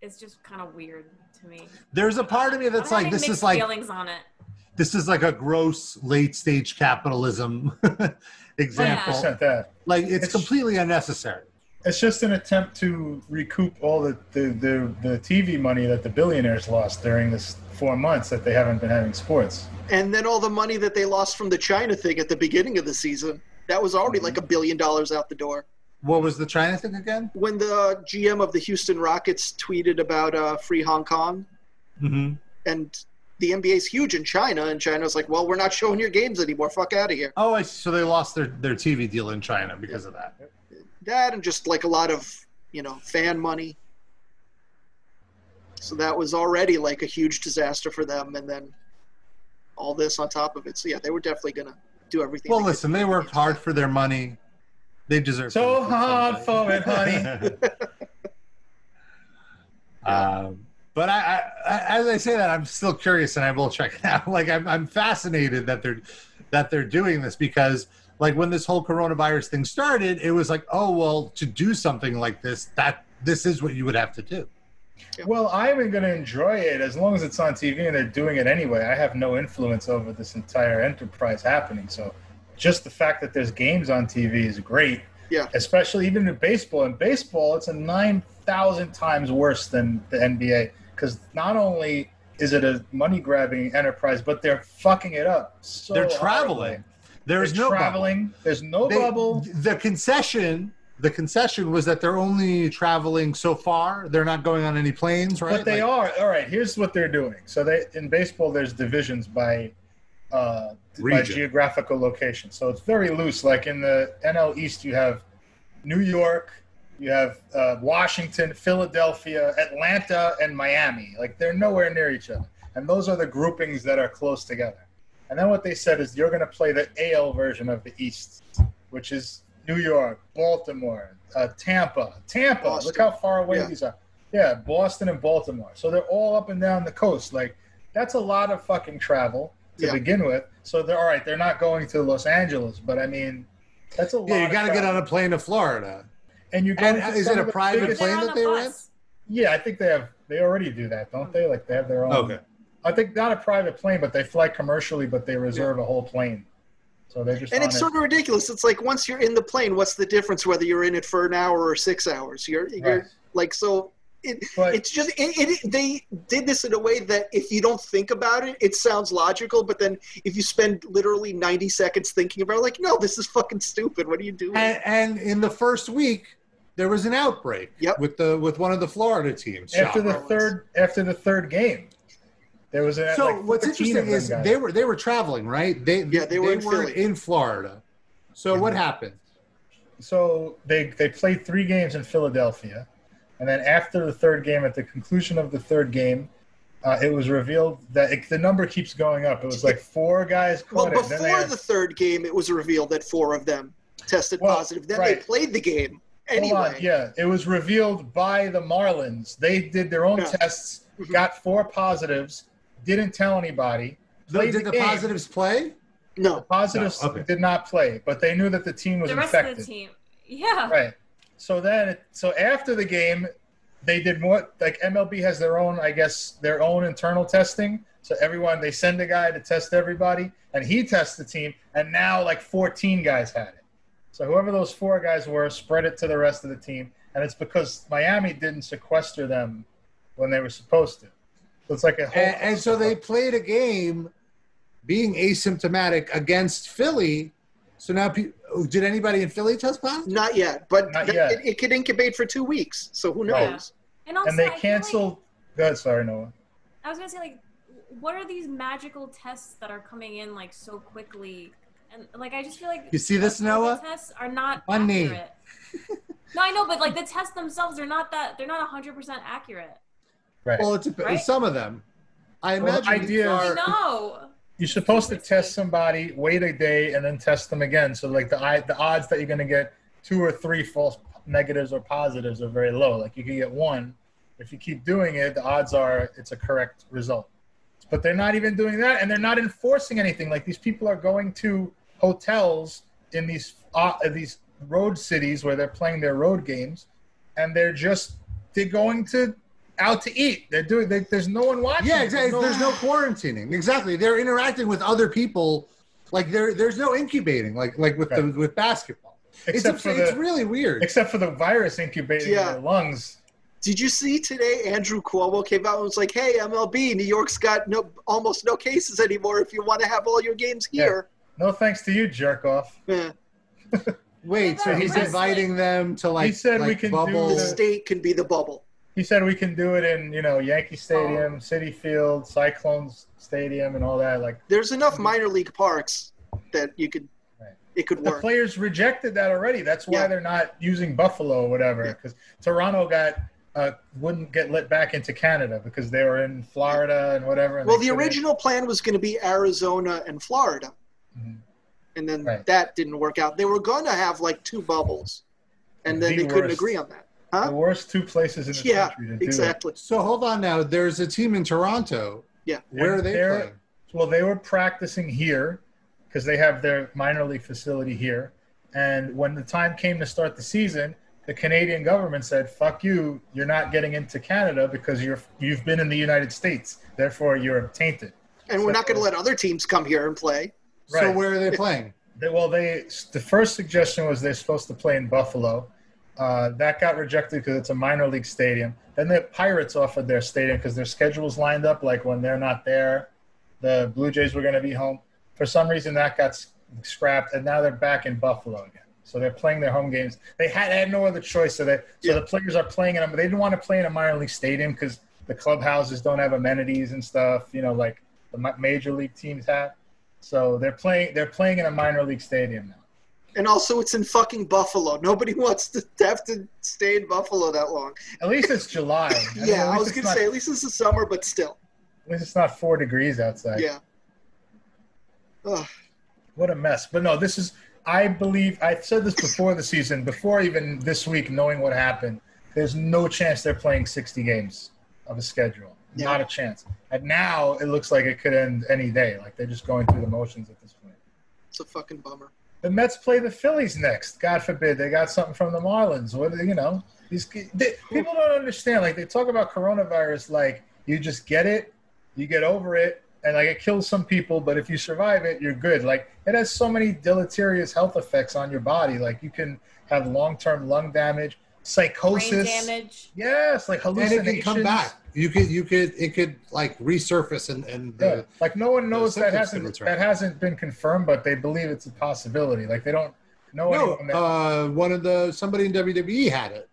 S4: It's just kind of weird to me.
S2: There's a part of me that's like,
S4: I'm having
S2: this
S4: mixed
S2: is like
S4: feelings on it.
S2: this is like a gross late stage capitalism example.
S3: 100% that.
S2: Like it's, completely unnecessary.
S3: It's just an attempt to recoup all the, the, the, the TV money that the billionaires lost during this four months that they haven't been having sports.
S5: And then all the money that they lost from the China thing at the beginning of the season, that was already like a
S2: Mm-hmm.
S5: billion dollars out the door.
S2: What was the China thing again?
S5: When the GM of the Houston Rockets tweeted about uh, free Hong Kong,
S2: Mm-hmm.
S5: and the NBA's huge in China, and China's like, well, we're not showing your games anymore. Fuck out of here.
S2: Oh, I see. so they lost their, their TV deal in China because of that.
S5: That and just like a lot of, you know, fan money. So that was already like a huge disaster for them, and then all this on top of it. So yeah, they were definitely gonna do everything.
S2: Well, listen, they worked hard for their money. They deserve
S3: So hard for it, honey.
S2: Um, but I, I, I, as I say that, I'm still curious, and I will check it out. Like I'm, I'm fascinated that they're that they're doing this because, like, when this whole coronavirus thing started, it was like, oh well, to do something like this, that this is what you would have to do.
S3: Well, I'm going to enjoy it as long as it's on TV and they're doing it anyway. I have no influence over this entire enterprise happening. So just the fact that there's games on TV is great.
S5: Yeah.
S3: Especially even in baseball. In baseball, it's a 9,000 times worse than the NBA because not only is it a money grabbing enterprise, but they're fucking it up. So
S2: they're
S3: horribly.
S2: traveling. There's
S3: They're
S2: no bubble.
S3: traveling. There's no
S2: They-
S3: bubble.
S2: The concession, the concession was that they're only traveling so far. They're not going on any planes, right?
S3: But they are. All right, here's what they're doing. So they in baseball there's divisions by uh by
S2: Region.
S3: geographical location. So it's very loose. Like in the NL East you have New York, you have uh, Washington, Philadelphia, Atlanta, and Miami. Like they're nowhere near each other. And those are the groupings that are close together. And then what they said is you're going to play the AL version of the East, which is New York, Baltimore, uh, Tampa. Tampa, look how far away
S5: Yeah.
S3: these are. Yeah, Boston and Baltimore. So they're all up and down the coast. Like that's a lot of fucking travel to
S5: Yeah.
S3: begin with. So they're all right. They're not going to Los Angeles, but I mean, that's a lot.
S2: Yeah, you
S3: of
S2: got to get
S3: travel.
S2: on a plane to Florida.
S3: And you
S2: And
S3: go to
S2: is
S3: some
S2: it a
S3: of the
S2: private
S3: biggest-
S2: plane that they rent?
S3: Yeah, I think they have. They already do that, don't they? Like they have their own.
S2: Okay.
S3: I think not a private plane, but they fly commercially, but they reserve a whole plane. So they just
S5: And
S3: on
S5: it's
S3: it.
S5: sort of ridiculous. It's like once you're in the plane, what's the difference whether you're in it for an hour or six hours? You're, you're
S3: Right.
S5: like so. It, it's just it, it, they did this in a way that if you don't think about it, it sounds logical. But then if you spend literally ninety seconds thinking about, it, like, no, this is fucking stupid. What are you doing?
S2: And, and in the first week, there was an outbreak with the with one of the Florida teams.
S3: after
S2: Shocker.
S3: the third after the third game, there was an
S2: so
S3: like,
S2: what's
S3: 14
S2: interesting
S3: of them
S2: is
S3: got
S2: they
S3: it.
S2: were they were traveling, right? They yeah,
S3: they were in Philly.
S2: in Florida. So what happened?
S3: so they they played three games in Philadelphia, and then after the third game, at the conclusion of the third game, uh, it was revealed that it, the number keeps going up. It was like four guys
S5: well,
S3: caught it. Then they
S5: before
S3: had-
S5: the third game, it was revealed that four of them tested positive. Then they
S3: right.
S5: played the game
S3: Hold on,
S5: anyway.
S3: yeah, it was revealed by the Marlins. They did their own tests, got four positives, didn't tell anybody.
S2: No,
S3: played
S2: did the
S3: game.
S2: positives play?
S5: No,
S3: The positives
S2: No, okay.
S3: did not play, but they knew that the team was
S4: The rest
S3: infected.
S4: of the team. Yeah.
S3: Right. So then, it- so after the game, they did more. Like MLB has their own, I guess, their own internal testing. So everyone, they send a guy to test everybody, and he tests the team. And now, like 14 guys had it. So whoever those four guys were, spread it to the rest of the team. And it's because Miami didn't sequester them when they were supposed to. So it's like a whole.
S2: And, and so they played a game, being asymptomatic against Philly. So now, pe- oh, did anybody in Philly test positive?
S5: Not yet, but
S2: Not
S5: th-
S2: yet.
S5: It, it could incubate for two weeks. So who knows?
S3: Right.
S4: And also,
S3: and they
S4: I feel like-
S3: canceled. Go ahead, sorry, Noah.
S4: I was gonna say like, what are these magical tests that are coming in like so quickly? And like, I just feel like
S2: You see this,
S4: the
S2: Noah?
S4: Tests are not
S2: One knee.
S4: accurate. no, I know, but like the tests themselves, they're not that. They're not hundred percent accurate.
S3: Right.
S2: Well, it's
S4: Right?
S2: some of them. I
S3: Well, the
S2: imagine these
S3: idea-
S2: are-
S4: No.
S3: You're supposed to test somebody, wait a day, and then test them again. So like the i- the odds that you're going to get two or three false negatives or positives are very low. Like you could get one, If you keep doing it, the odds are it's a correct result. But they're not even doing that, and they're not enforcing anything. Like these people are going to hotels in these uh, these road cities where they're playing their road games, and they're just they're going to out to eat. They're doing. They, there's no one watching.
S2: Yeah, exactly. There's no
S3: one-
S2: quarantining. Exactly. They're interacting with other people. Like there, there's no incubating. Like like with the with basketball. It's,
S3: Except
S2: it's,
S3: for the-
S2: really weird.
S3: Except for the virus incubating
S5: Yeah.
S3: in their lungs.
S5: Did you see today? Andrew Cuomo came out and was like, "Hey, MLB, New York's got no almost no cases anymore. If you want to have all your games here,
S3: No thanks to you, jerk off.
S5: Yeah.
S2: Wait, so he's
S5: Wrestling.
S2: inviting them to like
S3: He said we
S2: like
S3: can do
S2: bubble.
S5: the state can be the bubble."
S3: He said we can do it in you know Yankee
S5: Oh.
S3: Stadium, City Field, Cyclones Stadium, and all that. Like
S5: There's
S3: Mm-hmm.
S5: enough minor league parks that you could it could
S3: the
S5: work.
S3: players rejected that already. That's why
S5: Yeah.
S3: they're not using Buffalo or whatever. Because Toronto got uh, wouldn't get let back into Canada because they were in Florida and whatever. and
S5: Well,
S3: they
S5: the
S3: couldn't-
S5: original plan was going to be Arizona and Florida,
S3: Mm-hmm.
S5: and then
S3: Right.
S5: that didn't work out. They were going to have like two bubbles, and then
S3: The
S5: they couldn't
S3: worst.
S5: agree on that.
S3: the worst two places in the
S5: Yeah,
S3: country to do it.
S5: exactly.
S2: So hold on now. There's a team in Toronto.
S5: Yeah.
S2: Where are they
S3: They're-
S2: playing?
S3: Well, they were practicing here because they have their minor league facility here. And when the time came to start the season, the Canadian government said, "Fuck you! You're not getting into Canada because you're you've been in the United States. Therefore, you're tainted."
S5: And we're not going to let other teams come here and play.
S2: So where are they playing?
S3: They, well, they the first suggestion was they're supposed to play in Buffalo. Uh, that got rejected because it's a minor league stadium. Then the Pirates offered their stadium because their schedules lined up like when they're not there, the Blue Jays were going to be home. For some reason, that got s- scrapped, and now they're back in Buffalo again. So they're playing their home games. They had, had no other choice. So that so the players are playing in them. They didn't want to play in a minor league stadium because the clubhouses don't have amenities and stuff. You know, like the mi- major league teams have. So they're playing. They're playing in a minor league stadium now.
S5: And also, it's in fucking Buffalo. Nobody wants to have to stay in Buffalo that long.
S3: At least it's July. I mean,
S5: yeah,
S3: at
S5: I
S3: least
S5: was
S3: it's
S5: going to
S3: not-
S5: say, at least it's the summer, but still.
S3: At least it's not four degrees outside.
S5: Yeah. Ugh.
S3: What a mess. But no, this is. I believe I said this before the season, before even this week, knowing what happened. There's no chance they're playing 60 games of a schedule. Not a chance. And now it looks like it could end any day. Like they're just going through the motions at this point.
S5: It's a fucking bummer.
S3: The Mets play the Phillies next. God forbid they got something from the Marlins. What do you know? These ki- they, people don't understand. Like they talk about coronavirus, like you just get it, you get over it, and like it kills some people. But if you survive it, you're good. Like it has so many deleterious health effects on your body. Like you can have long-term lung damage, psychosis,
S4: Brain damage.
S3: Yes, like
S2: And
S3: hallucinations.
S2: it can come back. You could you could it could like resurface and and
S3: Yeah,
S2: the,
S3: like no one knows that
S2: symptoms
S3: hasn't
S2: could return.
S3: that hasn't been confirmed, but they believe it's a possibility. Like they don't know
S2: no,
S3: anyone that
S2: uh, one of the somebody in WWE had it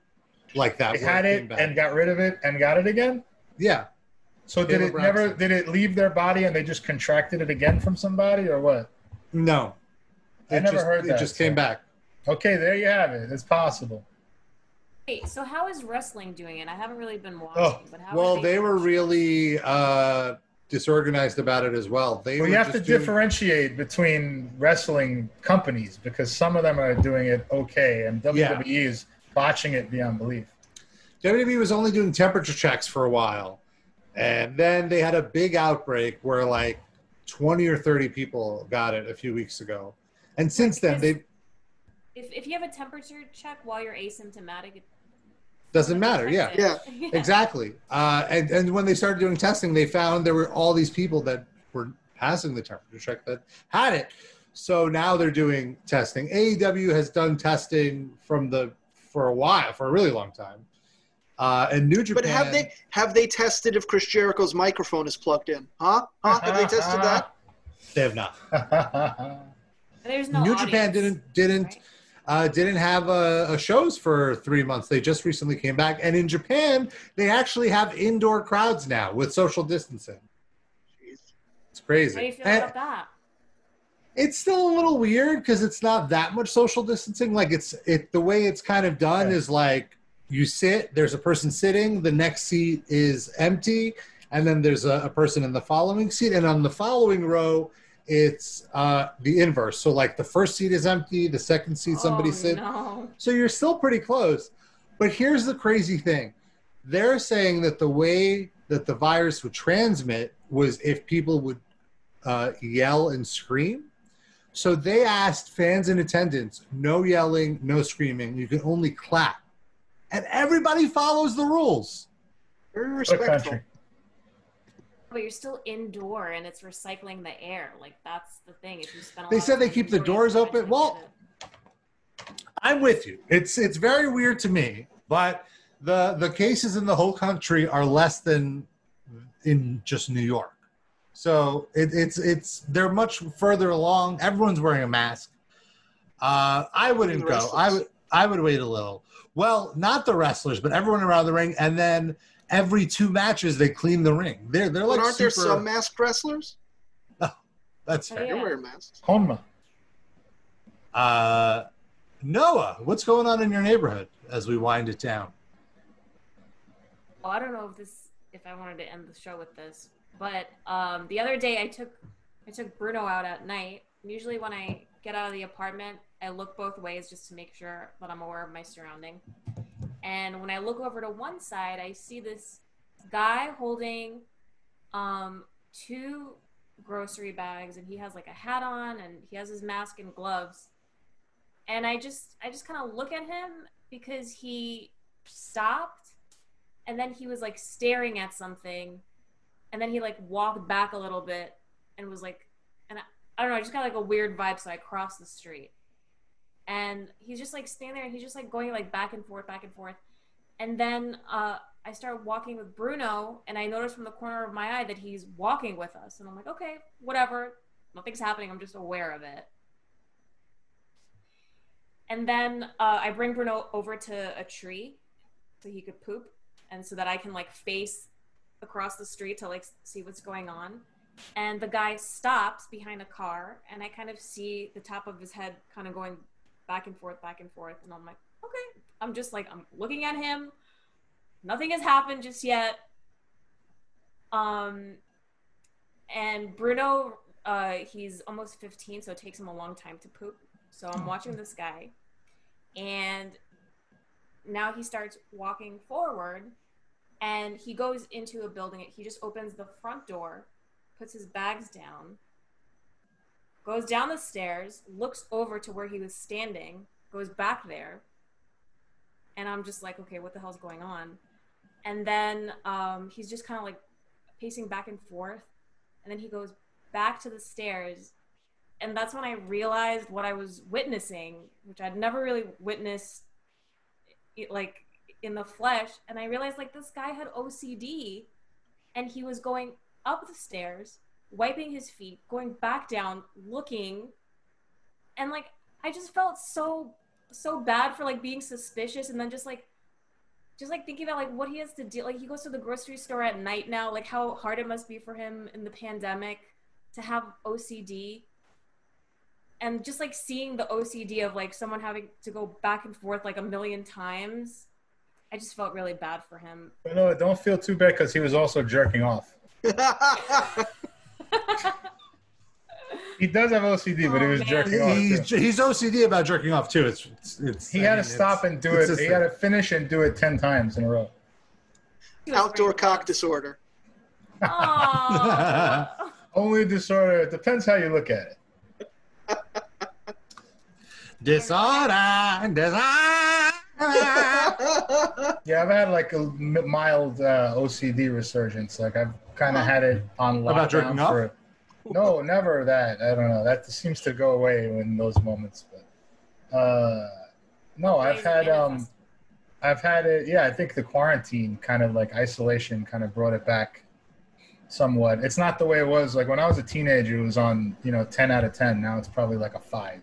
S2: like that.
S3: They
S2: where
S3: had
S2: came
S3: it
S2: back.
S3: and got rid of it and got it again.
S2: yeah,
S3: So did
S2: Caleb
S3: it never? Did it leave their body and they just contracted it again from somebody or what?
S2: no,
S3: I
S2: It
S3: never
S2: just-
S3: heard that.
S2: It just came back.
S3: Okay, there you have it. It's possible.
S4: Wait, so how is wrestling doing it? I haven't really been watching,
S2: Oh,
S4: but how
S2: well,
S4: are
S2: they were really uh, disorganized about it as well. They
S3: Well,
S2: were
S3: you have to
S2: just doing-
S3: differentiate between wrestling companies because some of them are doing it okay, and WWE
S2: Yeah.
S3: is botching it beyond belief.
S2: WWE E was only doing temperature checks for a while, and then they had a big outbreak where like twenty or thirty people got it a few weeks ago, and since then they
S4: If, if you have a temperature check while you're asymptomatic, it
S2: doesn't matter. Yeah,
S4: detects it.
S2: exactly. Uh, and and when they started doing testing, they found there were all these people that were passing the temperature check that had it. So now they're doing testing. AEW has done testing from the for a while, for a really long time, uh, and New Japan.
S5: But have they have they tested if Chris Jericho's microphone is plugged in? Huh? Huh? Have they tested that?
S2: They have not.
S4: There's no
S2: New
S4: audience.
S2: Japan didn't didn't uh, didn't have uh a shows for three months. They just recently came back, and in Japan, they actually have indoor crowds now with social distancing. It's
S4: How do you
S2: crazy.
S4: feel
S2: And
S4: about that?
S2: it's still a little weird because it's not that much social distancing. Like it's it the way it's kind of done is like you sit, there's a person sitting, the next seat is empty, and then there's a, a person in the following seat, and on the following row, it's uh, the inverse. So like the first seat is empty, the second seat somebody
S4: oh,
S2: sit.
S4: No.
S2: So you're still pretty close. But here's the crazy thing they're saying that the way that the virus would transmit was if people would uh, yell and scream. So they asked fans in attendance, no yelling, no screaming. You can only clap. And everybody follows the rules.
S5: Very respectful.
S4: But you're still indoor and it's recycling the air. Like that's the thing. If you spend a
S2: They
S4: lot
S2: said
S4: of
S2: they
S4: time
S2: keep the doors
S4: indoors, you
S2: open.
S4: might
S2: Well, I'm with you. It's it's very weird to me, but the the cases in the whole country are less than in just New York. So it, it's it's they're much further along. Everyone's wearing a mask. Uh, I wouldn't
S5: The
S2: go. I
S5: wrestlers.
S2: would I would wait a little. Well, not the wrestlers, but everyone around the ring, and then every two matches they clean the ring. They're they're
S5: But
S2: like
S5: aren't there
S2: super-
S5: some masked wrestlers?
S2: That's
S4: Oh,
S2: fair.
S5: They wear masks.
S3: Conma.
S2: Uh, Noah, what's going on in your neighborhood as we wind it down?
S4: Well, I don't know if this if I wanted to end the show with this, but um, the other day I took I took Bruno out at night. Usually when I get out of the apartment, I look both ways just to make sure that I'm aware of my surrounding. And when I look over to one side, I see this guy holding um, two grocery bags, and he has like a hat on, and he has his mask and gloves. And I just I just kind of look at him because he stopped and then he was like staring at something and then he like walked back a little bit and was like and I, I don't know i just got like a weird vibe so i crossed the street and he's just like standing there and he's just like going like back and forth back and forth and then uh i start walking with bruno and i notice from the corner of my eye that he's walking with us and i'm like okay whatever nothing's happening i'm just aware of it and then uh, i bring bruno over to a tree so he could poop and so that I can like face across the street to like s- see what's going on. And the guy stops behind a car, and I kind of see the top of his head kind of going back and forth, back and forth. And I'm like, okay, I'm just like, I'm looking at him. Nothing has happened just yet. Um, and Bruno, uh, he's almost 15, so it takes him a long time to poop. So I'm watching this guy, and now he starts walking forward and he goes into a building. He just opens the front door, puts his bags down, goes down the stairs, looks over to where he was standing, goes back there. And I'm just like, okay, what the hell's going on? And then um, he's just kind of like pacing back and forth. And then he goes back to the stairs. And that's when I realized what I was witnessing, which I'd never really witnessed it, like in the flesh and i realized like this guy had ocd and he was going up the stairs wiping his feet going back down looking and like i just felt so so bad for like being suspicious and then just like just like thinking about like what he has to do like he goes to the grocery store at night now like how hard it must be for him in the pandemic to have ocd and just like seeing the OCD of like someone having to go back and forth like a million times, I just felt really bad for him.
S3: But no, don't feel too bad because he was also jerking off. He does have OCD, but he was jerking off.
S2: He's,
S3: too.
S2: he's OCD about jerking off too. It's it's, it's
S3: He
S2: I
S3: had
S2: mean,
S3: to stop
S2: it's
S3: and do it. He
S2: consistent.
S3: had to finish and do it ten times in a row.
S5: Outdoor cock disorder.
S4: Oh,
S3: Only disorder. It depends how you look at it.
S2: Disorder, disorder.
S3: Yeah, I've had like a m- mild uh, OCD resurgence. Like I've kind of had it on
S2: About jerking
S3: lockdown
S2: off?
S3: for. No, never that. I don't know. That seems to go away in those moments. But uh, no, I've had um, I've had it. Yeah, I think the quarantine kind of like isolation kind of brought it back somewhat. It's not the way it was like when I was a teenager. It was on you know ten out of ten. Now it's probably like a five.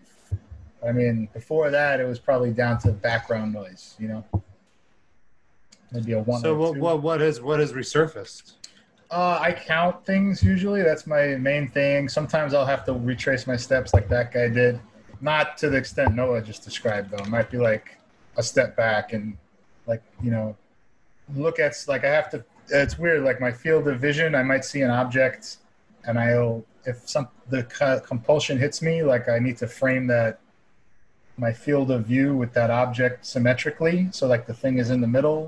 S3: I mean, before that, it was probably down to background noise. You know, maybe a one.
S2: So
S3: or
S2: what
S3: two.
S2: what what has what has resurfaced?
S3: Uh, I count things usually. That's my main thing. Sometimes I'll have to retrace my steps like that guy did. Not to the extent Noah just described, though. It might be like a step back and, like, you know, look at, like, I have to, it's weird. Like, my field of vision, I might see an object and I'll, if some, the co- compulsion hits me, like, I need to frame that, my field of view with that object symmetrically. So, like, the thing is in the middle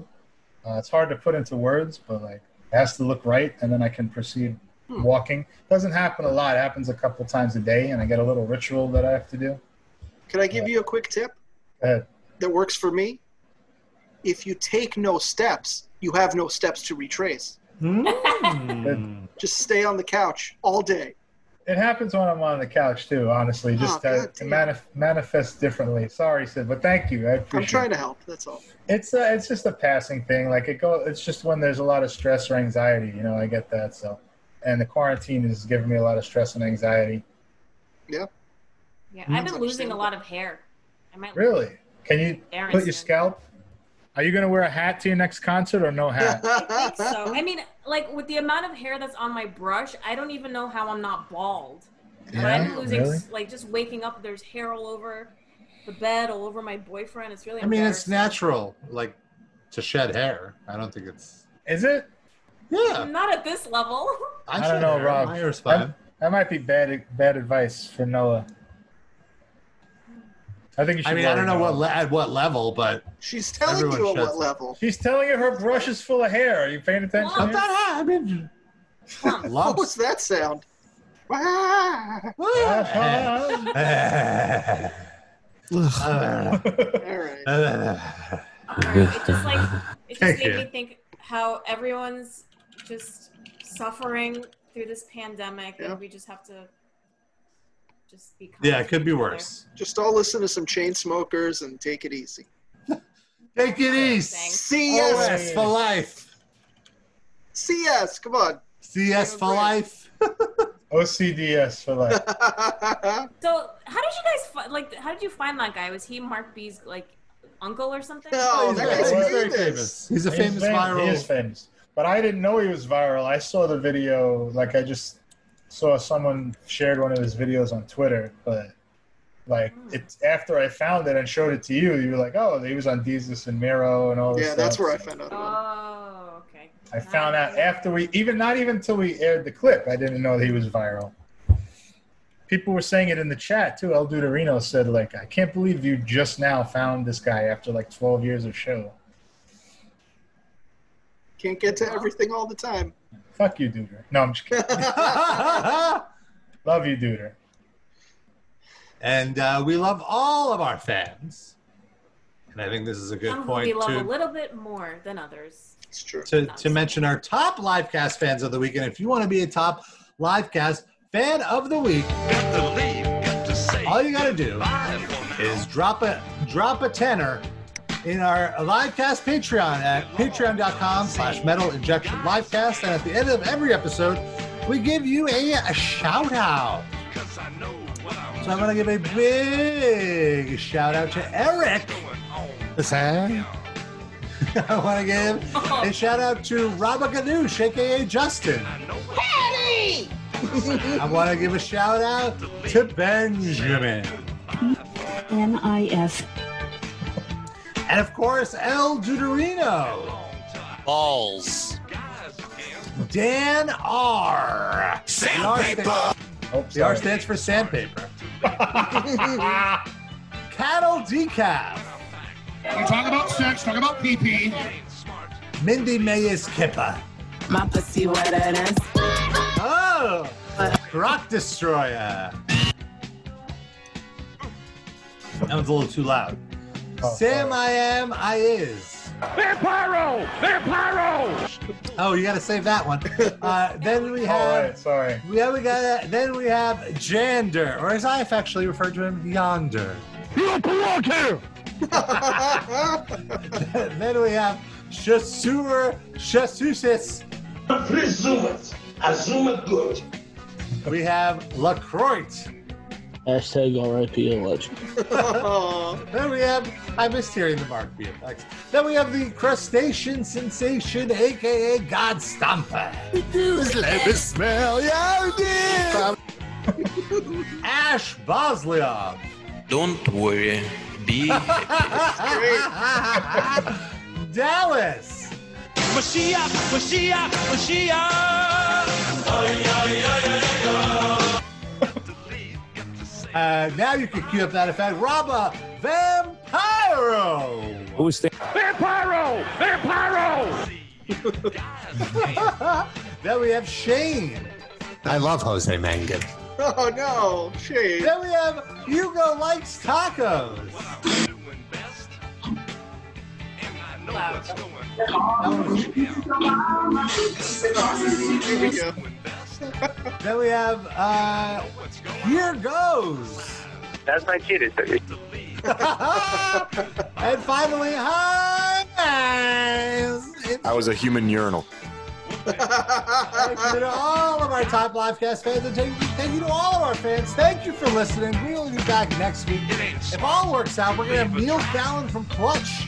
S3: Uh, it's hard to put into words, but like it has to look right, and then I can proceed
S4: Hmm.
S3: walking. Doesn't happen a lot. It happens a couple times a day, and I get a little ritual that I have to do.
S5: Can I give you a quick tip
S3: Go ahead.
S5: that works for me? If you take no steps, you have no steps to retrace. Just stay on the couch all day.
S3: It happens when I'm on the couch too. Honestly, just
S5: Oh,
S3: to,
S5: good
S3: to manif- manifest differently. Sorry, Sid, but thank you. I appreciate.
S5: I'm trying
S3: it.
S5: to help. That's all.
S3: It's uh, it's just a passing thing. Like it go. It's just when there's a lot of stress or anxiety. You know, I get that. So, and the quarantine is giving me a lot of stress and anxiety.
S5: Yeah.
S4: Yeah,
S3: Hmm.
S4: I've been losing a lot of hair. I might
S3: Really? Can you
S4: Darren's
S3: put your
S4: good.
S3: scalp? Are you going to wear a hat to your next concert or no hat?
S4: I think so. I mean, like with the amount of hair that's on my brush, I don't even know how I'm not bald. But I'm
S3: Yeah,
S4: losing,
S3: really?
S4: like, just waking up, there's hair all over the bed, all over my boyfriend. It's really.
S2: I mean, it's
S4: embarrassing.
S2: natural, like to shed hair. I don't think it's.
S3: Is it?
S2: Yeah.
S4: Not at this level.
S2: I,
S3: don't
S2: shed
S3: know,
S2: hair.
S3: Rob.
S2: My hair's
S3: That-
S2: fine.
S3: That might be bad bad advice for Noah. I think you should.
S2: I mean, I don't
S3: worry
S2: know
S3: about
S2: what
S3: it.
S2: le- at what level, but
S5: She's telling
S2: Everyone
S5: you on
S2: sheds
S5: what
S2: it.
S5: level.
S3: She's telling you her brush is full of hair. Are you paying attention?
S2: I'm
S3: here?
S2: not. I mean,
S5: What
S2: lumps.
S5: was that sound? Wah! All right.
S4: It just like it just
S2: Thank
S4: made
S2: you.
S4: me think how everyone's just suffering through this pandemic,
S5: Yeah.
S4: and we just have to just be. kind
S2: yeah,
S4: to
S2: it could be
S4: each other.
S2: worse.
S5: Just all listen to some chain smokers and take it easy.
S2: Take it easy.
S4: Thanks.
S5: CS,
S2: OS for life.
S5: CS, come on.
S2: CS for life.
S3: OCDS for life.
S4: So, how did you guys fi- like? How did you find that guy? Was he Mark B's like uncle or something?
S2: Oh,
S5: no, Oh, that guy's
S3: He's
S2: very
S5: famous.
S2: famous. He's a famous
S3: fam-
S2: viral.
S3: He is famous. But I didn't know he was viral. I saw the video. Like I just saw someone shared one of his videos on Twitter. But like it's after I found it and showed it to you, you were like, "Oh, he was on Jesus and Miro and all this."
S5: Yeah, that's
S3: stuff.
S5: where I found out. about
S4: Oh, okay.
S3: I found out after we even not even until we aired the clip. I didn't know that he was viral. People were saying it in the chat too. El Duderino said like, "I can't believe you just now found this guy after like 12 years of show."
S5: it. Can't get to everything all the time.
S3: Fuck you, Duder. No, I'm just kidding. Love you, Duder.
S2: and uh, we love all of our fans. And I think this is a good
S4: Some who we
S2: point
S4: love a
S2: to,
S4: little bit more than others.
S5: It's true.
S2: to, to mention our top livecast fans of the week. And if you want to be a top livecast fan of the week, all you got to do is drop a drop a tenor in our livecast Patreon at patreon.com slash metal injection livecast. And at the end of every episode, we give you a, a shout out. So I'm going to give a big shout out to Eric. Sam. I want to give a shout out to Robba Ganoush, aka Justin. I want to give a shout out to Benjamin.
S7: N-I-S.
S2: And of course, El Duderino,
S6: Balls.
S2: Dan R. The R sta-
S3: Oh,
S2: The R
S3: sorry.
S2: stands for sandpaper. Cattle Decaf.
S13: You talk about sex, talk about pee pee.
S2: Mindy Mayes Kippa.
S13: My pussy wetter than.
S2: Oh! Rock Destroyer. That one's a little too loud.
S3: Oh,
S2: Sam
S3: sorry.
S2: I am, I is.
S11: Vampiro! Vampiro!
S2: Oh, you gotta save that one. Uh, then we
S3: All
S2: have
S3: right, sorry.
S2: we have we got then we have Jander, or as I've actually referred to him, Yonder.
S11: You don't belong here!
S2: then we have Shasur Shasusis.
S14: Presume it. Assume it good.
S2: We have Lacroix.
S15: Hashtag RIP a legend.
S5: Oh,
S2: Then we have I missed hearing the Mark BFX. Then we have the crustacean sensation, aka God Stomper.
S11: Let me smell your dick!
S2: Ash Boslioff.
S6: Don't worry. Be
S2: Dallas.
S11: Mashiach! Mashiach! Mashiach!
S2: Uh, now you can cue up that effect. Raba Vampiro.
S16: Who's the
S11: Vampiro! Vampiro!
S2: then we have Shane.
S17: I love Jose Mangan.
S5: Oh no, Shane.
S2: Then we have Hugo likes tacos. then we have uh, Here Goes.
S18: That's my kid, it's
S2: and finally, hi guys. It's
S10: I was a human urinal.
S2: thank you to all of our top livecast fans, and thank you, thank you to all of our fans. Thank you for listening. We will be back next week. If all works out, we're gonna have Neil Fallon from Clutch.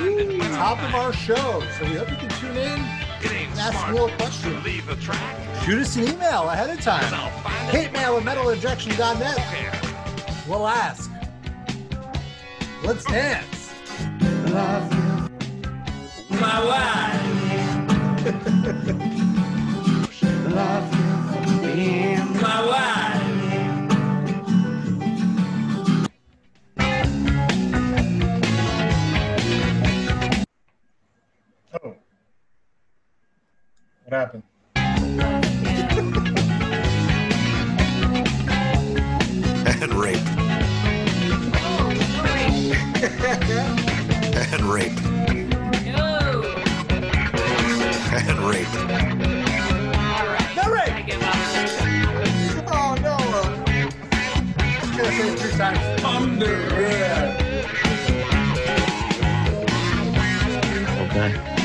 S2: Ooh, top of our show, so we hope you can tune in. and Ask Neil a question. Shoot us an email ahead of time. Hate mail at metalinjection.net. We'll ask. Let's dance.
S14: My wife. My wife.
S3: Oh. What happened?
S10: And rape. And rape. And rape.
S2: No rape. I
S4: give up.
S5: Oh no.
S2: I'm gonna say it two times.
S14: Under.
S16: Okay.